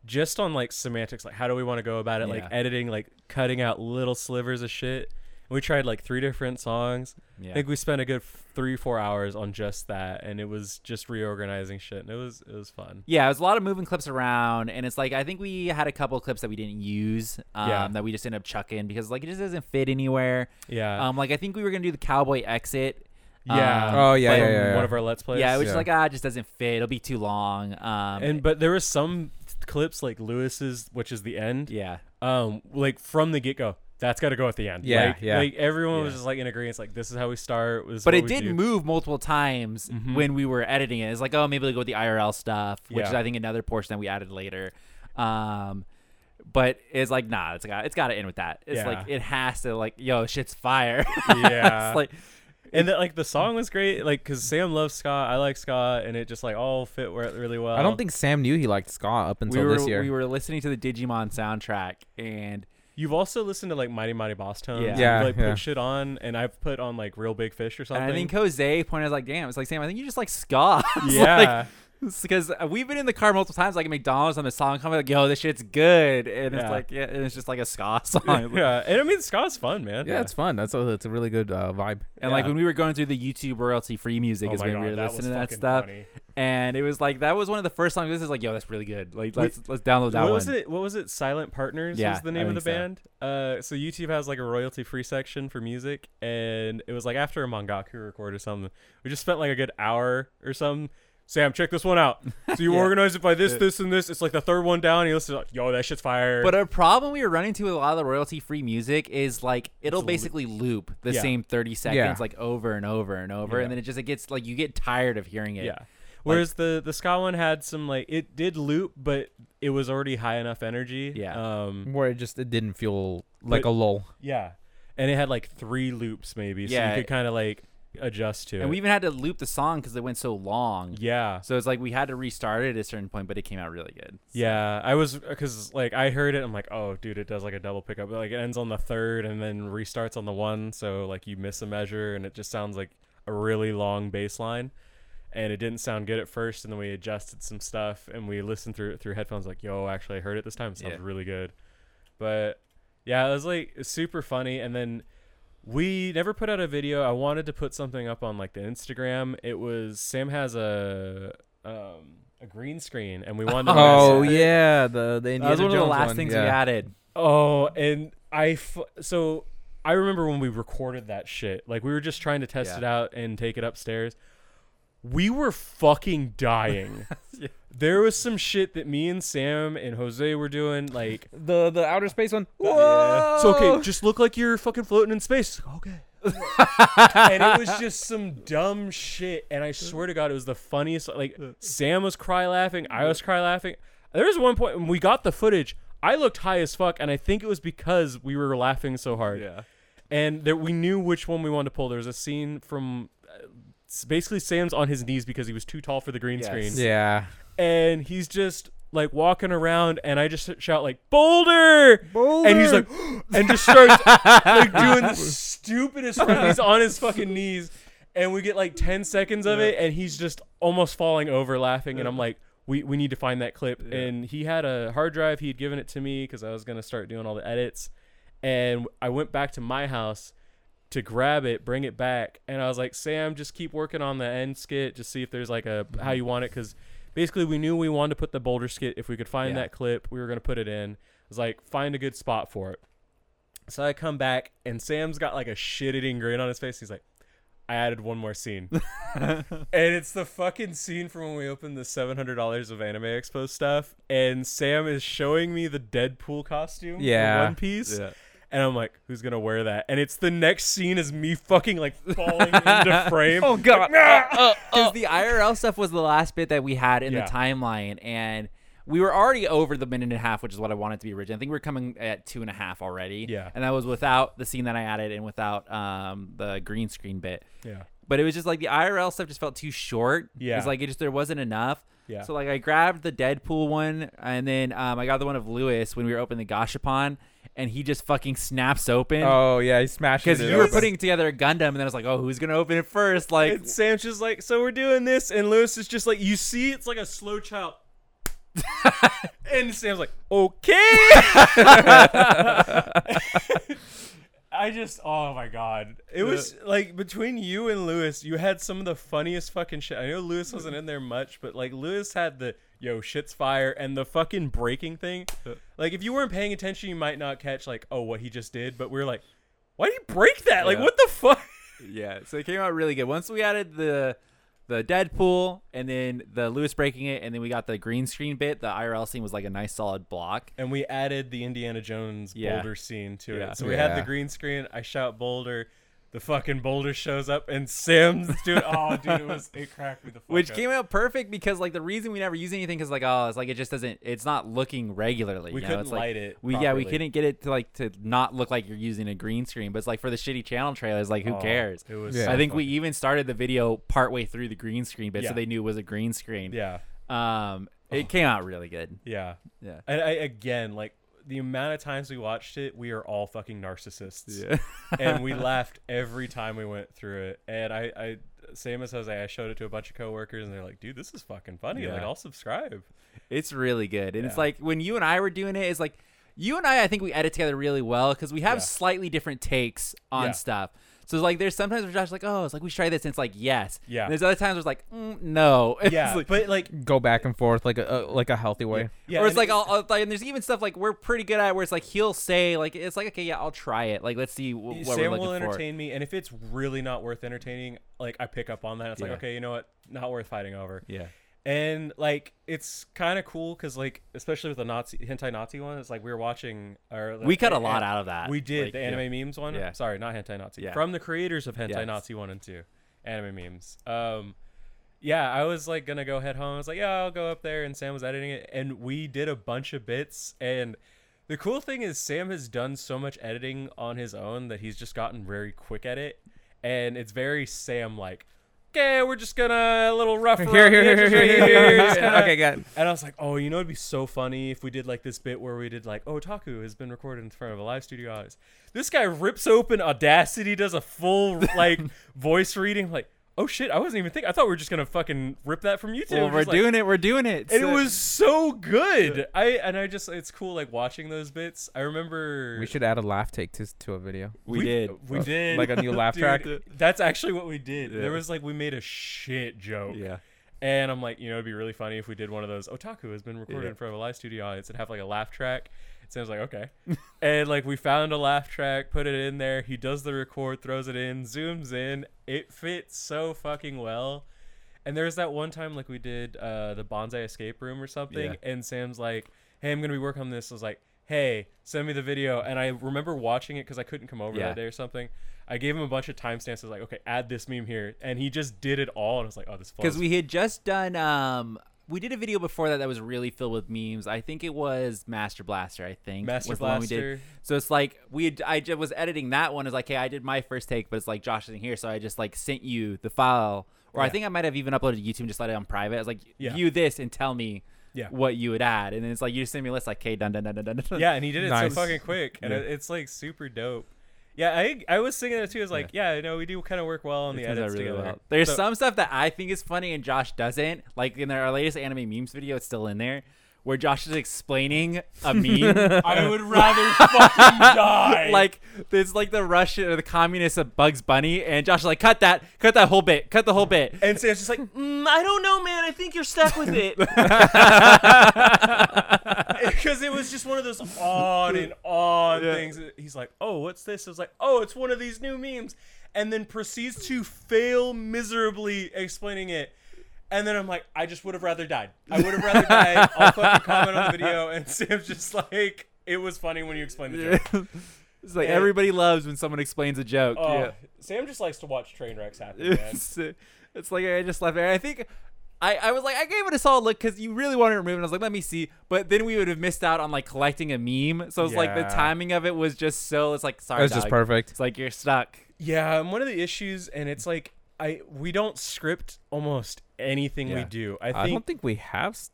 [SPEAKER 3] just on like semantics, like how do we want to go about it, like
[SPEAKER 1] Yeah.
[SPEAKER 3] editing, like cutting out little slivers of shit. And we tried like three different songs.
[SPEAKER 1] Yeah.
[SPEAKER 3] I think we spent a good f- three, four hours on just that, and it was just reorganizing shit, and it was it was fun.
[SPEAKER 1] yeah, it was a lot of moving clips around, and it's like I think we had a couple clips that we didn't use, um,
[SPEAKER 3] Yeah.
[SPEAKER 1] that we just ended up chucking because like it just doesn't fit anywhere.
[SPEAKER 3] Yeah.
[SPEAKER 1] Um, like I think we were gonna do the cowboy exit.
[SPEAKER 3] yeah.
[SPEAKER 1] um,
[SPEAKER 2] Oh, yeah,
[SPEAKER 1] but-
[SPEAKER 2] yeah,
[SPEAKER 3] from
[SPEAKER 2] yeah,
[SPEAKER 3] One of our let's plays.
[SPEAKER 1] Yeah, it was just
[SPEAKER 2] Yeah.
[SPEAKER 1] like ah, it just doesn't fit. It'll be too long. Um,
[SPEAKER 3] and but there was some clips like Lewis's, which is the end.
[SPEAKER 1] yeah,
[SPEAKER 3] um like from the get-go that's got to go at the end
[SPEAKER 2] Yeah,
[SPEAKER 3] like,
[SPEAKER 2] yeah.
[SPEAKER 3] like everyone was
[SPEAKER 1] Yeah.
[SPEAKER 3] just like in agreement like this is how we start this is
[SPEAKER 1] but
[SPEAKER 3] what
[SPEAKER 1] it
[SPEAKER 3] we
[SPEAKER 1] did
[SPEAKER 3] do.
[SPEAKER 1] move multiple times
[SPEAKER 3] Mm-hmm.
[SPEAKER 1] when we were editing it. It's like, oh, maybe they go with the IRL stuff, which
[SPEAKER 3] Yeah.
[SPEAKER 1] is I think another portion that we added later. Um, But it's like nah, it's got it's got to end with that. It's like
[SPEAKER 3] Yeah.
[SPEAKER 1] it has to like yo, shit's fire.
[SPEAKER 3] Yeah.
[SPEAKER 1] it's like
[SPEAKER 3] and that like the song was great, like because Sam loves ska, I like ska, and it just like all fit wor- really well.
[SPEAKER 2] I don't think Sam knew he liked ska up
[SPEAKER 1] we
[SPEAKER 2] until
[SPEAKER 1] were
[SPEAKER 2] this year.
[SPEAKER 1] we were listening to the Digimon soundtrack and
[SPEAKER 3] you've also listened to like Mighty Mighty Boss Tones.
[SPEAKER 1] Yeah.
[SPEAKER 3] You've,
[SPEAKER 2] Yeah,
[SPEAKER 3] like
[SPEAKER 2] yeah.
[SPEAKER 3] put shit on, and I've put on like Real Big Fish or
[SPEAKER 1] and
[SPEAKER 3] something.
[SPEAKER 1] I think Jose pointed out like, damn, it's like Sam, I think you just like ska. It's like,
[SPEAKER 3] yeah,
[SPEAKER 1] because uh, we've been in the car multiple times, like at McDonald's, and the song comes like, "Yo, this shit's good," and it's
[SPEAKER 3] Yeah.
[SPEAKER 1] like, yeah, and it's just like a ska song.
[SPEAKER 3] yeah, and I mean ska's fun, man. Oh
[SPEAKER 2] yeah, it's fun. That's a that's a really good uh, vibe.
[SPEAKER 1] And like
[SPEAKER 3] Yeah.
[SPEAKER 1] when we were going through the YouTube royalty free music
[SPEAKER 3] Oh
[SPEAKER 1] is
[SPEAKER 3] my
[SPEAKER 1] when
[SPEAKER 3] God,
[SPEAKER 1] we were
[SPEAKER 3] that
[SPEAKER 1] listening to
[SPEAKER 3] was
[SPEAKER 1] that
[SPEAKER 3] fucking
[SPEAKER 1] stuff,
[SPEAKER 3] funny.
[SPEAKER 1] and it was like that was one of the first songs. This is like, yo, that's really good. Like,
[SPEAKER 3] We-
[SPEAKER 1] let's let's download that
[SPEAKER 3] what
[SPEAKER 1] one.
[SPEAKER 3] was it? What was it? Silent Partners
[SPEAKER 1] Yeah,
[SPEAKER 3] was the
[SPEAKER 1] I
[SPEAKER 3] name of the
[SPEAKER 1] think so.
[SPEAKER 3] band. Uh, so YouTube has like a royalty free section for music, and it was like after a Mangaku record or something. We just spent like a good hour or something. Sam, check this one out. So you
[SPEAKER 1] Yeah.
[SPEAKER 3] organize it by this,
[SPEAKER 1] Yeah.
[SPEAKER 3] this, and this. It's like the third one down. You listen, like, yo, that shit's fire.
[SPEAKER 1] But uh, a problem we were running into with a lot of the royalty free music is like it'll
[SPEAKER 3] loop.
[SPEAKER 1] basically loop the
[SPEAKER 3] Yeah.
[SPEAKER 1] same thirty seconds
[SPEAKER 2] Yeah.
[SPEAKER 1] like over and over and over,
[SPEAKER 3] Yeah.
[SPEAKER 1] and then it just it gets like you get tired of hearing it.
[SPEAKER 3] yeah. Whereas the the ska one had some like it did loop, but it was already high enough energy.
[SPEAKER 1] Yeah.
[SPEAKER 3] Um.
[SPEAKER 2] Where it just it didn't feel like
[SPEAKER 3] But-
[SPEAKER 2] a lull.
[SPEAKER 3] Yeah. And it had like three loops maybe, so
[SPEAKER 1] Yeah.
[SPEAKER 3] you could kind of like adjust to it.
[SPEAKER 1] and we even had to loop the song because it went so long.
[SPEAKER 3] yeah.
[SPEAKER 1] So it's like we had to restart it at a certain point, but it came out really good.
[SPEAKER 3] Yeah, I was because like I heard it, I'm like, oh, dude, it does like a double pickup. But, like it ends on the third and then restarts on the one, so like you miss a measure and it just sounds like a really long bass line. And it didn't sound good at first, and then we adjusted some stuff and we listened through it through headphones. Like, yo, actually, I heard it this time. It sounds
[SPEAKER 1] Yeah.
[SPEAKER 3] really good. But yeah, it was like super funny. And then we never put out a video. I wanted to put something up on like the Instagram. It was Sam has a um a green screen, and we wanted. to
[SPEAKER 2] Oh yeah, the the Indiana
[SPEAKER 1] that was one of the
[SPEAKER 2] Jones
[SPEAKER 1] last things
[SPEAKER 2] yeah.
[SPEAKER 1] we added.
[SPEAKER 3] Oh, and I f- so I remember when we recorded that shit. Like we were just trying to test
[SPEAKER 1] Yeah.
[SPEAKER 3] it out and take it upstairs. We were fucking dying. There was some shit that me and Sam and Jose were doing. Like,
[SPEAKER 2] The the outer space one. Whoa!
[SPEAKER 3] so
[SPEAKER 2] Oh.
[SPEAKER 3] okay, just look like you're fucking floating in space. Okay. and it was just some dumb shit. And I swear to God, it was the funniest. Like Sam was cry laughing. I was cry laughing. There was one point when we got the footage. I looked high as fuck, and I think it was because we were laughing so hard. And there, we knew which one we wanted to pull. There was a scene from uh, s- basically Sam's on his knees because he was too tall for the green
[SPEAKER 1] Yes.
[SPEAKER 3] screen
[SPEAKER 2] yeah.
[SPEAKER 3] and he's just like walking around and I just shout like Boulder, and he's like and just starts like doing the stupidest thing. He's on his fucking knees and we get like 10 seconds of it and he's just almost falling over laughing and I'm like we, we need to find that clip and he had a hard drive he had given it to me cuz I was going to start doing all the edits and I went back to my house to grab it, bring it back, and I was like, Sam, just keep working on the end skit, just see if there's like a how you want it, because basically we knew we wanted to put the boulder skit. If we could find
[SPEAKER 1] Yeah.
[SPEAKER 3] that clip, we were gonna put it in. I was like, find a good spot for it. So I come back, and Sam's got like a shit eating grin on his face. He's like, I added one more scene, and it's the fucking scene from when we opened the seven hundred dollars of Anime Expo stuff, and Sam is showing me the Deadpool costume, from
[SPEAKER 2] Yeah.
[SPEAKER 3] One Piece,
[SPEAKER 1] Yeah.
[SPEAKER 3] and I'm like, who's gonna wear that? And it's the next scene is me fucking like falling into frame.
[SPEAKER 2] Oh god.
[SPEAKER 1] Because the IRL stuff was the last bit that we had in
[SPEAKER 3] Yeah.
[SPEAKER 1] the timeline, and we were already over the minute and a half, which is what I wanted to be originally. I think we are coming at two and a half already.
[SPEAKER 3] Yeah.
[SPEAKER 1] and that was without the scene that I added and without um, the green screen bit.
[SPEAKER 3] Yeah.
[SPEAKER 1] But it was just like the IRL stuff just felt too short.
[SPEAKER 3] Yeah.
[SPEAKER 1] it's like it just there wasn't enough.
[SPEAKER 3] Yeah.
[SPEAKER 1] So like I grabbed the Deadpool one, and then um, I got the one of Lewis when we were opening the Gashapon, and he just fucking snaps open.
[SPEAKER 2] Oh yeah, he smashed it.
[SPEAKER 1] Because you were putting together a Gundam, and then I was like, "Oh, who's gonna open it first? Like,
[SPEAKER 3] And Sam's just like, so we're doing this, and Lewis is just like, you see, it's like a slow child. and Sam's like, okay. I just, oh my god, it was like between you and Lewis, you had some of the funniest fucking shit. I know Lewis wasn't in there much, but like Lewis had the yo shit's fire and the fucking breaking thing. Like if you weren't paying attention, you might not catch like oh what he just did, but we were like, why did he break that? Like
[SPEAKER 1] Yeah.
[SPEAKER 3] what the fuck?
[SPEAKER 1] yeah. So it came out really good. Once we added the the Deadpool, and then the Lewis breaking it, and then we got the green screen bit. The IRL scene was like a nice solid block.
[SPEAKER 3] and we added the Indiana Jones
[SPEAKER 1] Yeah.
[SPEAKER 3] boulder scene to
[SPEAKER 1] Yeah.
[SPEAKER 3] it. So we had the
[SPEAKER 2] Yeah.
[SPEAKER 3] green screen. I shout boulder. the fucking boulder shows up and Sims, dude. Oh, dude, it was it cracked me the fuck
[SPEAKER 1] Which
[SPEAKER 3] up.
[SPEAKER 1] came out perfect because like the reason we never use anything is like oh it's like it just doesn't it's not looking regularly.
[SPEAKER 3] We
[SPEAKER 1] you know?
[SPEAKER 3] couldn't
[SPEAKER 1] It's, like,
[SPEAKER 3] light it
[SPEAKER 1] We yeah we
[SPEAKER 3] properly.
[SPEAKER 1] couldn't get it to like to not look like you're using a green screen. But it's like for the shitty channel trailers like who
[SPEAKER 3] Oh,
[SPEAKER 1] cares?
[SPEAKER 3] It was.
[SPEAKER 2] Yeah.
[SPEAKER 3] so
[SPEAKER 1] I think we
[SPEAKER 3] fucking-
[SPEAKER 1] even started the video partway through the green screen bit
[SPEAKER 3] Yeah.
[SPEAKER 1] so they knew it was a green screen.
[SPEAKER 3] Yeah,
[SPEAKER 1] Um,
[SPEAKER 3] Oh.
[SPEAKER 1] it came out really good.
[SPEAKER 3] yeah,
[SPEAKER 1] Yeah.
[SPEAKER 3] and I again like the amount of times we watched it, we are all fucking narcissists, and we laughed every time we went through it. And I, I, same as Jose, I showed it to a bunch of coworkers, and they're like, "Dude, this is fucking funny. Like,
[SPEAKER 1] Yeah.
[SPEAKER 3] I'll subscribe."
[SPEAKER 1] It's really good. And it's
[SPEAKER 3] Yeah.
[SPEAKER 1] like when you and I were doing it, it's like you and I, I think we edit together really well because we have
[SPEAKER 3] Yeah.
[SPEAKER 1] slightly different takes on
[SPEAKER 3] Yeah.
[SPEAKER 1] stuff. So it's like there's sometimes where Josh's like, oh, it's like we should try this. And it's like, yes.
[SPEAKER 3] Yeah.
[SPEAKER 1] And there's other times where it's like, mm, no. It's
[SPEAKER 3] Yeah,
[SPEAKER 1] like-
[SPEAKER 3] but like,
[SPEAKER 2] Go back and forth like a uh, like a healthy way.
[SPEAKER 3] yeah,
[SPEAKER 1] or it's
[SPEAKER 3] and
[SPEAKER 1] like,
[SPEAKER 3] it-
[SPEAKER 1] I'll, I'll, like, and there's even stuff like we're pretty good at where it's like he'll say like it's like okay yeah I'll try it like let's see wh- what we're
[SPEAKER 3] Sam
[SPEAKER 1] looking
[SPEAKER 3] will
[SPEAKER 1] for.
[SPEAKER 3] entertain me, and if it's really not worth entertaining, like I pick up on that. It's
[SPEAKER 1] Yeah.
[SPEAKER 3] like, okay, you know what? Not worth fighting over.
[SPEAKER 1] Yeah.
[SPEAKER 3] And like, it's kind of cool because like, especially with the Nazi hentai Nazi one, it's like we were watching. Or
[SPEAKER 1] We cut a lot out of that.
[SPEAKER 3] We did
[SPEAKER 1] Like,
[SPEAKER 3] the
[SPEAKER 1] yeah.
[SPEAKER 3] anime memes one.
[SPEAKER 1] Yeah.
[SPEAKER 3] Sorry, not hentai Nazi.
[SPEAKER 1] Yeah.
[SPEAKER 3] From the creators of hentai
[SPEAKER 1] Yes.
[SPEAKER 3] Nazi one and two, anime memes. Um, yeah, I was like gonna go head home. I was like, yeah, I'll go up there. And Sam was editing it, and we did a bunch of bits. And the cool thing is, Sam has done so much editing on his own that he's just gotten very quick at it, and it's very Sam like. Okay, we're just gonna a little rough around
[SPEAKER 2] Here, here, here, here,
[SPEAKER 3] the edges right
[SPEAKER 2] here,
[SPEAKER 3] here,
[SPEAKER 2] here.
[SPEAKER 3] just kinda-
[SPEAKER 2] Okay, got it.
[SPEAKER 3] and I was like, oh, you know, it'd be so funny if we did like this bit where we did like, oh, Taku has been recorded in front of a live studio audience. This guy rips open Audacity, does a full like voice reading, I'm like, oh shit, I wasn't even thinking. I thought we were just gonna fucking rip that from YouTube.
[SPEAKER 1] Well,
[SPEAKER 3] Just
[SPEAKER 1] we're
[SPEAKER 3] like-
[SPEAKER 1] doing it. We're doing it.
[SPEAKER 3] and it
[SPEAKER 1] So-
[SPEAKER 3] was so good. I and I just it's cool like watching those bits. I remember
[SPEAKER 2] We should add a laugh take to to a video.
[SPEAKER 1] we, did.
[SPEAKER 3] we did
[SPEAKER 2] Like a new laugh track?
[SPEAKER 3] Dude, That's actually what we did.
[SPEAKER 1] Yeah.
[SPEAKER 3] There was like we made a shit joke.
[SPEAKER 1] yeah.
[SPEAKER 3] And I'm like, you know, it'd be really funny if we did one of those. Otaku has been recorded
[SPEAKER 1] Yeah.
[SPEAKER 3] in front of a live studio audience and have like a laugh track. Sam's like, okay. and like, we found a laugh track, put it in there. He does the record, throws it in, zooms in. It fits so fucking well. And there was that one time, like, we did uh, the Bonsai Escape Room or something.
[SPEAKER 1] Yeah.
[SPEAKER 3] And Sam's like, hey, I'm going to be working on this. I was like, hey, send me the video. And I remember watching it because I couldn't come over
[SPEAKER 1] Yeah.
[SPEAKER 3] that day or something. I gave him a bunch of timestamps. I was like, okay, add this meme here. And he just did it all. And I was like, oh, this
[SPEAKER 1] because
[SPEAKER 3] flows
[SPEAKER 1] we had just done um we did a video before that that was really filled with memes i think it was master blaster i think
[SPEAKER 3] Master
[SPEAKER 1] was the one we did.
[SPEAKER 3] Blaster.
[SPEAKER 1] so it's like we had, i ju- was editing that one is like hey i did my first take but it's like josh isn't here so i just like sent you the file or i
[SPEAKER 3] Yeah.
[SPEAKER 1] think i might have even uploaded to youtube and just let it on private i was like
[SPEAKER 3] Yeah.
[SPEAKER 1] view this and tell me
[SPEAKER 3] Yeah.
[SPEAKER 1] what you would add and then it's like you just send me a list like hey dun dun dun dun dun dun
[SPEAKER 3] yeah, and he did it
[SPEAKER 2] Nice.
[SPEAKER 3] so fucking quick, and
[SPEAKER 2] Yeah.
[SPEAKER 3] it, it's like super dope. Yeah, I I was thinking that too. I was like, yeah, you know, we do kind of work well on
[SPEAKER 1] It
[SPEAKER 3] the
[SPEAKER 1] turns out
[SPEAKER 3] edits
[SPEAKER 1] really
[SPEAKER 3] together.
[SPEAKER 1] well. There's
[SPEAKER 3] So-
[SPEAKER 1] some stuff that I think is funny and Josh doesn't. Like in our latest anime memes video, it's still in there, where Josh is explaining a meme.
[SPEAKER 3] I would rather fucking die.
[SPEAKER 1] like it's like the Russian or the communist of Bugs Bunny, and Josh is like, cut that, cut that whole bit, cut the whole bit.
[SPEAKER 3] and Sam's just like, mm, I don't know, man. I think you're stuck with it because it was just one of those on and on things. He's like, oh, what's this? I was like, oh, it's one of these new memes, and then proceeds to fail miserably explaining it. And then I'm like, I just would have rather died. I would have rather died. I'll fucking comment on the video, and Sam's just like, it was funny when you explained the joke.
[SPEAKER 1] it's like
[SPEAKER 3] Yeah.
[SPEAKER 1] everybody loves when someone explains a joke.
[SPEAKER 3] Oh,
[SPEAKER 1] yeah.
[SPEAKER 3] Sam just likes to watch train wrecks happen, man.
[SPEAKER 1] it's, it's like I just left it. I think I, I was like I gave it a solid look because you really wanted to remove it. I was like, let me see, but then we would have missed out on like collecting a meme. So it's like the
[SPEAKER 3] Yeah.
[SPEAKER 1] timing of it was just so. It's like sorry,
[SPEAKER 2] It was just
[SPEAKER 1] dog.
[SPEAKER 2] perfect.
[SPEAKER 1] It's like you're stuck.
[SPEAKER 3] Yeah, and one of the issues, and it's like I we don't script almost anything we
[SPEAKER 1] Yeah.
[SPEAKER 3] do. I
[SPEAKER 2] I
[SPEAKER 3] think
[SPEAKER 2] don't think we have. s-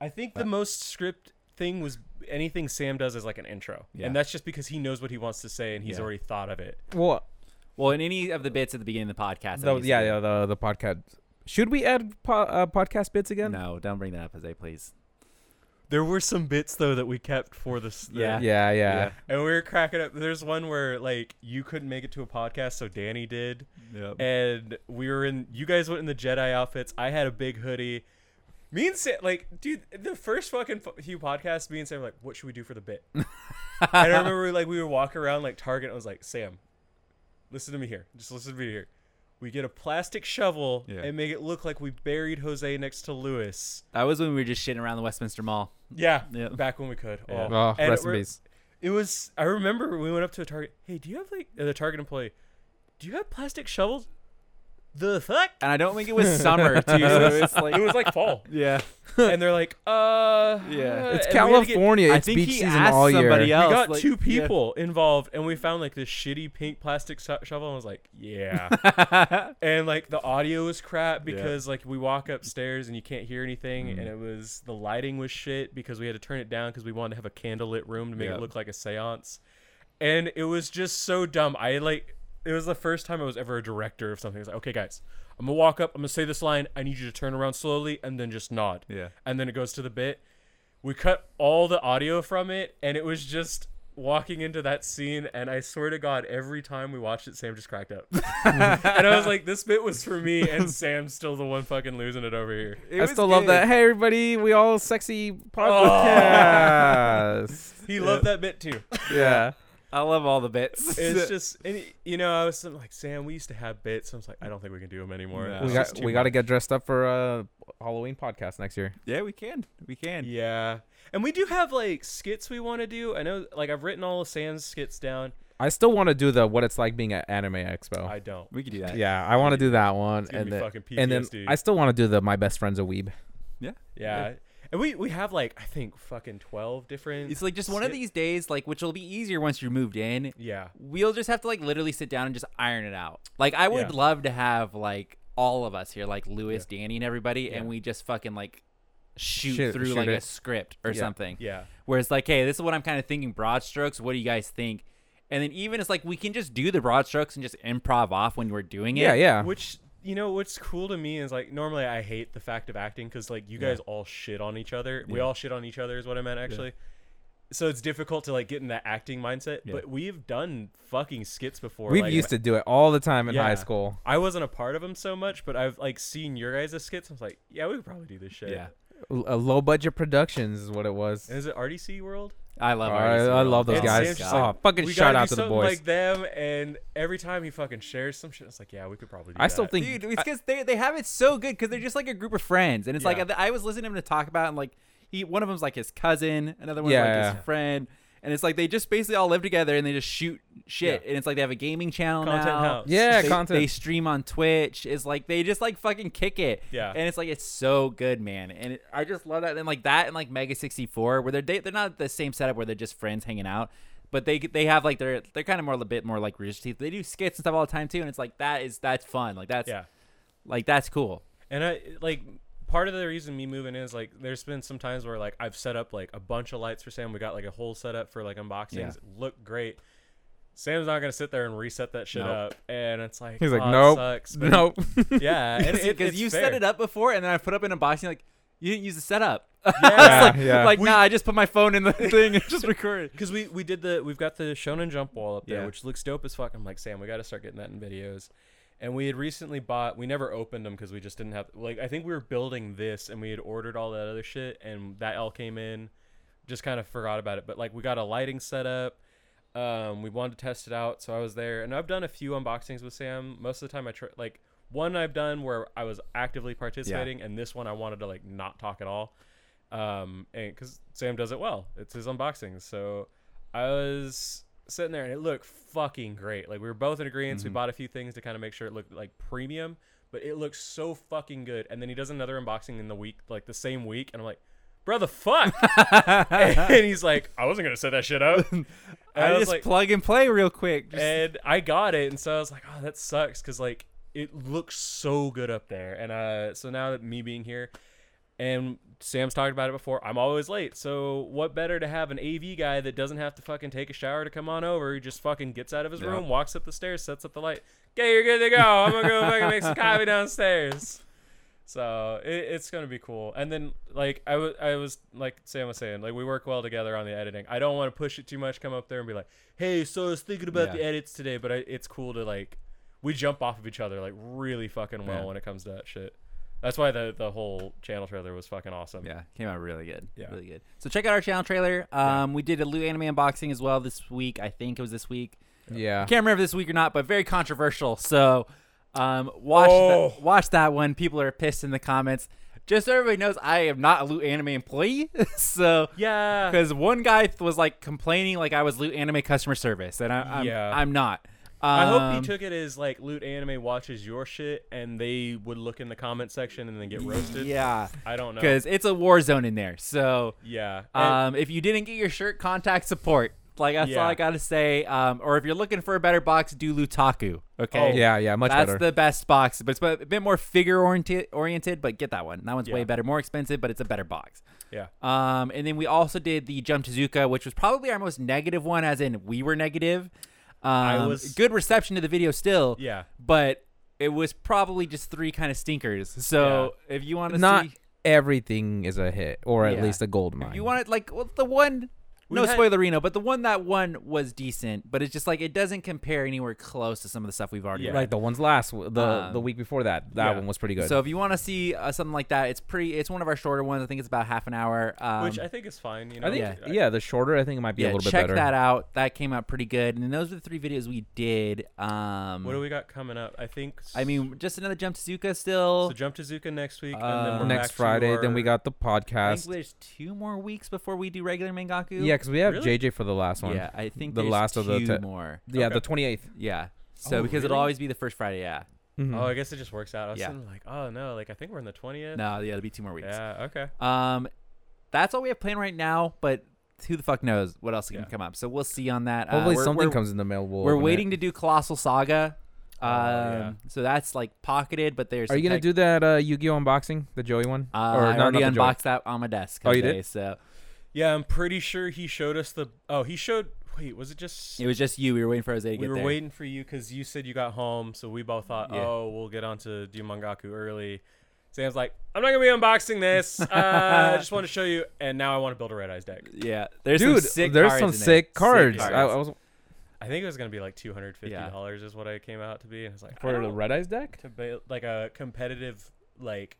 [SPEAKER 3] I think the most script thing was anything Sam does is like an intro,
[SPEAKER 1] Yeah.
[SPEAKER 3] and that's just because he knows what he wants to say and he's
[SPEAKER 1] Yeah.
[SPEAKER 3] already thought of it.
[SPEAKER 2] Well,
[SPEAKER 1] Well, in any of the bits at the beginning of the podcast, at
[SPEAKER 2] the,
[SPEAKER 1] least.
[SPEAKER 2] yeah, yeah, the the podcast. Should we add po- uh, podcast bits again?
[SPEAKER 1] No, don't bring that up, Jose, please.
[SPEAKER 3] There were some bits though that we kept for this. the-
[SPEAKER 1] Yeah.
[SPEAKER 2] Yeah, yeah.
[SPEAKER 3] And we were cracking up. There's one where like you couldn't make it to a podcast, so Danny did. and we were in you guys went in the jedi outfits i had a big hoodie me and sam like dude the first fucking fu- few podcasts me and sam were like what should we do for the bit and i remember like we were walking around like target and i was like sam listen to me here just listen to me here we get a plastic shovel
[SPEAKER 1] Yeah.
[SPEAKER 3] and make it look like we buried jose next to lewis
[SPEAKER 1] That was when we were just shitting around the Westminster Mall.
[SPEAKER 3] yeah,
[SPEAKER 1] Yeah.
[SPEAKER 3] back when we could
[SPEAKER 1] Yeah.
[SPEAKER 2] Oh,
[SPEAKER 3] And
[SPEAKER 2] rest in
[SPEAKER 3] we're-
[SPEAKER 2] peace.
[SPEAKER 3] it was i remember we went up to a target hey do you have like and the target uh, employee do you have plastic shovels? The fuck?
[SPEAKER 1] and I don't think it was summer too. So it's like
[SPEAKER 3] it was like fall,
[SPEAKER 1] yeah.
[SPEAKER 3] and they're like, uh,
[SPEAKER 1] Yeah.
[SPEAKER 2] It's
[SPEAKER 3] and we had to get-
[SPEAKER 2] California.
[SPEAKER 1] I
[SPEAKER 2] it's
[SPEAKER 1] think
[SPEAKER 2] beach
[SPEAKER 1] he
[SPEAKER 2] season
[SPEAKER 1] asked
[SPEAKER 2] all year.
[SPEAKER 1] somebody else.
[SPEAKER 3] We got
[SPEAKER 1] like-
[SPEAKER 3] two people involved, and we found like this shitty pink plastic sho- shovel. And I was like, yeah. and like the audio was crap because like we walk upstairs and you can't hear anything,
[SPEAKER 1] Mm.
[SPEAKER 3] and it was the lighting was shit because we had to turn it down because we wanted to have a candlelit room to make
[SPEAKER 1] Yeah.
[SPEAKER 3] it look like a séance, and it was just so dumb. I like it was the first time I was ever a director of something. I was like, okay, guys. I'm gonna walk up. I'm gonna say this line. I need you to turn around slowly and then just nod.
[SPEAKER 1] Yeah.
[SPEAKER 3] And then it goes to the bit we cut all the audio from it and it was just walking into that scene and i swear to god every time we watched it sam just cracked up and i was like this bit was for me and sam's still the one fucking losing it over here
[SPEAKER 1] It
[SPEAKER 2] I
[SPEAKER 1] was
[SPEAKER 2] still love
[SPEAKER 1] good. Oh.
[SPEAKER 2] that. Hey, everybody, we all sexy podcast.
[SPEAKER 3] he loved that bit too
[SPEAKER 2] yeah.
[SPEAKER 1] I love all the bits.
[SPEAKER 3] it's just and y- you know i was like sam we used to have bits i was like i don't think we can do them anymore
[SPEAKER 1] No.
[SPEAKER 3] It's
[SPEAKER 2] We
[SPEAKER 3] just
[SPEAKER 2] got
[SPEAKER 3] too
[SPEAKER 2] we got to get dressed up for a Halloween podcast next year.
[SPEAKER 1] yeah, we can. We can.
[SPEAKER 3] yeah and we do have like skits we want to do i know like i've written all of sam's skits down
[SPEAKER 2] I still want to do the what it's like being at Anime Expo.
[SPEAKER 3] i don't
[SPEAKER 1] We could do that.
[SPEAKER 2] yeah, I want to do that one,
[SPEAKER 3] gonna
[SPEAKER 2] and
[SPEAKER 3] be
[SPEAKER 2] then,
[SPEAKER 3] fucking
[SPEAKER 2] and then
[SPEAKER 3] PTSD.
[SPEAKER 2] I still want to do the my best friend's a weeb.
[SPEAKER 3] yeah, and we we have like i think fucking 12 different
[SPEAKER 1] It's like just one of
[SPEAKER 3] skit-
[SPEAKER 1] these days, like which will be easier once you're moved in.
[SPEAKER 3] yeah
[SPEAKER 1] We'll just have to like literally sit down and just iron it out. Like I would
[SPEAKER 3] Yeah.
[SPEAKER 1] love to have like all of us here, like Lewis, Danny, and everybody, and we just fucking like shoot,
[SPEAKER 2] Shoot-
[SPEAKER 1] through
[SPEAKER 2] shoot
[SPEAKER 1] like a
[SPEAKER 2] it.
[SPEAKER 1] script or something.
[SPEAKER 3] yeah
[SPEAKER 1] Where it's like, hey, this is what I'm kind of thinking, broad strokes. What do you guys think? And then even it's like we can just do the broad strokes and just improv off when we're doing it.
[SPEAKER 2] Yeah, yeah.
[SPEAKER 3] Which you know what's cool to me is like normally I hate the fact of acting because like you guys all shit on each other. We all shit on each other is what I meant actually. So it's difficult to like get in that acting mindset. But we've done fucking skits before.
[SPEAKER 2] We've
[SPEAKER 3] like,
[SPEAKER 2] used to do it all the time in
[SPEAKER 3] Yeah.
[SPEAKER 2] high school.
[SPEAKER 3] I wasn't a part of them so much, but I've like seen your guys' skits. I was like, yeah, we could probably do this shit.
[SPEAKER 1] Yeah.
[SPEAKER 2] L- uh, low budget productions is what it was.
[SPEAKER 3] And is it RDC World?
[SPEAKER 1] I love.
[SPEAKER 2] I-
[SPEAKER 1] Artist
[SPEAKER 2] I
[SPEAKER 1] World.
[SPEAKER 2] love those
[SPEAKER 1] Oh,
[SPEAKER 2] guys.
[SPEAKER 1] my
[SPEAKER 3] Sam's just
[SPEAKER 1] God.
[SPEAKER 2] Oh, fucking
[SPEAKER 3] we
[SPEAKER 2] shout
[SPEAKER 3] gotta
[SPEAKER 2] out
[SPEAKER 3] do
[SPEAKER 2] to the
[SPEAKER 3] something
[SPEAKER 2] boys.
[SPEAKER 3] Like them, and every time he fucking shares some shit, it's like, yeah, we could probably. do
[SPEAKER 2] I still
[SPEAKER 3] that.
[SPEAKER 2] think
[SPEAKER 1] dude. It's because they they have it so good because they're just like a group of friends, and it's like
[SPEAKER 3] Yeah.
[SPEAKER 1] I was listening to him to talk about it, and like he one of them's like his cousin, another one's
[SPEAKER 2] Yeah.
[SPEAKER 1] like his friend, and it's like they just basically all live together and they just shoot shit,
[SPEAKER 3] Yeah.
[SPEAKER 1] and it's like they have a gaming channel
[SPEAKER 3] Content
[SPEAKER 1] now.
[SPEAKER 3] house.
[SPEAKER 2] Yeah,
[SPEAKER 1] they,
[SPEAKER 2] content.
[SPEAKER 1] They stream on Twitch. It's like they just like fucking kick it.
[SPEAKER 3] Yeah.
[SPEAKER 1] and it's like it's so good, man. And it, I just love that. And like that and like Mega sixty four, where they're they, they're not the same setup where they're just friends hanging out. But they they have like they're they're kind of more a bit more like Rooster Teeth. They do skits and stuff all the time too, and it's like that is that's fun. Like that's
[SPEAKER 3] yeah.
[SPEAKER 1] like that's cool.
[SPEAKER 3] And I like part of the reason me moving in is like there's been some times where like I've set up like a bunch of lights for Sam. We got like a whole setup for like unboxings.
[SPEAKER 1] Yeah.
[SPEAKER 3] Look great. Sam's not gonna sit there and reset that shit
[SPEAKER 1] Nope.
[SPEAKER 3] up, and it's like
[SPEAKER 2] he's like,
[SPEAKER 3] "Oh, it
[SPEAKER 2] nope,
[SPEAKER 3] sucks," but-
[SPEAKER 2] nope.
[SPEAKER 3] yeah, Uh, and it,
[SPEAKER 1] Because you set it up before, and then I put up in a box. And you're like, you didn't use the setup.
[SPEAKER 3] Yeah,
[SPEAKER 1] like,
[SPEAKER 2] yeah.
[SPEAKER 1] like nah, I just put my phone in the thing and just recorded.
[SPEAKER 3] because we we did the we've got the Shonen Jump wall up there,
[SPEAKER 1] Yeah.
[SPEAKER 3] which looks dope as fuck. I'm like Sam, we got to start getting that in videos. And we had recently bought. We never opened them because we just didn't have. Like I think we were building this, and we had ordered all that other shit, and that all came in. Just kind of forgot about it, but like we got a lighting set up. Um, we wanted to test it out, so I was there, and I've done a few unboxings with Sam. Most of the time, I try like one I've done where I was actively participating, and this one I wanted to like not talk at all um and because sam does it well it's his unboxings so i was sitting there and it looked fucking great like we were both in agreement
[SPEAKER 1] Mm-hmm.
[SPEAKER 3] we bought a few things to kind of make sure it looked like premium but it looks so fucking good and then he does another unboxing in the week like the same week and i'm like bro the fuck and he's like i wasn't gonna set that shit up And
[SPEAKER 1] I,
[SPEAKER 3] was
[SPEAKER 1] just
[SPEAKER 3] like-
[SPEAKER 1] plug and play real quick. Just-
[SPEAKER 3] and I got it, and so I was like, "Oh, that sucks," because like it looks so good up there, and uh, so now that me being here, and Sam's talked about it before, I'm always late. So what better to have an AV guy that doesn't have to fucking take a shower to come on over? He just fucking gets out of his room, walks up the stairs, sets up the light. Okay, you're good to go. I'm gonna go fucking make some coffee downstairs. So it, it's gonna be cool. And then like I was I was like Sam was saying, like we work well together on the editing. I don't want to push it too much. Come up there and be like, hey, so I was thinking about
[SPEAKER 1] Yeah.
[SPEAKER 3] the edits today, but I, it's cool to like we jump off of each other like really fucking well
[SPEAKER 1] Yeah.
[SPEAKER 3] when it comes to that shit. That's why the the whole channel trailer was fucking awesome.
[SPEAKER 1] Yeah, came out really good.
[SPEAKER 3] Yeah.
[SPEAKER 1] Really good. So check out our channel trailer. Um, We did a Lou anime unboxing as well this week. I think it was this week.
[SPEAKER 2] yeah.
[SPEAKER 1] I can't remember if this week or not, but very controversial. So um, watch
[SPEAKER 3] Oh.
[SPEAKER 1] that, watch that one. People are pissed in the comments. Just so everybody knows, I am not a Loot Anime employee. so
[SPEAKER 3] Yeah.
[SPEAKER 1] because one guy th- was like complaining like I was Loot Anime customer service, and I, I'm
[SPEAKER 3] Yeah.
[SPEAKER 1] I'm not.
[SPEAKER 3] I hope he
[SPEAKER 1] Um,
[SPEAKER 3] took it as like loot anime watches your shit and they would look in the comment section and then get roasted.
[SPEAKER 1] Yeah,
[SPEAKER 3] I don't know.
[SPEAKER 1] because it's a war zone in there. So
[SPEAKER 3] Yeah. And-
[SPEAKER 1] um, if you didn't get your shirt, contact support. Like that's all
[SPEAKER 3] Yeah.
[SPEAKER 1] I gotta say. Um, or if you're looking for a better box, do Lutaku. Okay.
[SPEAKER 3] Oh,
[SPEAKER 2] Yeah, yeah, much
[SPEAKER 1] That's
[SPEAKER 2] better.
[SPEAKER 1] the best box, but it's a bit more figure oriented. Oriented, but get that one. That one's way
[SPEAKER 3] Yeah.
[SPEAKER 1] better, more expensive, but it's a better box.
[SPEAKER 3] yeah.
[SPEAKER 1] Um, and then we also did the Jump to Zuka, which was probably our most negative one, as in we were negative. Um,
[SPEAKER 3] was-
[SPEAKER 1] good reception to the video still.
[SPEAKER 3] Yeah.
[SPEAKER 1] but it was probably just three kind of stinkers. So if you want to
[SPEAKER 2] Not
[SPEAKER 1] see,
[SPEAKER 2] everything is a hit, or at
[SPEAKER 1] Yeah.
[SPEAKER 2] least a gold mine.
[SPEAKER 1] if you want to like well, the one. no
[SPEAKER 3] We've had-
[SPEAKER 1] spoilerino, but the one that one was decent, but it's just like it doesn't compare anywhere close to some of the stuff we've already
[SPEAKER 3] Yeah.
[SPEAKER 1] read.
[SPEAKER 2] Right, the ones last w- the the
[SPEAKER 1] Um,
[SPEAKER 2] week before that, that
[SPEAKER 3] yeah.
[SPEAKER 2] one was pretty good.
[SPEAKER 1] So if you want to see uh, something like that, it's pretty. It's one of our shorter ones. I think it's about half an hour. Um,
[SPEAKER 3] Which I think is fine. You know.
[SPEAKER 2] I think
[SPEAKER 1] yeah.
[SPEAKER 2] yeah. the shorter I think it might be
[SPEAKER 1] yeah,
[SPEAKER 2] a little bit
[SPEAKER 1] check
[SPEAKER 2] better.
[SPEAKER 1] that out. That came out pretty good. And then those are the three videos we did. Um,
[SPEAKER 3] What do we got coming up? I think. s-
[SPEAKER 1] I mean, just another jump to Zuka still.
[SPEAKER 3] So jump to Zuka next week, and
[SPEAKER 1] Uh,
[SPEAKER 3] then we're back
[SPEAKER 2] Next
[SPEAKER 3] to
[SPEAKER 2] Friday, then
[SPEAKER 3] our-
[SPEAKER 2] we got the
[SPEAKER 1] I think
[SPEAKER 2] podcast.
[SPEAKER 1] there's two more weeks before we do regular Mangaku.
[SPEAKER 2] Yeah, because we have
[SPEAKER 3] Really?
[SPEAKER 2] JJ for the last one.
[SPEAKER 1] yeah. I think
[SPEAKER 2] the
[SPEAKER 1] there's
[SPEAKER 2] last
[SPEAKER 1] two
[SPEAKER 2] of the te-
[SPEAKER 1] more.
[SPEAKER 2] yeah,
[SPEAKER 3] Okay.
[SPEAKER 2] the twenty eighth.
[SPEAKER 1] Yeah. So
[SPEAKER 3] Oh,
[SPEAKER 1] because it'll
[SPEAKER 3] really?
[SPEAKER 1] always be the first Friday. Yeah.
[SPEAKER 2] Mm-hmm.
[SPEAKER 3] Oh, I guess it just works out. I was
[SPEAKER 1] hmm. Yeah.
[SPEAKER 3] thinking like, oh no, like I think we're in the twentieth.
[SPEAKER 1] No. Yeah. It'll be two more weeks.
[SPEAKER 3] Yeah. Okay.
[SPEAKER 1] Um, that's all we have planned right now. But who the fuck knows what else can
[SPEAKER 3] Yeah.
[SPEAKER 1] come up? So we'll see on that. Uh,
[SPEAKER 2] Hopefully
[SPEAKER 1] we're-
[SPEAKER 2] something
[SPEAKER 1] we're-
[SPEAKER 2] comes in the mail. We'll
[SPEAKER 1] We're
[SPEAKER 2] open it.
[SPEAKER 1] waiting to do Colossal Saga. Um,
[SPEAKER 3] yeah.
[SPEAKER 1] So that's like pocketed, but there's.
[SPEAKER 2] Are you
[SPEAKER 1] some
[SPEAKER 2] gonna
[SPEAKER 1] tech-
[SPEAKER 2] do that uh, Yu-Gi-Oh unboxing, the Joey one?
[SPEAKER 1] Uh, I
[SPEAKER 2] not- not
[SPEAKER 1] already
[SPEAKER 2] the Joey.
[SPEAKER 1] unboxed that on my desk.
[SPEAKER 2] Oh, you
[SPEAKER 1] today,
[SPEAKER 2] did?
[SPEAKER 1] So
[SPEAKER 3] Yeah, I'm pretty sure he showed us the. Oh, he showed. Wait, was it just?
[SPEAKER 1] it was just you. We were waiting for Jose to
[SPEAKER 3] we
[SPEAKER 1] get
[SPEAKER 3] were
[SPEAKER 1] there.
[SPEAKER 3] waiting for you because you said you got home, so we both thought,
[SPEAKER 1] Yeah.
[SPEAKER 3] oh, we'll get on to do Mangaku early. Sam's like, I'm not gonna be unboxing this. Uh, I just want to show you, and now I want to build a Red Eyes deck.
[SPEAKER 1] Yeah, there's some
[SPEAKER 2] Dude,
[SPEAKER 1] sick
[SPEAKER 2] there's
[SPEAKER 1] cards
[SPEAKER 2] some
[SPEAKER 1] in there.
[SPEAKER 2] sick cards. I- I,
[SPEAKER 1] cards.
[SPEAKER 2] was
[SPEAKER 3] I think it was gonna be like 250
[SPEAKER 1] Yeah.
[SPEAKER 3] dollars is what I came out to be, and it's like I
[SPEAKER 2] for the
[SPEAKER 3] don't-
[SPEAKER 2] Red Eyes deck.
[SPEAKER 3] to ba- like a competitive like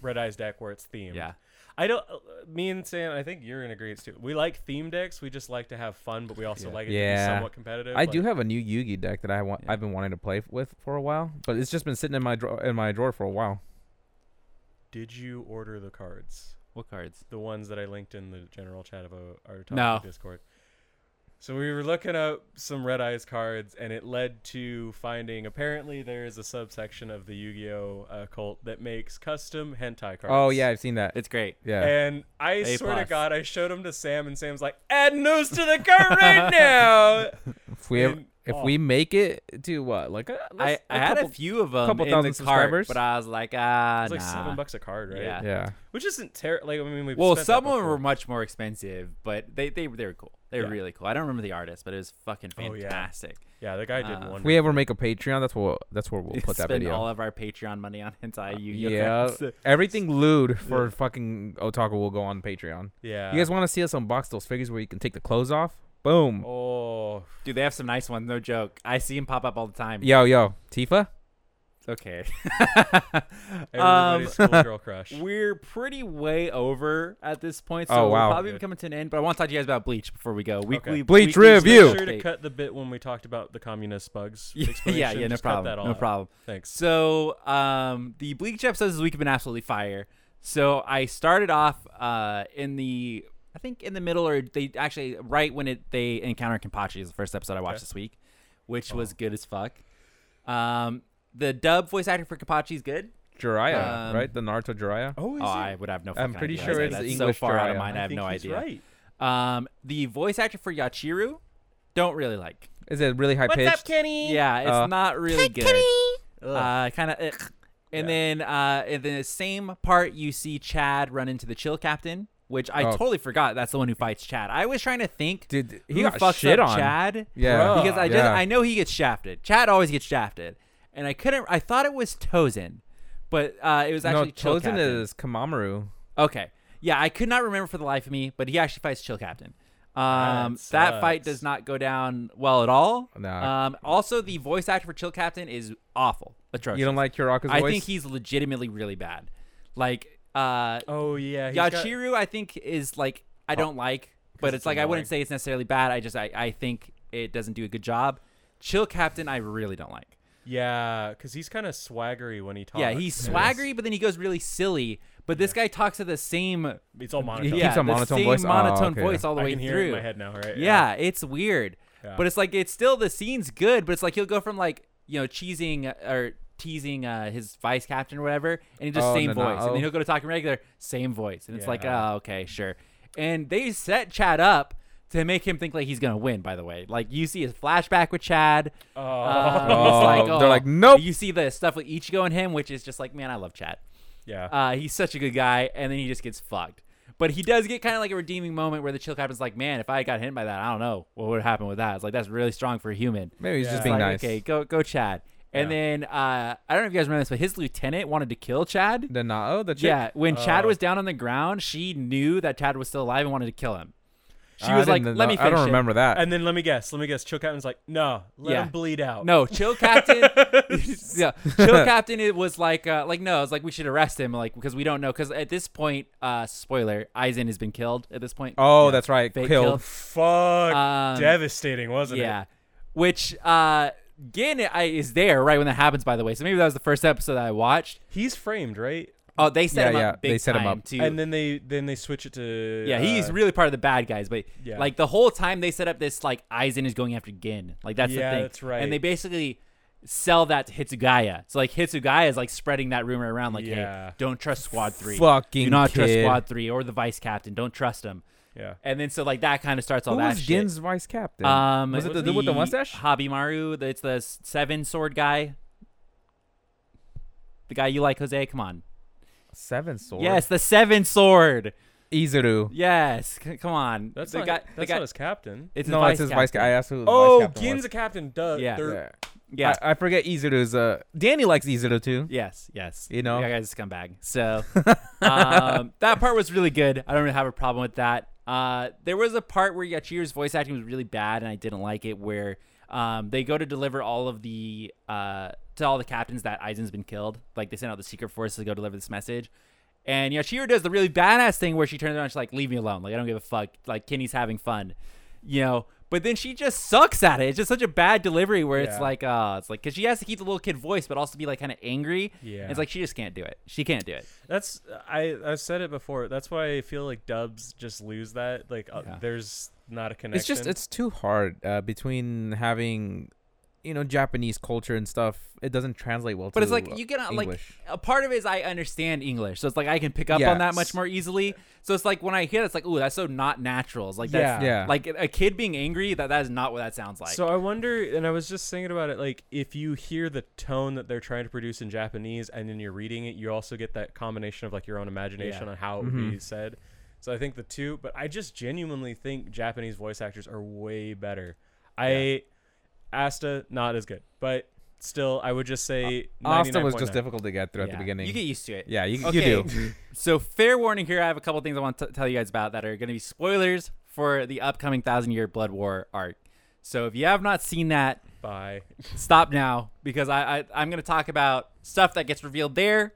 [SPEAKER 3] Red Eyes deck where it's themed.
[SPEAKER 1] Yeah.
[SPEAKER 3] I don't. uh, Me and Sam, I think you're in agreement too. We like theme decks. We just like to have fun, but we also like it to
[SPEAKER 2] Yeah.
[SPEAKER 3] be somewhat competitive.
[SPEAKER 2] I do
[SPEAKER 3] like-
[SPEAKER 2] have a new Yu-Gi deck that I want. I've been wanting to play f- with for a while, but it's just been sitting in my drawer in my drawer for a while.
[SPEAKER 3] Did you order the cards?
[SPEAKER 1] What cards?
[SPEAKER 3] the ones that I linked in the general chat of uh, our topic
[SPEAKER 1] No.
[SPEAKER 3] Discord. So we were looking up some Red Eyes cards, and it led to finding apparently there is a subsection of the Yu-Gi-Oh uh, cult that makes custom hentai cards.
[SPEAKER 2] Oh yeah, I've seen that.
[SPEAKER 1] It's great.
[SPEAKER 2] yeah.
[SPEAKER 3] And I
[SPEAKER 1] A
[SPEAKER 3] swear
[SPEAKER 1] plus.
[SPEAKER 3] to God, I showed them to Sam, and Sam's like, "Add news to the cart right now."
[SPEAKER 2] If we ever,
[SPEAKER 3] and-
[SPEAKER 2] if
[SPEAKER 3] oh.
[SPEAKER 2] we make it to what like a,
[SPEAKER 1] I,
[SPEAKER 2] let's-
[SPEAKER 1] I had a
[SPEAKER 2] couple-
[SPEAKER 1] few of them
[SPEAKER 2] couple
[SPEAKER 1] in
[SPEAKER 2] thousand
[SPEAKER 1] the cart,
[SPEAKER 2] subscribers.
[SPEAKER 1] but I was like, ah,
[SPEAKER 3] It's like
[SPEAKER 1] nah.
[SPEAKER 3] seven bucks a card, right?
[SPEAKER 1] Yeah.
[SPEAKER 2] Yeah.
[SPEAKER 3] Which isn't terrible. Like I mean, we
[SPEAKER 1] Well, some of them were much more expensive, but they they, they were cool. They were
[SPEAKER 3] Yeah.
[SPEAKER 1] really cool. I don't remember the artist, but it was fucking
[SPEAKER 3] Oh, yeah.
[SPEAKER 1] fantastic.
[SPEAKER 3] Yeah, the guy did
[SPEAKER 1] Uh,
[SPEAKER 3] one.
[SPEAKER 2] If we ever make a Patreon, that's what that's where we'll put that
[SPEAKER 1] Spend
[SPEAKER 2] video.
[SPEAKER 1] all of our Patreon money on hentai Yu-Gi-Oh
[SPEAKER 2] yeah,
[SPEAKER 1] cards.
[SPEAKER 2] everything lewd for fucking otaku will go on Patreon.
[SPEAKER 3] yeah.
[SPEAKER 2] You guys want to see us unbox those figures where you can take the clothes off? Boom.
[SPEAKER 3] Oh,
[SPEAKER 1] Dude, they have some nice ones. No joke. I see them pop up all the time.
[SPEAKER 2] Yo, yo, Tifa.
[SPEAKER 1] Okay. um,
[SPEAKER 3] everybody's schoolgirl crush.
[SPEAKER 1] we're pretty way over at this point, so
[SPEAKER 2] Oh, wow.
[SPEAKER 1] we'll probably be coming to an end. But I want to talk to you guys about Bleach before we go. Weekly
[SPEAKER 2] Bleach
[SPEAKER 1] weekly
[SPEAKER 2] review.
[SPEAKER 1] update.
[SPEAKER 3] Make sure to cut the bit when we talked about the communist bugs.
[SPEAKER 1] Yeah, yeah, yeah,
[SPEAKER 3] explanation.
[SPEAKER 1] no
[SPEAKER 3] Just cut
[SPEAKER 1] problem.
[SPEAKER 3] that all
[SPEAKER 1] No
[SPEAKER 3] out.
[SPEAKER 1] problem.
[SPEAKER 3] Thanks.
[SPEAKER 1] So, um, the Bleach episodes this week have been absolutely fire. So I started off uh, in the, I think in the middle, or they actually right when it they encounter Kenpachi is the first episode I watched
[SPEAKER 3] Okay.
[SPEAKER 1] this week, which was
[SPEAKER 2] Oh.
[SPEAKER 1] good as fuck. Um, the dub voice actor for Kenpachi is good.
[SPEAKER 2] Jiraiya,
[SPEAKER 1] Um,
[SPEAKER 2] right? The Naruto Jiraiya.
[SPEAKER 3] Oh, is
[SPEAKER 1] Oh, I would have no.
[SPEAKER 2] I'm
[SPEAKER 1] Fucking
[SPEAKER 2] pretty
[SPEAKER 1] idea.
[SPEAKER 2] sure
[SPEAKER 1] Like,
[SPEAKER 2] it's
[SPEAKER 1] that's so
[SPEAKER 2] English
[SPEAKER 1] far out of
[SPEAKER 2] Jiraiya.
[SPEAKER 1] mine. I, have no idea.
[SPEAKER 3] Right.
[SPEAKER 1] Um, the voice actor for Yachiru, don't really like.
[SPEAKER 2] Is it really high pitched?
[SPEAKER 3] Kenny?
[SPEAKER 1] Yeah, it's
[SPEAKER 2] Uh,
[SPEAKER 1] not really good. Uh, kind of. And
[SPEAKER 3] Yeah.
[SPEAKER 1] then, uh, in the same part, you see Chad run into the chill captain, which I
[SPEAKER 2] Oh.
[SPEAKER 1] totally forgot. That's the one who fights Chad. I was trying to think.
[SPEAKER 2] Dude,
[SPEAKER 1] who
[SPEAKER 2] he got
[SPEAKER 1] fucks
[SPEAKER 2] shit
[SPEAKER 1] up
[SPEAKER 2] on.
[SPEAKER 1] Chad?
[SPEAKER 2] Yeah. Bruh.
[SPEAKER 1] because I just
[SPEAKER 2] Yeah.
[SPEAKER 1] I know he gets shafted. Chad always gets shafted, and I couldn't. I thought it was Tozen, but uh, it was
[SPEAKER 2] No,
[SPEAKER 1] actually chill
[SPEAKER 2] Chosen
[SPEAKER 1] captain.
[SPEAKER 2] is Kamamaru.
[SPEAKER 1] Okay. Yeah, I could not remember for the life of me, but he actually fights Chill Captain. Um,
[SPEAKER 3] That
[SPEAKER 1] that fight
[SPEAKER 3] sucks.
[SPEAKER 1] does not go down well at all.
[SPEAKER 2] Nah.
[SPEAKER 1] Um, also, the voice actor for Chill Captain is awful, atrocious.
[SPEAKER 2] You don't like Hiraka's
[SPEAKER 1] I
[SPEAKER 2] voice?
[SPEAKER 1] think he's legitimately really bad. Like, uh,
[SPEAKER 3] Oh yeah. he's got-
[SPEAKER 1] Yachiru, I think is like I don't like, but it's,
[SPEAKER 3] it's
[SPEAKER 1] like I
[SPEAKER 3] annoying.
[SPEAKER 1] wouldn't say it's necessarily bad. I just I, I think it doesn't do a good job. Chill Captain, I really don't like.
[SPEAKER 3] yeah, because he's kind of swaggery when he
[SPEAKER 2] Oh,
[SPEAKER 3] talks.
[SPEAKER 1] Yeah, he's swaggery, but then he goes really silly. But this guy talks at the same
[SPEAKER 3] It's all monotone.
[SPEAKER 1] yeah,
[SPEAKER 2] keeps a
[SPEAKER 1] the
[SPEAKER 2] monotone
[SPEAKER 1] same
[SPEAKER 2] voice? Oh,
[SPEAKER 1] monotone
[SPEAKER 2] okay.
[SPEAKER 1] voice all the
[SPEAKER 3] I
[SPEAKER 1] way
[SPEAKER 3] can hear
[SPEAKER 1] through.
[SPEAKER 3] it in my head now, right?
[SPEAKER 1] Yeah, it's weird.
[SPEAKER 3] Yeah.
[SPEAKER 1] But it's like it's still the scene's good, but it's like he'll go from like you know cheesing uh, or teasing uh, his vice captain or whatever, and he just
[SPEAKER 2] Oh,
[SPEAKER 1] same
[SPEAKER 2] no, no,
[SPEAKER 1] voice, and
[SPEAKER 2] oh.
[SPEAKER 1] then he'll go to talking regular, same voice, and it's like
[SPEAKER 3] Yeah.
[SPEAKER 1] oh okay sure, and they set Chad up to make him think like he's gonna win. By the way, like you see his flashback with Chad.
[SPEAKER 3] oh.
[SPEAKER 1] Um,
[SPEAKER 2] Oh,
[SPEAKER 1] it's like,
[SPEAKER 2] they're
[SPEAKER 1] oh,
[SPEAKER 2] like, nope.
[SPEAKER 1] You see the stuff with Ichigo and him, which is just like, man, I love Chad.
[SPEAKER 3] yeah.
[SPEAKER 1] Uh, he's such a good guy, and then he just gets fucked. But he does get kind of like a redeeming moment where the chill captain's like, man, if I got hit by that, I don't know what would happen with that. It's like that's really strong for a human.
[SPEAKER 2] Maybe he's
[SPEAKER 3] Yeah.
[SPEAKER 2] just being
[SPEAKER 1] Like,
[SPEAKER 2] nice.
[SPEAKER 1] Okay, go go, Chad. And
[SPEAKER 3] Yeah.
[SPEAKER 1] then uh, I don't know if you guys remember this, but his lieutenant wanted to kill Chad.
[SPEAKER 2] The Nao, the chick?
[SPEAKER 1] Yeah, when Chad
[SPEAKER 3] Oh.
[SPEAKER 1] was down on the ground, she knew that Chad was still alive and wanted to kill him. She
[SPEAKER 2] I
[SPEAKER 1] was like,
[SPEAKER 2] didn't
[SPEAKER 1] "Let
[SPEAKER 2] know-
[SPEAKER 1] me
[SPEAKER 2] I
[SPEAKER 1] finish
[SPEAKER 2] don't
[SPEAKER 1] him."
[SPEAKER 2] remember that.
[SPEAKER 3] and then let me guess. Let me guess. Chill Captain's like, no, let
[SPEAKER 1] Yeah.
[SPEAKER 3] him bleed out.
[SPEAKER 1] No, chill captain. yeah, chill captain. It was like, uh, like no, I was like, we should arrest him, like because we don't know, because at this point, uh, spoiler, Aizen has been killed at this point.
[SPEAKER 2] oh, that's right.
[SPEAKER 1] Fake
[SPEAKER 2] Killed.
[SPEAKER 1] killed.
[SPEAKER 3] Fuck.
[SPEAKER 1] Um,
[SPEAKER 3] Devastating, wasn't
[SPEAKER 1] yeah,
[SPEAKER 3] it?
[SPEAKER 1] which uh, Gin I, is there right when that happens, by the way. So maybe that was the first episode that I watched.
[SPEAKER 3] He's framed, right?
[SPEAKER 1] Oh, they set
[SPEAKER 2] Yeah,
[SPEAKER 1] him
[SPEAKER 2] yeah,
[SPEAKER 1] up. Big
[SPEAKER 2] they set him
[SPEAKER 1] time,
[SPEAKER 2] up.
[SPEAKER 1] too.
[SPEAKER 3] And then they then they switch it to
[SPEAKER 1] yeah, he's
[SPEAKER 3] uh,
[SPEAKER 1] really part of the bad guys, but
[SPEAKER 3] Yeah.
[SPEAKER 1] like the whole time they set up this like Aizen is going after Gin, like that's
[SPEAKER 3] Yeah,
[SPEAKER 1] the thing.
[SPEAKER 3] that's right.
[SPEAKER 1] And they basically sell that to Hitsugaya. So like Hitsugaya is like spreading that rumor around, like,
[SPEAKER 3] Yeah.
[SPEAKER 1] hey, don't trust Squad Three.
[SPEAKER 2] Fucking
[SPEAKER 1] Do not trust
[SPEAKER 2] kid.
[SPEAKER 1] Squad Three or the Vice Captain. Don't trust him.
[SPEAKER 3] yeah.
[SPEAKER 1] And then so like that kind of starts all
[SPEAKER 2] Who
[SPEAKER 1] that
[SPEAKER 2] was
[SPEAKER 1] shit.
[SPEAKER 2] Gin's vice captain?
[SPEAKER 1] Um,
[SPEAKER 2] was it the dude with the mustache?
[SPEAKER 1] Habimaru. It's the s- seven sword guy. The guy you like, Jose. Come on.
[SPEAKER 2] Seven Sword.
[SPEAKER 1] Yes, the seven sword.
[SPEAKER 2] Izuru.
[SPEAKER 1] Yes, c- come on.
[SPEAKER 3] That's
[SPEAKER 1] the
[SPEAKER 3] not,
[SPEAKER 1] guy. the
[SPEAKER 3] that's
[SPEAKER 1] guy,
[SPEAKER 3] not his captain.
[SPEAKER 1] it's
[SPEAKER 2] no, it's his vice
[SPEAKER 1] captain.
[SPEAKER 2] guy. I asked who the
[SPEAKER 3] Oh,
[SPEAKER 2] vice captain
[SPEAKER 3] Gin's
[SPEAKER 2] was.
[SPEAKER 3] a captain. Duh.
[SPEAKER 1] Yeah.
[SPEAKER 3] they're-
[SPEAKER 2] Yeah.
[SPEAKER 1] Yeah.
[SPEAKER 2] I, I forget Izuru's. Uh, Danny likes Izuru too.
[SPEAKER 1] yes. Yes.
[SPEAKER 2] You know?
[SPEAKER 1] that guy's a scumbag. So um, that part was really good. I don't really have a problem with that. Uh, there was a part where Yachiro's voice acting was really bad, and I didn't like it. Where um, they go to deliver all of the uh, to all the captains that Aizen's been killed. Like they send out the secret forces to go deliver this message. And Yashiro does the really badass thing where she turns around and she's like, leave me alone. Like, I don't give a fuck. Like, Kenny's having fun, you know? But then she just sucks at it. It's just such a bad delivery where it's
[SPEAKER 3] Yeah.
[SPEAKER 1] like, uh, it's like, cause she has to keep the little kid voice, but also be like kind of angry.
[SPEAKER 3] Yeah.
[SPEAKER 1] It's like, she just can't do it. She can't do it.
[SPEAKER 3] That's I I said it before. That's why I feel like dubs just lose that. Like uh,
[SPEAKER 1] Yeah.
[SPEAKER 3] there's not a connection.
[SPEAKER 2] It's just it's too hard uh, between having, you know, Japanese culture and stuff. It doesn't translate well.
[SPEAKER 1] But
[SPEAKER 2] to,
[SPEAKER 1] it's
[SPEAKER 2] uh,
[SPEAKER 1] like, you cannot, like,
[SPEAKER 2] English.
[SPEAKER 1] a part of it is I understand English. So it's like, I can pick up on that much
[SPEAKER 2] Yes.
[SPEAKER 1] more easily. So it's like, when I hear it, it's like, ooh, that's so not natural. It's like, that's,
[SPEAKER 2] Yeah. Yeah.
[SPEAKER 1] like a kid being angry, that, that is not what that sounds like.
[SPEAKER 3] so I wonder, and I was just thinking about it. Like if you hear the tone that they're trying to produce in Japanese, and then you're reading it, you also get that combination of like your own imagination
[SPEAKER 1] Yeah. Mm-hmm.
[SPEAKER 3] on how it would be said. So I think the two, but I just genuinely think Japanese voice actors are way better. I Asta not as good, but still, I would just say
[SPEAKER 2] Asta was just
[SPEAKER 3] 99.9.
[SPEAKER 2] difficult to get through at
[SPEAKER 1] Yeah.
[SPEAKER 2] the beginning.
[SPEAKER 1] You get used to it.
[SPEAKER 2] yeah, you,
[SPEAKER 1] Okay.
[SPEAKER 2] you do.
[SPEAKER 1] So, fair warning here. I have a couple things I want to tell you guys about that are going to be spoilers for the upcoming Thousand Year Blood War arc. So, if you have not seen that,
[SPEAKER 3] Bye.
[SPEAKER 1] stop now because I, I I'm going to talk about stuff that gets revealed there.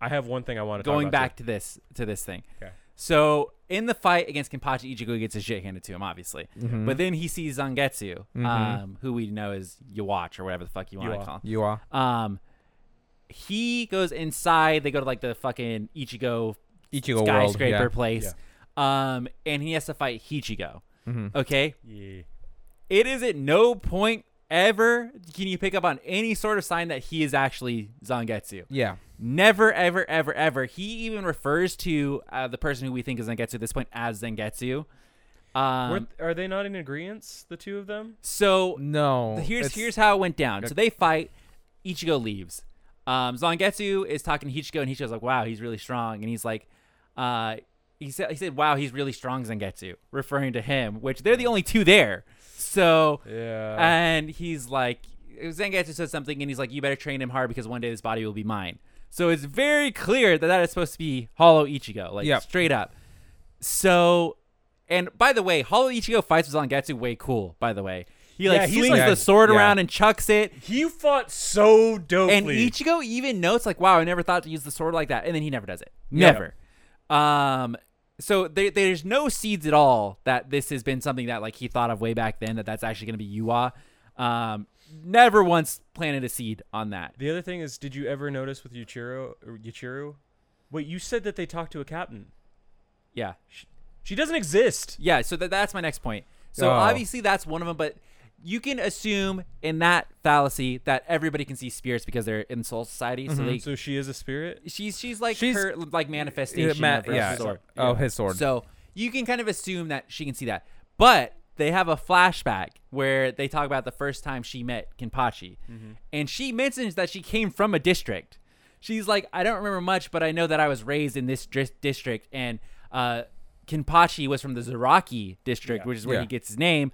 [SPEAKER 3] I have one thing I want to
[SPEAKER 1] Going
[SPEAKER 3] talk about
[SPEAKER 1] back to this to this thing.
[SPEAKER 3] Okay.
[SPEAKER 1] So, in the fight against Kenpachi, Ichigo gets his shit handed to him, obviously.
[SPEAKER 2] Mm-hmm.
[SPEAKER 1] But then he sees Zangetsu, um, who we know as Yawatch or whatever the fuck you want to
[SPEAKER 3] Yua.
[SPEAKER 1] call. him.
[SPEAKER 2] You are.
[SPEAKER 1] Um, he goes inside. They go to like the fucking Ichigo
[SPEAKER 2] Ichigo
[SPEAKER 1] skyscraper
[SPEAKER 2] World. Yeah. Mm-hmm.
[SPEAKER 1] place. Um, and he has to fight Hichigo. Okay,
[SPEAKER 3] too. Yeah.
[SPEAKER 1] it is at no point ever can you pick up on any sort of sign that he is actually Zangetsu.
[SPEAKER 2] Yeah.
[SPEAKER 1] Never, ever, ever, ever. He even refers to uh, the person who we think is Zangetsu at this point as Zangetsu. Um,
[SPEAKER 3] Weren't- are they not in agreement, the two of them?
[SPEAKER 1] so
[SPEAKER 2] No.
[SPEAKER 1] here's
[SPEAKER 2] it's-
[SPEAKER 1] here's how it went down. So they fight. Ichigo leaves. Um, Zangetsu is talking to Ichigo, and Ichigo's like, "Wow, he's really strong." And he's like, uh, "He said, he said, wow, he's really strong, Zangetsu," referring to him, which they're the only two there. So,
[SPEAKER 3] Yeah.
[SPEAKER 1] and he's like, Zangetsu says something, and he's like, "You better train him hard because one day this body will be mine." So it's very clear that that is supposed to be Hollow Ichigo, like
[SPEAKER 2] Yep.
[SPEAKER 1] straight up. So, and by the way, Hollow Ichigo fights with Zangetsu way cool. By the way, he like
[SPEAKER 3] Yeah, he's
[SPEAKER 1] slings
[SPEAKER 3] like-
[SPEAKER 1] the sword
[SPEAKER 2] Yeah.
[SPEAKER 1] around and chucks it,
[SPEAKER 3] he fought so dopely.
[SPEAKER 1] and Ichigo even notes like, "Wow, I never thought to use the sword like that," and then he never does it.
[SPEAKER 3] Yeah.
[SPEAKER 1] Never. Um. So there, there's no seeds at all that this has been something that like he thought of way back then that that's actually going to be Yua. Um. Never once planted a seed on that.
[SPEAKER 3] the other thing is, did you ever notice with Yuchiro? Or Yuchiro? Wait, you said that they talked to a captain.
[SPEAKER 1] Yeah.
[SPEAKER 3] She doesn't exist.
[SPEAKER 1] Yeah. So that that's my next point. So
[SPEAKER 2] Oh.
[SPEAKER 1] obviously that's one of them, but you can assume in that fallacy that everybody can see spirits because they're in Soul Society. So they,
[SPEAKER 3] So she is a spirit.
[SPEAKER 1] she's she's like
[SPEAKER 2] Mm-hmm. She's-
[SPEAKER 1] her like manifestation
[SPEAKER 2] Ma-
[SPEAKER 1] of her
[SPEAKER 2] yeah.
[SPEAKER 1] sword.
[SPEAKER 2] Oh, his sword.
[SPEAKER 1] So you can kind of assume that she can see that. But they have a flashback where they talk about the first time she met Kenpachi.
[SPEAKER 2] Mm-hmm.
[SPEAKER 1] And she mentions that she came from a district. She's like, I don't remember much, but I know that I was raised in this dris- district. And uh, Kenpachi was from the Zeraki district, which is where
[SPEAKER 2] Yeah.
[SPEAKER 1] he gets his name.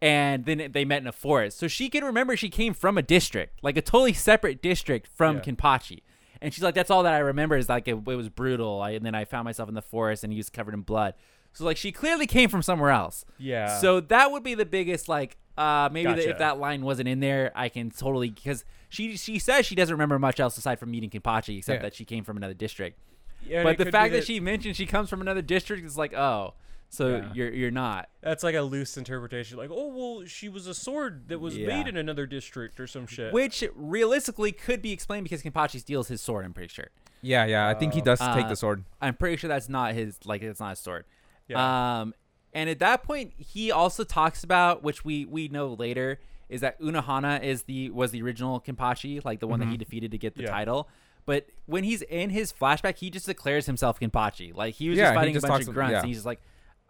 [SPEAKER 1] And then they met in a forest. So she can remember she came from a district, like a totally separate district from
[SPEAKER 3] Yeah.
[SPEAKER 1] Kenpachi. And she's like, that's all that I remember is like it, it was brutal. I, and then I found myself in the forest and he was covered in blood. So like she clearly came from somewhere else.
[SPEAKER 3] Yeah.
[SPEAKER 1] So that would be the biggest like uh maybe that
[SPEAKER 3] Gotcha.
[SPEAKER 1] if that line wasn't in there, I can totally because she she says she doesn't remember much else aside from meeting Kenpachi except
[SPEAKER 2] Yeah.
[SPEAKER 1] that she came from another district.
[SPEAKER 3] Yeah, and it
[SPEAKER 1] but the
[SPEAKER 3] could be
[SPEAKER 1] fact that, she mentioned she comes from another district is like, oh, so
[SPEAKER 3] Yeah.
[SPEAKER 1] you're you're not.
[SPEAKER 3] that's like a loose interpretation, like oh well, she was a sword that was
[SPEAKER 1] Yeah.
[SPEAKER 3] made in another district or some shit.
[SPEAKER 1] Which realistically could be explained because Kenpachi steals his sword, I'm pretty sure.
[SPEAKER 2] yeah, yeah. I think he does take
[SPEAKER 1] Uh,
[SPEAKER 2] the sword.
[SPEAKER 1] I'm pretty sure that's not his like it's not his sword.
[SPEAKER 3] Yeah.
[SPEAKER 1] Um and at that point he also talks about which we we know later is that Unohana is the was the original Kenpachi, like the one that he defeated to get the
[SPEAKER 3] Yeah.
[SPEAKER 1] title. But when he's in his flashback, he just declares himself Kenpachi. Like he was
[SPEAKER 2] Yeah,
[SPEAKER 1] just
[SPEAKER 2] he
[SPEAKER 1] fighting
[SPEAKER 2] just
[SPEAKER 1] a bunch
[SPEAKER 2] talks-
[SPEAKER 1] of grunts.
[SPEAKER 2] yeah.
[SPEAKER 1] And he's just like,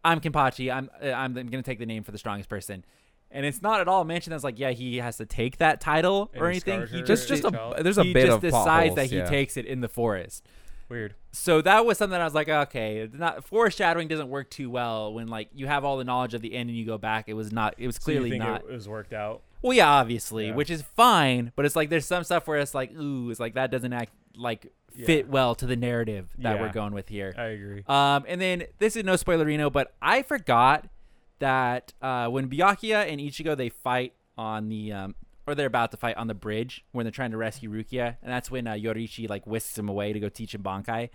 [SPEAKER 1] "I'm Kenpachi. I'm uh, I'm, I'm gonna take the name for the strongest person." And it's not at all mentioned as like, yeah, he has to take that title
[SPEAKER 3] And
[SPEAKER 1] or
[SPEAKER 3] he
[SPEAKER 1] anything.
[SPEAKER 3] scarred
[SPEAKER 1] He
[SPEAKER 3] her.
[SPEAKER 1] just
[SPEAKER 2] Just, just a.
[SPEAKER 3] detailed.
[SPEAKER 2] There's a
[SPEAKER 1] he
[SPEAKER 2] bit
[SPEAKER 1] just
[SPEAKER 2] of
[SPEAKER 1] decides
[SPEAKER 2] potholes,
[SPEAKER 1] that he
[SPEAKER 2] yeah.
[SPEAKER 1] takes it in the forest
[SPEAKER 3] Weird.
[SPEAKER 1] so that was something I was like, okay, not foreshadowing doesn't work too well when like you have all the knowledge of the end and you go back. It was not. It was
[SPEAKER 3] So you
[SPEAKER 1] clearly
[SPEAKER 3] think
[SPEAKER 1] not.
[SPEAKER 3] It was worked out.
[SPEAKER 1] well, yeah, obviously,
[SPEAKER 3] Yeah.
[SPEAKER 1] which is fine, but it's like there's some stuff where it's like, ooh, it's like that doesn't act like fit well to the narrative that
[SPEAKER 3] Yeah.
[SPEAKER 1] we're going with here.
[SPEAKER 3] I agree.
[SPEAKER 1] Um, and then this is no spoilerino, but I forgot that uh, when Byakuya and Ichigo they fight on the um, or they're about to fight on the bridge when they're trying to rescue Rukia, and that's when uh, Yorichi like whisks him away to go teach him Bankai.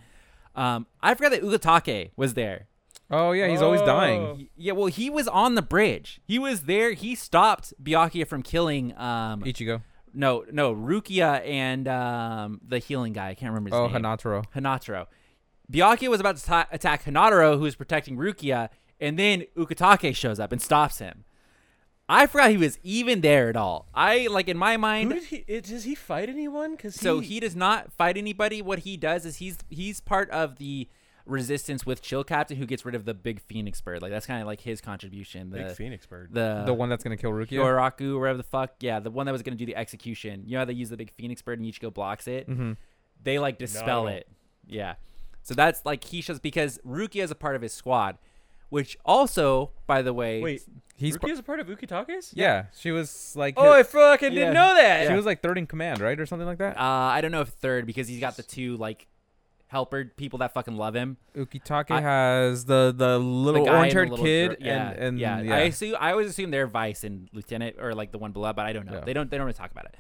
[SPEAKER 1] Um, I forgot that Ugatake was there.
[SPEAKER 2] Oh
[SPEAKER 1] Uh,
[SPEAKER 2] yeah, he's always dying.
[SPEAKER 3] Oh.
[SPEAKER 1] Y- Yeah, well, he was on the bridge. He was there. He stopped Byakuya from killing. Um,
[SPEAKER 2] Ichigo.
[SPEAKER 1] no, no, Rukia and um, the healing guy. I can't remember his
[SPEAKER 2] Oh,
[SPEAKER 1] name.
[SPEAKER 2] Hanataro.
[SPEAKER 1] Hinataro. Byakuya was about to ta- attack Hinataro, who was protecting Rukia, and then Ukitake shows up and stops him. I forgot he was even there at all. I like in my
[SPEAKER 3] Who
[SPEAKER 1] mind.
[SPEAKER 3] did he? It, does he fight anyone? Because
[SPEAKER 1] so he does not fight anybody. What he does is he's he's part of the resistance with Chill Captain, who gets rid of the big phoenix bird. Like that's kind of like his contribution. The
[SPEAKER 3] big phoenix bird.
[SPEAKER 1] the
[SPEAKER 2] the one that's gonna kill Rukia.
[SPEAKER 1] Yoraku, or whatever the fuck. Yeah, the one that was gonna do the execution. You know how they use the big phoenix bird and Ichigo blocks it.
[SPEAKER 2] Mm-hmm.
[SPEAKER 1] They like dispel
[SPEAKER 3] No.
[SPEAKER 1] it. Yeah, so that's like he shows because Rukia is a part of his squad, which also, by the way,
[SPEAKER 3] Wait,
[SPEAKER 2] He's
[SPEAKER 3] Rukia's a part of Ukitake's.
[SPEAKER 2] yeah, she was like.
[SPEAKER 3] Oh, I
[SPEAKER 2] his-
[SPEAKER 3] fucking
[SPEAKER 1] Yeah.
[SPEAKER 3] didn't know that.
[SPEAKER 2] she was like third in command, right, or something like that.
[SPEAKER 1] uh, I don't know if third because he's got the two like helper people that fucking love him.
[SPEAKER 2] Ukitake
[SPEAKER 1] I-
[SPEAKER 2] has the the
[SPEAKER 1] The
[SPEAKER 2] little
[SPEAKER 1] guy and the
[SPEAKER 2] orange haired
[SPEAKER 1] little
[SPEAKER 2] kid,
[SPEAKER 1] girl- yeah,
[SPEAKER 2] and and
[SPEAKER 1] yeah. I assume I always assume they're vice and lieutenant or like the one below, but I don't know.
[SPEAKER 2] Yeah.
[SPEAKER 1] They don't they don't really talk about it.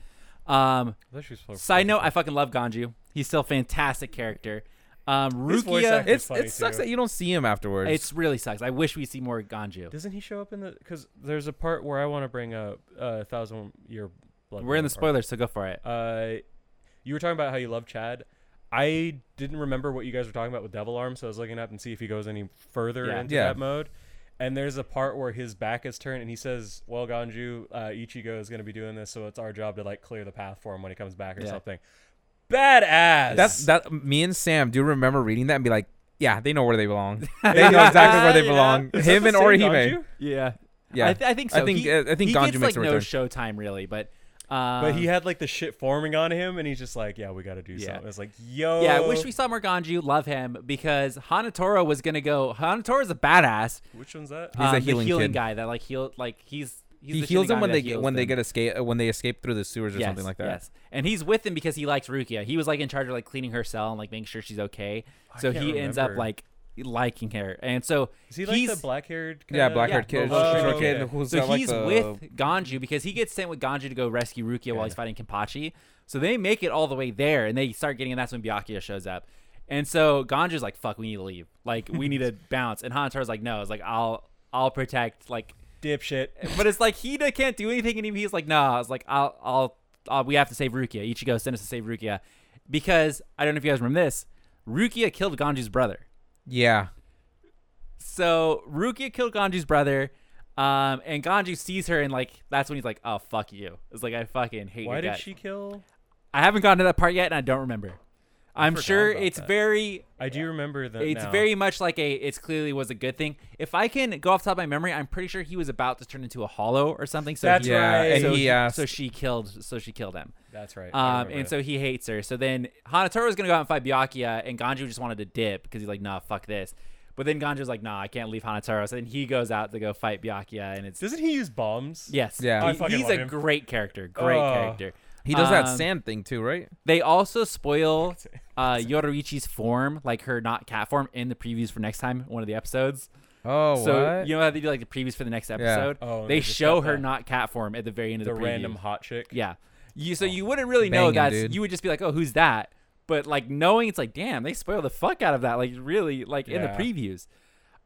[SPEAKER 1] Um,
[SPEAKER 3] I thought she was part-
[SPEAKER 1] Side note, I fucking love Ganju. He's still a fantastic character. Um,
[SPEAKER 3] His voice
[SPEAKER 1] Rukia,
[SPEAKER 3] acting-
[SPEAKER 2] it's
[SPEAKER 3] funny,
[SPEAKER 2] it sucks
[SPEAKER 3] too.
[SPEAKER 2] that you don't see him afterwards.
[SPEAKER 1] it's really sucks. I wish we see more Ganju.
[SPEAKER 3] Doesn't he show up in the? Because there's a part where I want to bring up uh, thousand year blood.
[SPEAKER 1] We're in the
[SPEAKER 3] Moon part.
[SPEAKER 1] spoilers, so go for it.
[SPEAKER 3] Uh, you were talking about how you love Chad. I didn't remember what you guys were talking about with Devil Arm, so I was looking up and see if he goes any further
[SPEAKER 1] Yeah.
[SPEAKER 3] into
[SPEAKER 2] Yeah.
[SPEAKER 3] that mode. And there's a part where his back is turned, and he says, "Well, Ganju, uh, Ichigo is going to be doing this, so it's our job to like clear the path for him when he comes back or
[SPEAKER 1] Yeah.
[SPEAKER 3] something." Badass.
[SPEAKER 2] that's that. Me and Sam do remember reading that and be like, yeah, they know where they belong. They know exactly where they
[SPEAKER 3] Yeah.
[SPEAKER 2] belong.
[SPEAKER 3] Is that
[SPEAKER 2] Him
[SPEAKER 3] the
[SPEAKER 2] and
[SPEAKER 3] same
[SPEAKER 2] Orihime.
[SPEAKER 3] Ganju?
[SPEAKER 1] Yeah,
[SPEAKER 2] Yeah,
[SPEAKER 1] I, th- I think so.
[SPEAKER 2] I think
[SPEAKER 1] he,
[SPEAKER 2] uh, I think
[SPEAKER 1] he
[SPEAKER 2] Ganju
[SPEAKER 1] gets
[SPEAKER 2] makes
[SPEAKER 1] like
[SPEAKER 2] a
[SPEAKER 1] no
[SPEAKER 2] return.
[SPEAKER 1] showtime really, but
[SPEAKER 3] But
[SPEAKER 1] um,
[SPEAKER 3] he had like the shit forming on him, and he's just like, "Yeah, we got to do
[SPEAKER 1] Yeah.
[SPEAKER 3] something." It's like, "Yo,
[SPEAKER 1] Yeah, I wish we saw more Ganju. Love him because Hanatoro was gonna go. Hanatoro's a badass.
[SPEAKER 3] Which one's that?
[SPEAKER 2] He's a
[SPEAKER 1] um,
[SPEAKER 2] healing
[SPEAKER 1] the healing
[SPEAKER 2] kid.
[SPEAKER 1] guy that like heal like he's. he's
[SPEAKER 2] he
[SPEAKER 1] the
[SPEAKER 2] heals
[SPEAKER 1] Shinigami
[SPEAKER 2] them when
[SPEAKER 1] that
[SPEAKER 2] they get
[SPEAKER 1] heals
[SPEAKER 2] when they
[SPEAKER 1] them.
[SPEAKER 2] get escape uh, when they escape through the sewers or
[SPEAKER 1] yes,
[SPEAKER 2] something like that.
[SPEAKER 1] Yes, and he's with him because he likes Rukia. He was like in charge of like cleaning her cell and like making sure she's okay. So he
[SPEAKER 3] can't
[SPEAKER 1] ends up
[SPEAKER 3] remember.
[SPEAKER 1] like liking her, and so
[SPEAKER 3] Is he like
[SPEAKER 1] he's
[SPEAKER 3] the black-haired?
[SPEAKER 2] Yeah,
[SPEAKER 3] kinda-
[SPEAKER 2] black-haired kid,
[SPEAKER 3] Oh,
[SPEAKER 2] short
[SPEAKER 3] okay.
[SPEAKER 2] kid who's
[SPEAKER 1] so
[SPEAKER 2] got, like,
[SPEAKER 1] he's
[SPEAKER 2] the-
[SPEAKER 1] with Ganju because he gets sent with Ganju to go rescue Rukia while he's fighting Kenpachi. So they make it all the way there, and they start getting, and that's when Byakuya shows up. And so Ganju's like, "Fuck, we need to leave. Like, we need to bounce." And Hanataro's like, "No, it's like I'll, I'll protect." Like,
[SPEAKER 3] dipshit.
[SPEAKER 1] but it's like he d- can't do anything, and he- he's like, "Nah." It's like I'll, I'll, I'll, we have to save Rukia. Ichigo sent us to save Rukia because I don't know if you guys remember this. Rukia killed Ganju's brother.
[SPEAKER 2] Yeah,
[SPEAKER 1] So Rukia killed Ganju's brother. Um, and Ganju sees her and like that's when he's like, "Oh fuck you!" It's like I fucking hate
[SPEAKER 3] Why
[SPEAKER 1] your
[SPEAKER 3] did
[SPEAKER 1] guts."
[SPEAKER 3] she kill?
[SPEAKER 1] I haven't gotten to that part yet, and I don't remember. I'm
[SPEAKER 3] forgot
[SPEAKER 1] sure
[SPEAKER 3] about
[SPEAKER 1] it's
[SPEAKER 3] that.
[SPEAKER 1] very
[SPEAKER 3] I do remember that.
[SPEAKER 1] it's
[SPEAKER 3] now.
[SPEAKER 1] very much like a it's clearly was a good thing. If I can go off the top of my memory, I'm pretty sure he was about to turn into a hollow or something. So
[SPEAKER 3] That's
[SPEAKER 1] he,
[SPEAKER 2] yeah,
[SPEAKER 3] right.
[SPEAKER 2] and
[SPEAKER 1] so,
[SPEAKER 2] he uh,
[SPEAKER 1] he-
[SPEAKER 2] asked.
[SPEAKER 1] so she killed so she killed him.
[SPEAKER 3] That's right. I
[SPEAKER 1] Um,
[SPEAKER 3] remember
[SPEAKER 1] and
[SPEAKER 3] that.
[SPEAKER 1] so he hates her. So then Hanataro was gonna go out and fight Byakuya, and Ganju just wanted to dip because he's like, nah, fuck this. But then Ganju's like, nah, I can't leave Hanataro. So then he goes out to go fight Byakuya, and it's
[SPEAKER 3] doesn't he use bombs?
[SPEAKER 1] yes,
[SPEAKER 2] Yeah.
[SPEAKER 3] Oh, I
[SPEAKER 1] He-
[SPEAKER 3] fucking
[SPEAKER 1] he's
[SPEAKER 3] love
[SPEAKER 1] a
[SPEAKER 3] him.
[SPEAKER 1] great character, great
[SPEAKER 3] Oh.
[SPEAKER 1] character.
[SPEAKER 2] he does that
[SPEAKER 1] Um,
[SPEAKER 2] sand thing too, right?
[SPEAKER 1] They also spoil uh, Yoruichi's form, like her not cat form, in the previews for next time, one of the episodes.
[SPEAKER 2] Oh,
[SPEAKER 1] so
[SPEAKER 2] what?
[SPEAKER 1] you know how they do like the previews for the next episode?
[SPEAKER 3] Oh, and
[SPEAKER 1] they
[SPEAKER 3] they just
[SPEAKER 1] show
[SPEAKER 3] got
[SPEAKER 1] her
[SPEAKER 3] that-
[SPEAKER 1] not cat form at the very end of
[SPEAKER 3] The
[SPEAKER 1] the, preview.
[SPEAKER 3] random hot chick.
[SPEAKER 1] Yeah. You so you wouldn't really know
[SPEAKER 2] Oh, Banging,
[SPEAKER 1] that.
[SPEAKER 2] dude.
[SPEAKER 1] You would just be like, oh, who's that? But like knowing, it's like, damn, they spoil the fuck out of that. Like really, like in the
[SPEAKER 3] Yeah.
[SPEAKER 1] previews.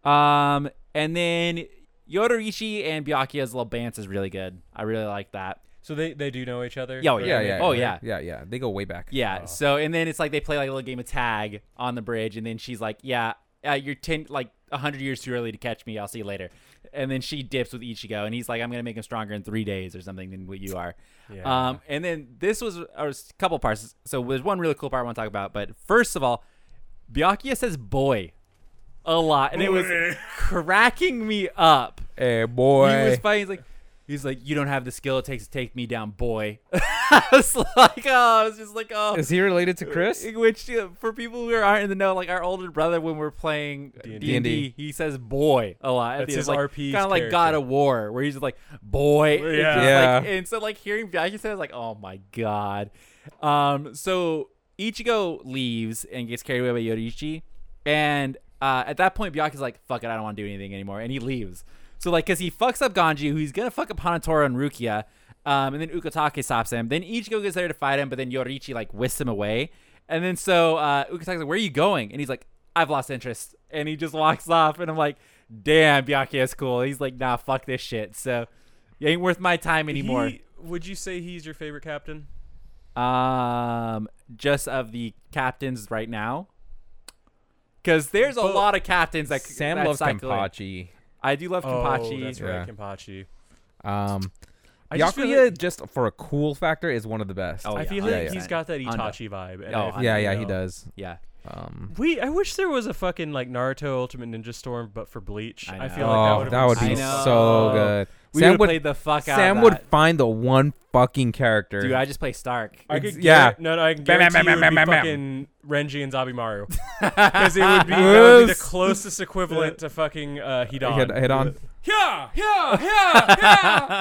[SPEAKER 1] Um, and then Yoruichi and Byakuya's little bance is really good. I really like that.
[SPEAKER 3] So they, they do know each other.
[SPEAKER 1] Yeah, oh,
[SPEAKER 3] Or
[SPEAKER 2] yeah,
[SPEAKER 3] they-
[SPEAKER 2] yeah.
[SPEAKER 1] Oh,
[SPEAKER 2] yeah,
[SPEAKER 1] yeah.
[SPEAKER 2] yeah, yeah. They go way back.
[SPEAKER 1] Yeah.
[SPEAKER 3] Uh,
[SPEAKER 1] So and then it's like they play like a little game of tag on the bridge, and then she's like, "Yeah, uh, you're ten like hundred years too early to catch me. I'll see you later." And then she dips with Ichigo, and he's like, "I'm gonna make him stronger in three days or something than what you are."
[SPEAKER 3] Yeah.
[SPEAKER 1] Um, and then this was a couple parts. So there's one really cool part I want to talk about. But first of all, Byakuya says "boy" a lot, and it was
[SPEAKER 3] Boy.
[SPEAKER 1] cracking me up.
[SPEAKER 2] Hey, Eh, boy.
[SPEAKER 1] He was fighting. He's like, he's like, you don't have the skill it takes to take me down, boy. I was like, oh, I was just like, oh.
[SPEAKER 2] Is he related to Chris?
[SPEAKER 1] Which uh, for people who aren't in the know, like our older brother, when we're playing
[SPEAKER 3] D&D.
[SPEAKER 1] D and D, he says "boy" a lot.
[SPEAKER 3] That's his
[SPEAKER 1] like,
[SPEAKER 3] RP's
[SPEAKER 1] kind of like
[SPEAKER 3] character.
[SPEAKER 1] God of War, where he's just like "boy." It's
[SPEAKER 3] Yeah.
[SPEAKER 1] just like-
[SPEAKER 2] Yeah.
[SPEAKER 1] and so like hearing Byakuya say, it, I was like, "Oh my god." Um. So Ichigo leaves and gets carried away by Yorichi, and uh, at that point Byakuya's like, "Fuck it, I don't want to do anything anymore," and he leaves. So like, cause he fucks up Ganji, who he's gonna fuck up Hanatoro and Rukia. Um, and then Ukotake stops him. Then Ichigo gets there to fight him, but then Yorichi like whisks him away. And then so uh, Ukotake's like, "Where are you going?" And he's like, "I've lost interest," and he just walks off. And I'm like, "Damn, Byakuya's cool." He's like, "Nah, fuck this shit." So you ain't worth my time anymore.
[SPEAKER 3] He- would you say he's your favorite captain?
[SPEAKER 1] Um, just of the captains right now, because there's a
[SPEAKER 3] But-
[SPEAKER 1] lot of captains that c-
[SPEAKER 2] Sam
[SPEAKER 1] that
[SPEAKER 2] loves
[SPEAKER 1] cycle in.
[SPEAKER 2] Kenpachi.
[SPEAKER 1] I do love Kenpachi.
[SPEAKER 3] Oh, that's
[SPEAKER 2] Yeah.
[SPEAKER 3] right, Kenpachi.
[SPEAKER 2] Um,
[SPEAKER 3] I just feel
[SPEAKER 2] Yakuya,
[SPEAKER 3] like-
[SPEAKER 2] just, for a cool factor, is one of the best.
[SPEAKER 1] Oh,
[SPEAKER 3] I
[SPEAKER 1] yeah,
[SPEAKER 3] feel like
[SPEAKER 1] 100%.
[SPEAKER 3] he's got that
[SPEAKER 1] Hondo.
[SPEAKER 3] Itachi vibe. and
[SPEAKER 1] Oh,
[SPEAKER 3] I
[SPEAKER 1] Hondo.
[SPEAKER 3] feel
[SPEAKER 2] yeah,
[SPEAKER 3] like,
[SPEAKER 2] yeah,
[SPEAKER 3] you
[SPEAKER 2] he
[SPEAKER 3] know,
[SPEAKER 2] does.
[SPEAKER 1] Yeah,
[SPEAKER 2] Um,
[SPEAKER 3] We I wish there was a fucking like Naruto Ultimate Ninja Storm, but for Bleach.
[SPEAKER 1] I
[SPEAKER 3] I,
[SPEAKER 1] know.
[SPEAKER 3] feel
[SPEAKER 2] oh,
[SPEAKER 3] like
[SPEAKER 2] that would be
[SPEAKER 1] I know.
[SPEAKER 2] so good.
[SPEAKER 1] we
[SPEAKER 2] Sam
[SPEAKER 1] would
[SPEAKER 2] would
[SPEAKER 1] played the fuck out.
[SPEAKER 2] Sam
[SPEAKER 1] of
[SPEAKER 2] would
[SPEAKER 1] that.
[SPEAKER 2] find the one fucking character.
[SPEAKER 1] dude. I just play Stark.
[SPEAKER 3] I
[SPEAKER 2] It's-
[SPEAKER 3] could
[SPEAKER 2] yeah.
[SPEAKER 3] yeah. No, no, I can
[SPEAKER 2] Bam, bam,
[SPEAKER 3] guarantee you it would
[SPEAKER 2] bam,
[SPEAKER 3] be
[SPEAKER 2] bam, bam,
[SPEAKER 3] fucking Renji and Zabimaru. Because it would be, that would be the
[SPEAKER 2] Yes.
[SPEAKER 3] closest equivalent to fucking uh, Hidan.
[SPEAKER 2] hit, hit on.
[SPEAKER 3] Yeah, yeah, yeah,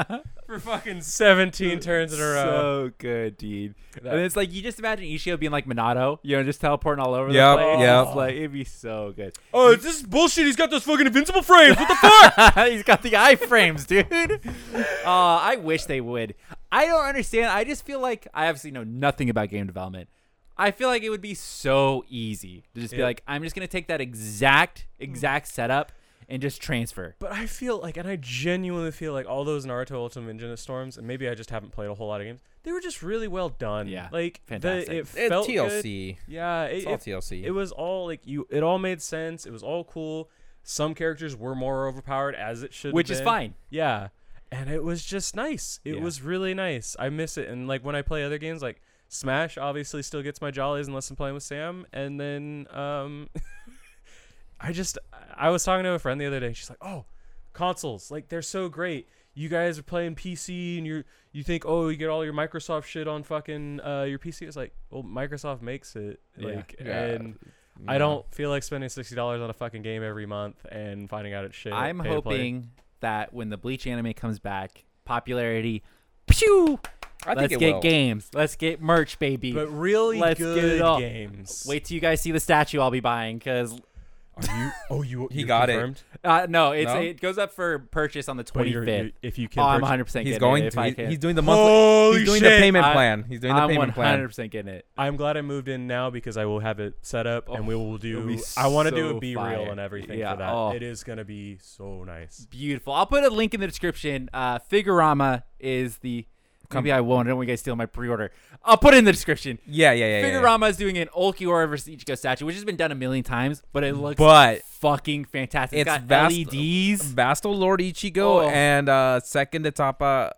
[SPEAKER 3] yeah. For fucking 17 turns in a row.
[SPEAKER 1] So good, dude. and it's like you just imagine Ishio being like Minato, you know, just teleporting all over
[SPEAKER 2] Yep,
[SPEAKER 1] the place.
[SPEAKER 2] yep.
[SPEAKER 1] It's like it'd be so good.
[SPEAKER 3] oh, this is bullshit. He's got those fucking invincible frames. What the fuck?
[SPEAKER 1] He's got the iframes, dude. Uh, I wish they would. I don't understand. I just feel like I obviously know nothing about game development. I feel like it would be so easy to just be
[SPEAKER 3] Yeah.
[SPEAKER 1] like, I'm just gonna take that exact exact setup and just transfer.
[SPEAKER 3] But I feel like, and I genuinely feel like all those Naruto Ultimate Ninja Storms, and maybe I just haven't played a whole lot of games. They were just really well done.
[SPEAKER 1] Yeah,
[SPEAKER 3] like
[SPEAKER 1] fantastic.
[SPEAKER 3] The, it
[SPEAKER 1] It's
[SPEAKER 3] felt good.
[SPEAKER 2] TLC.
[SPEAKER 3] Yeah, it,
[SPEAKER 2] It's all
[SPEAKER 3] it-
[SPEAKER 2] TLC.
[SPEAKER 3] it was all like you. It all made sense. It was all cool. Some characters were more overpowered as it should,
[SPEAKER 1] Which
[SPEAKER 3] have
[SPEAKER 1] is
[SPEAKER 3] been.
[SPEAKER 1] fine.
[SPEAKER 3] Yeah, and it was just nice. It
[SPEAKER 1] Yeah.
[SPEAKER 3] was really nice. I miss it. And like when I play other games, like Smash, obviously still gets my jollies unless I'm playing with Sam. And then um, I just I was talking to a friend the other day. She's like, "Oh, consoles like they're so great. You guys are playing PC and you you think oh you get all your Microsoft shit on fucking uh, your PC. It's like well Microsoft makes it
[SPEAKER 1] Yeah.
[SPEAKER 3] like
[SPEAKER 2] Yeah.
[SPEAKER 3] and I don't feel like spending sixty dollars on a fucking game every month and finding out it's shit.
[SPEAKER 1] I'm
[SPEAKER 3] pay to play.
[SPEAKER 1] hoping that when the Bleach anime comes back, popularity, pew.
[SPEAKER 2] I think
[SPEAKER 1] Let's
[SPEAKER 2] it
[SPEAKER 1] get
[SPEAKER 2] will.
[SPEAKER 1] games. Let's get merch, baby.
[SPEAKER 3] but really
[SPEAKER 1] Let's get it
[SPEAKER 3] good
[SPEAKER 1] all.
[SPEAKER 3] games.
[SPEAKER 1] Wait till you guys see the statue I'll be buying, cause
[SPEAKER 3] are you? Oh, you
[SPEAKER 2] He
[SPEAKER 3] you're
[SPEAKER 2] got it.
[SPEAKER 3] confirmed?
[SPEAKER 1] uh, no, it's
[SPEAKER 2] No?
[SPEAKER 1] it goes up for purchase on the
[SPEAKER 3] But
[SPEAKER 1] 25th.
[SPEAKER 3] you're- you- if you can,
[SPEAKER 1] oh, I'm
[SPEAKER 3] purchase-
[SPEAKER 1] 100 percent.
[SPEAKER 2] He's going.
[SPEAKER 1] It if
[SPEAKER 2] To,
[SPEAKER 1] I
[SPEAKER 2] he-
[SPEAKER 1] can.
[SPEAKER 2] he's doing the monthly.
[SPEAKER 3] Holy
[SPEAKER 2] He's doing the
[SPEAKER 3] shit.
[SPEAKER 2] payment
[SPEAKER 1] I-
[SPEAKER 2] plan. He's doing the
[SPEAKER 1] I'm
[SPEAKER 2] payment
[SPEAKER 1] 100
[SPEAKER 2] plan.
[SPEAKER 1] percent getting it.
[SPEAKER 3] I'm glad I moved in now because I will have it set up and we will
[SPEAKER 1] it'll be
[SPEAKER 3] do. I want to do
[SPEAKER 1] so
[SPEAKER 3] a B
[SPEAKER 1] fire.
[SPEAKER 3] reel and everything
[SPEAKER 1] Yeah,
[SPEAKER 3] for that.
[SPEAKER 1] oh.
[SPEAKER 3] It is gonna be so nice.
[SPEAKER 1] Beautiful. I'll put a link in the description. Uh, Figurama is the Maybe I won't. I don't want you guys stealing my pre-order. I'll put it in the description.
[SPEAKER 2] Yeah, yeah, yeah. yeah, yeah.
[SPEAKER 1] Figurama is doing an Ulquiorra versus Ichigo statue, which has been done a million times, but it looks
[SPEAKER 2] But-
[SPEAKER 1] fucking fantastic. It's,
[SPEAKER 2] It's
[SPEAKER 1] got E
[SPEAKER 2] vast-
[SPEAKER 1] LEDs
[SPEAKER 2] Vasto Lord Ichigo
[SPEAKER 1] Oh.
[SPEAKER 2] and uh, second Etapa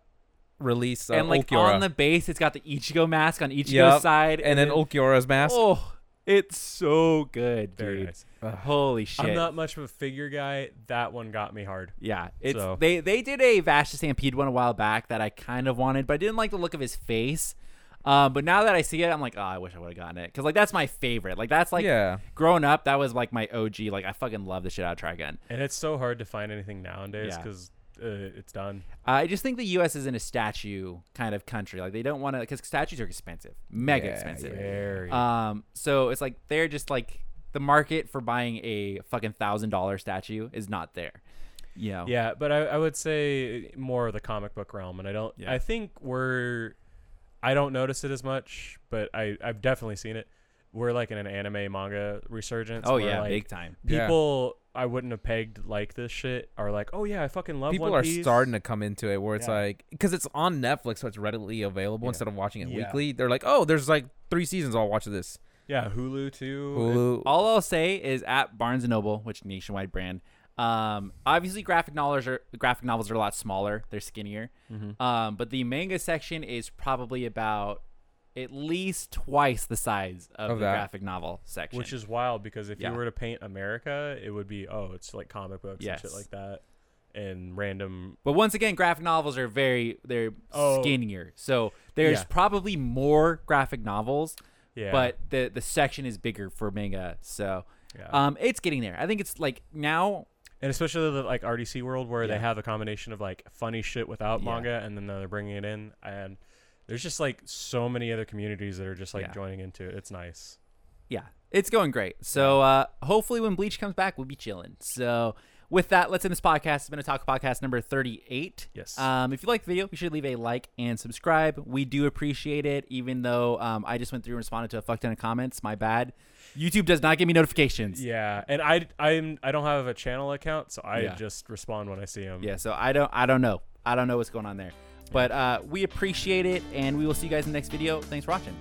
[SPEAKER 2] release uh,
[SPEAKER 1] and like
[SPEAKER 2] Ulquiorra.
[SPEAKER 1] on the base, it's got the Ichigo mask on Ichigo's
[SPEAKER 2] Yup.
[SPEAKER 1] side,
[SPEAKER 2] and then Ulquiora's mask.
[SPEAKER 1] oh, it's so good,
[SPEAKER 3] Very
[SPEAKER 1] dude.
[SPEAKER 3] nice.
[SPEAKER 1] Holy shit!
[SPEAKER 3] I'm not much of a figure guy. That one got me hard.
[SPEAKER 1] Yeah, it's
[SPEAKER 3] So-
[SPEAKER 1] they they did a Vash the Stampede one a while back that I kind of wanted, but I didn't like the look of his face. Um, but now that I see it, I'm like, oh, I wish I would have gotten it because like that's my favorite. Like that's like
[SPEAKER 2] Yeah.
[SPEAKER 1] growing up, that was like my OG. Like I fucking love the shit out of Trigun.
[SPEAKER 3] And it's so hard to find anything nowadays
[SPEAKER 1] Yeah.
[SPEAKER 3] because uh, it's done.
[SPEAKER 1] I just think the U.S. is in a statue kind of country. Like they don't want to because statues are expensive, mega
[SPEAKER 2] Yeah,
[SPEAKER 1] expensive.
[SPEAKER 3] Very.
[SPEAKER 1] Um, so it's like they're just like the market for buying a fucking thousand dollar statue is not there. You know?
[SPEAKER 3] yeah, but I, I would say more of the comic book realm, and I don't.
[SPEAKER 1] Yeah.
[SPEAKER 3] I think we're. I don't notice it as much, but I I've definitely seen it. We're like in an anime manga resurgence.
[SPEAKER 1] Oh
[SPEAKER 3] where,
[SPEAKER 1] yeah,
[SPEAKER 3] like,
[SPEAKER 1] big time.
[SPEAKER 2] Yeah.
[SPEAKER 3] people I wouldn't have pegged like this shit are like, oh yeah, I fucking love.
[SPEAKER 2] People
[SPEAKER 3] One
[SPEAKER 2] are
[SPEAKER 3] Piece.
[SPEAKER 2] starting to come into it where it's
[SPEAKER 3] Yeah.
[SPEAKER 2] like because it's on Netflix, so it's readily available instead of watching it
[SPEAKER 3] Yeah.
[SPEAKER 2] weekly. They're like, oh, there's like three seasons. I'll watch this.
[SPEAKER 3] Yeah, Hulu too.
[SPEAKER 2] Hulu.
[SPEAKER 1] All I'll say is at Barnes and Noble, which nationwide brand. Um, obviously graphic novels are graphic novels are a lot smaller. They're skinnier.
[SPEAKER 3] Mm-hmm.
[SPEAKER 1] Um, but the manga section is probably about at least twice the size of,
[SPEAKER 2] Of
[SPEAKER 1] the
[SPEAKER 2] that.
[SPEAKER 1] graphic novel section.
[SPEAKER 3] Which is wild because if
[SPEAKER 1] Yeah.
[SPEAKER 3] you were to paint America, it would be oh, it's like comic books and
[SPEAKER 1] Yes.
[SPEAKER 3] shit like that, and random.
[SPEAKER 1] but once again, graphic novels are very they're
[SPEAKER 3] Oh.
[SPEAKER 1] skinnier. So there's
[SPEAKER 3] Yeah.
[SPEAKER 1] probably more graphic novels,
[SPEAKER 3] Yeah,
[SPEAKER 1] but the the section is bigger for manga. So
[SPEAKER 3] Yeah.
[SPEAKER 1] um, it's getting there. I think it's like now
[SPEAKER 3] and especially the like RDC world where
[SPEAKER 1] Yeah.
[SPEAKER 3] they have a combination of like funny shit without
[SPEAKER 1] Yeah.
[SPEAKER 3] manga, and then they're bringing it in, and there's just like so many other communities that are just like
[SPEAKER 1] Yeah.
[SPEAKER 3] joining into it. It's nice.
[SPEAKER 1] yeah, it's going great. So uh, hopefully, when Bleach comes back, we'll be chilling. So with that, let's end this podcast. It's been a talk podcast number thirty-eight.
[SPEAKER 3] Yes.
[SPEAKER 1] Um, if you like the video, you should leave a like and subscribe. We do appreciate it, even though um, I just went through and responded to a fuck ton of comments. My bad. YouTube does not give me notifications.
[SPEAKER 3] Yeah, and I I'm I don't have a channel account, so I
[SPEAKER 1] Yeah.
[SPEAKER 3] just respond when I see them.
[SPEAKER 1] Yeah. So I don't. I don't know. I don't know what's going on there. But uh, we appreciate it, and we will see you guys in the next video. Thanks for watching.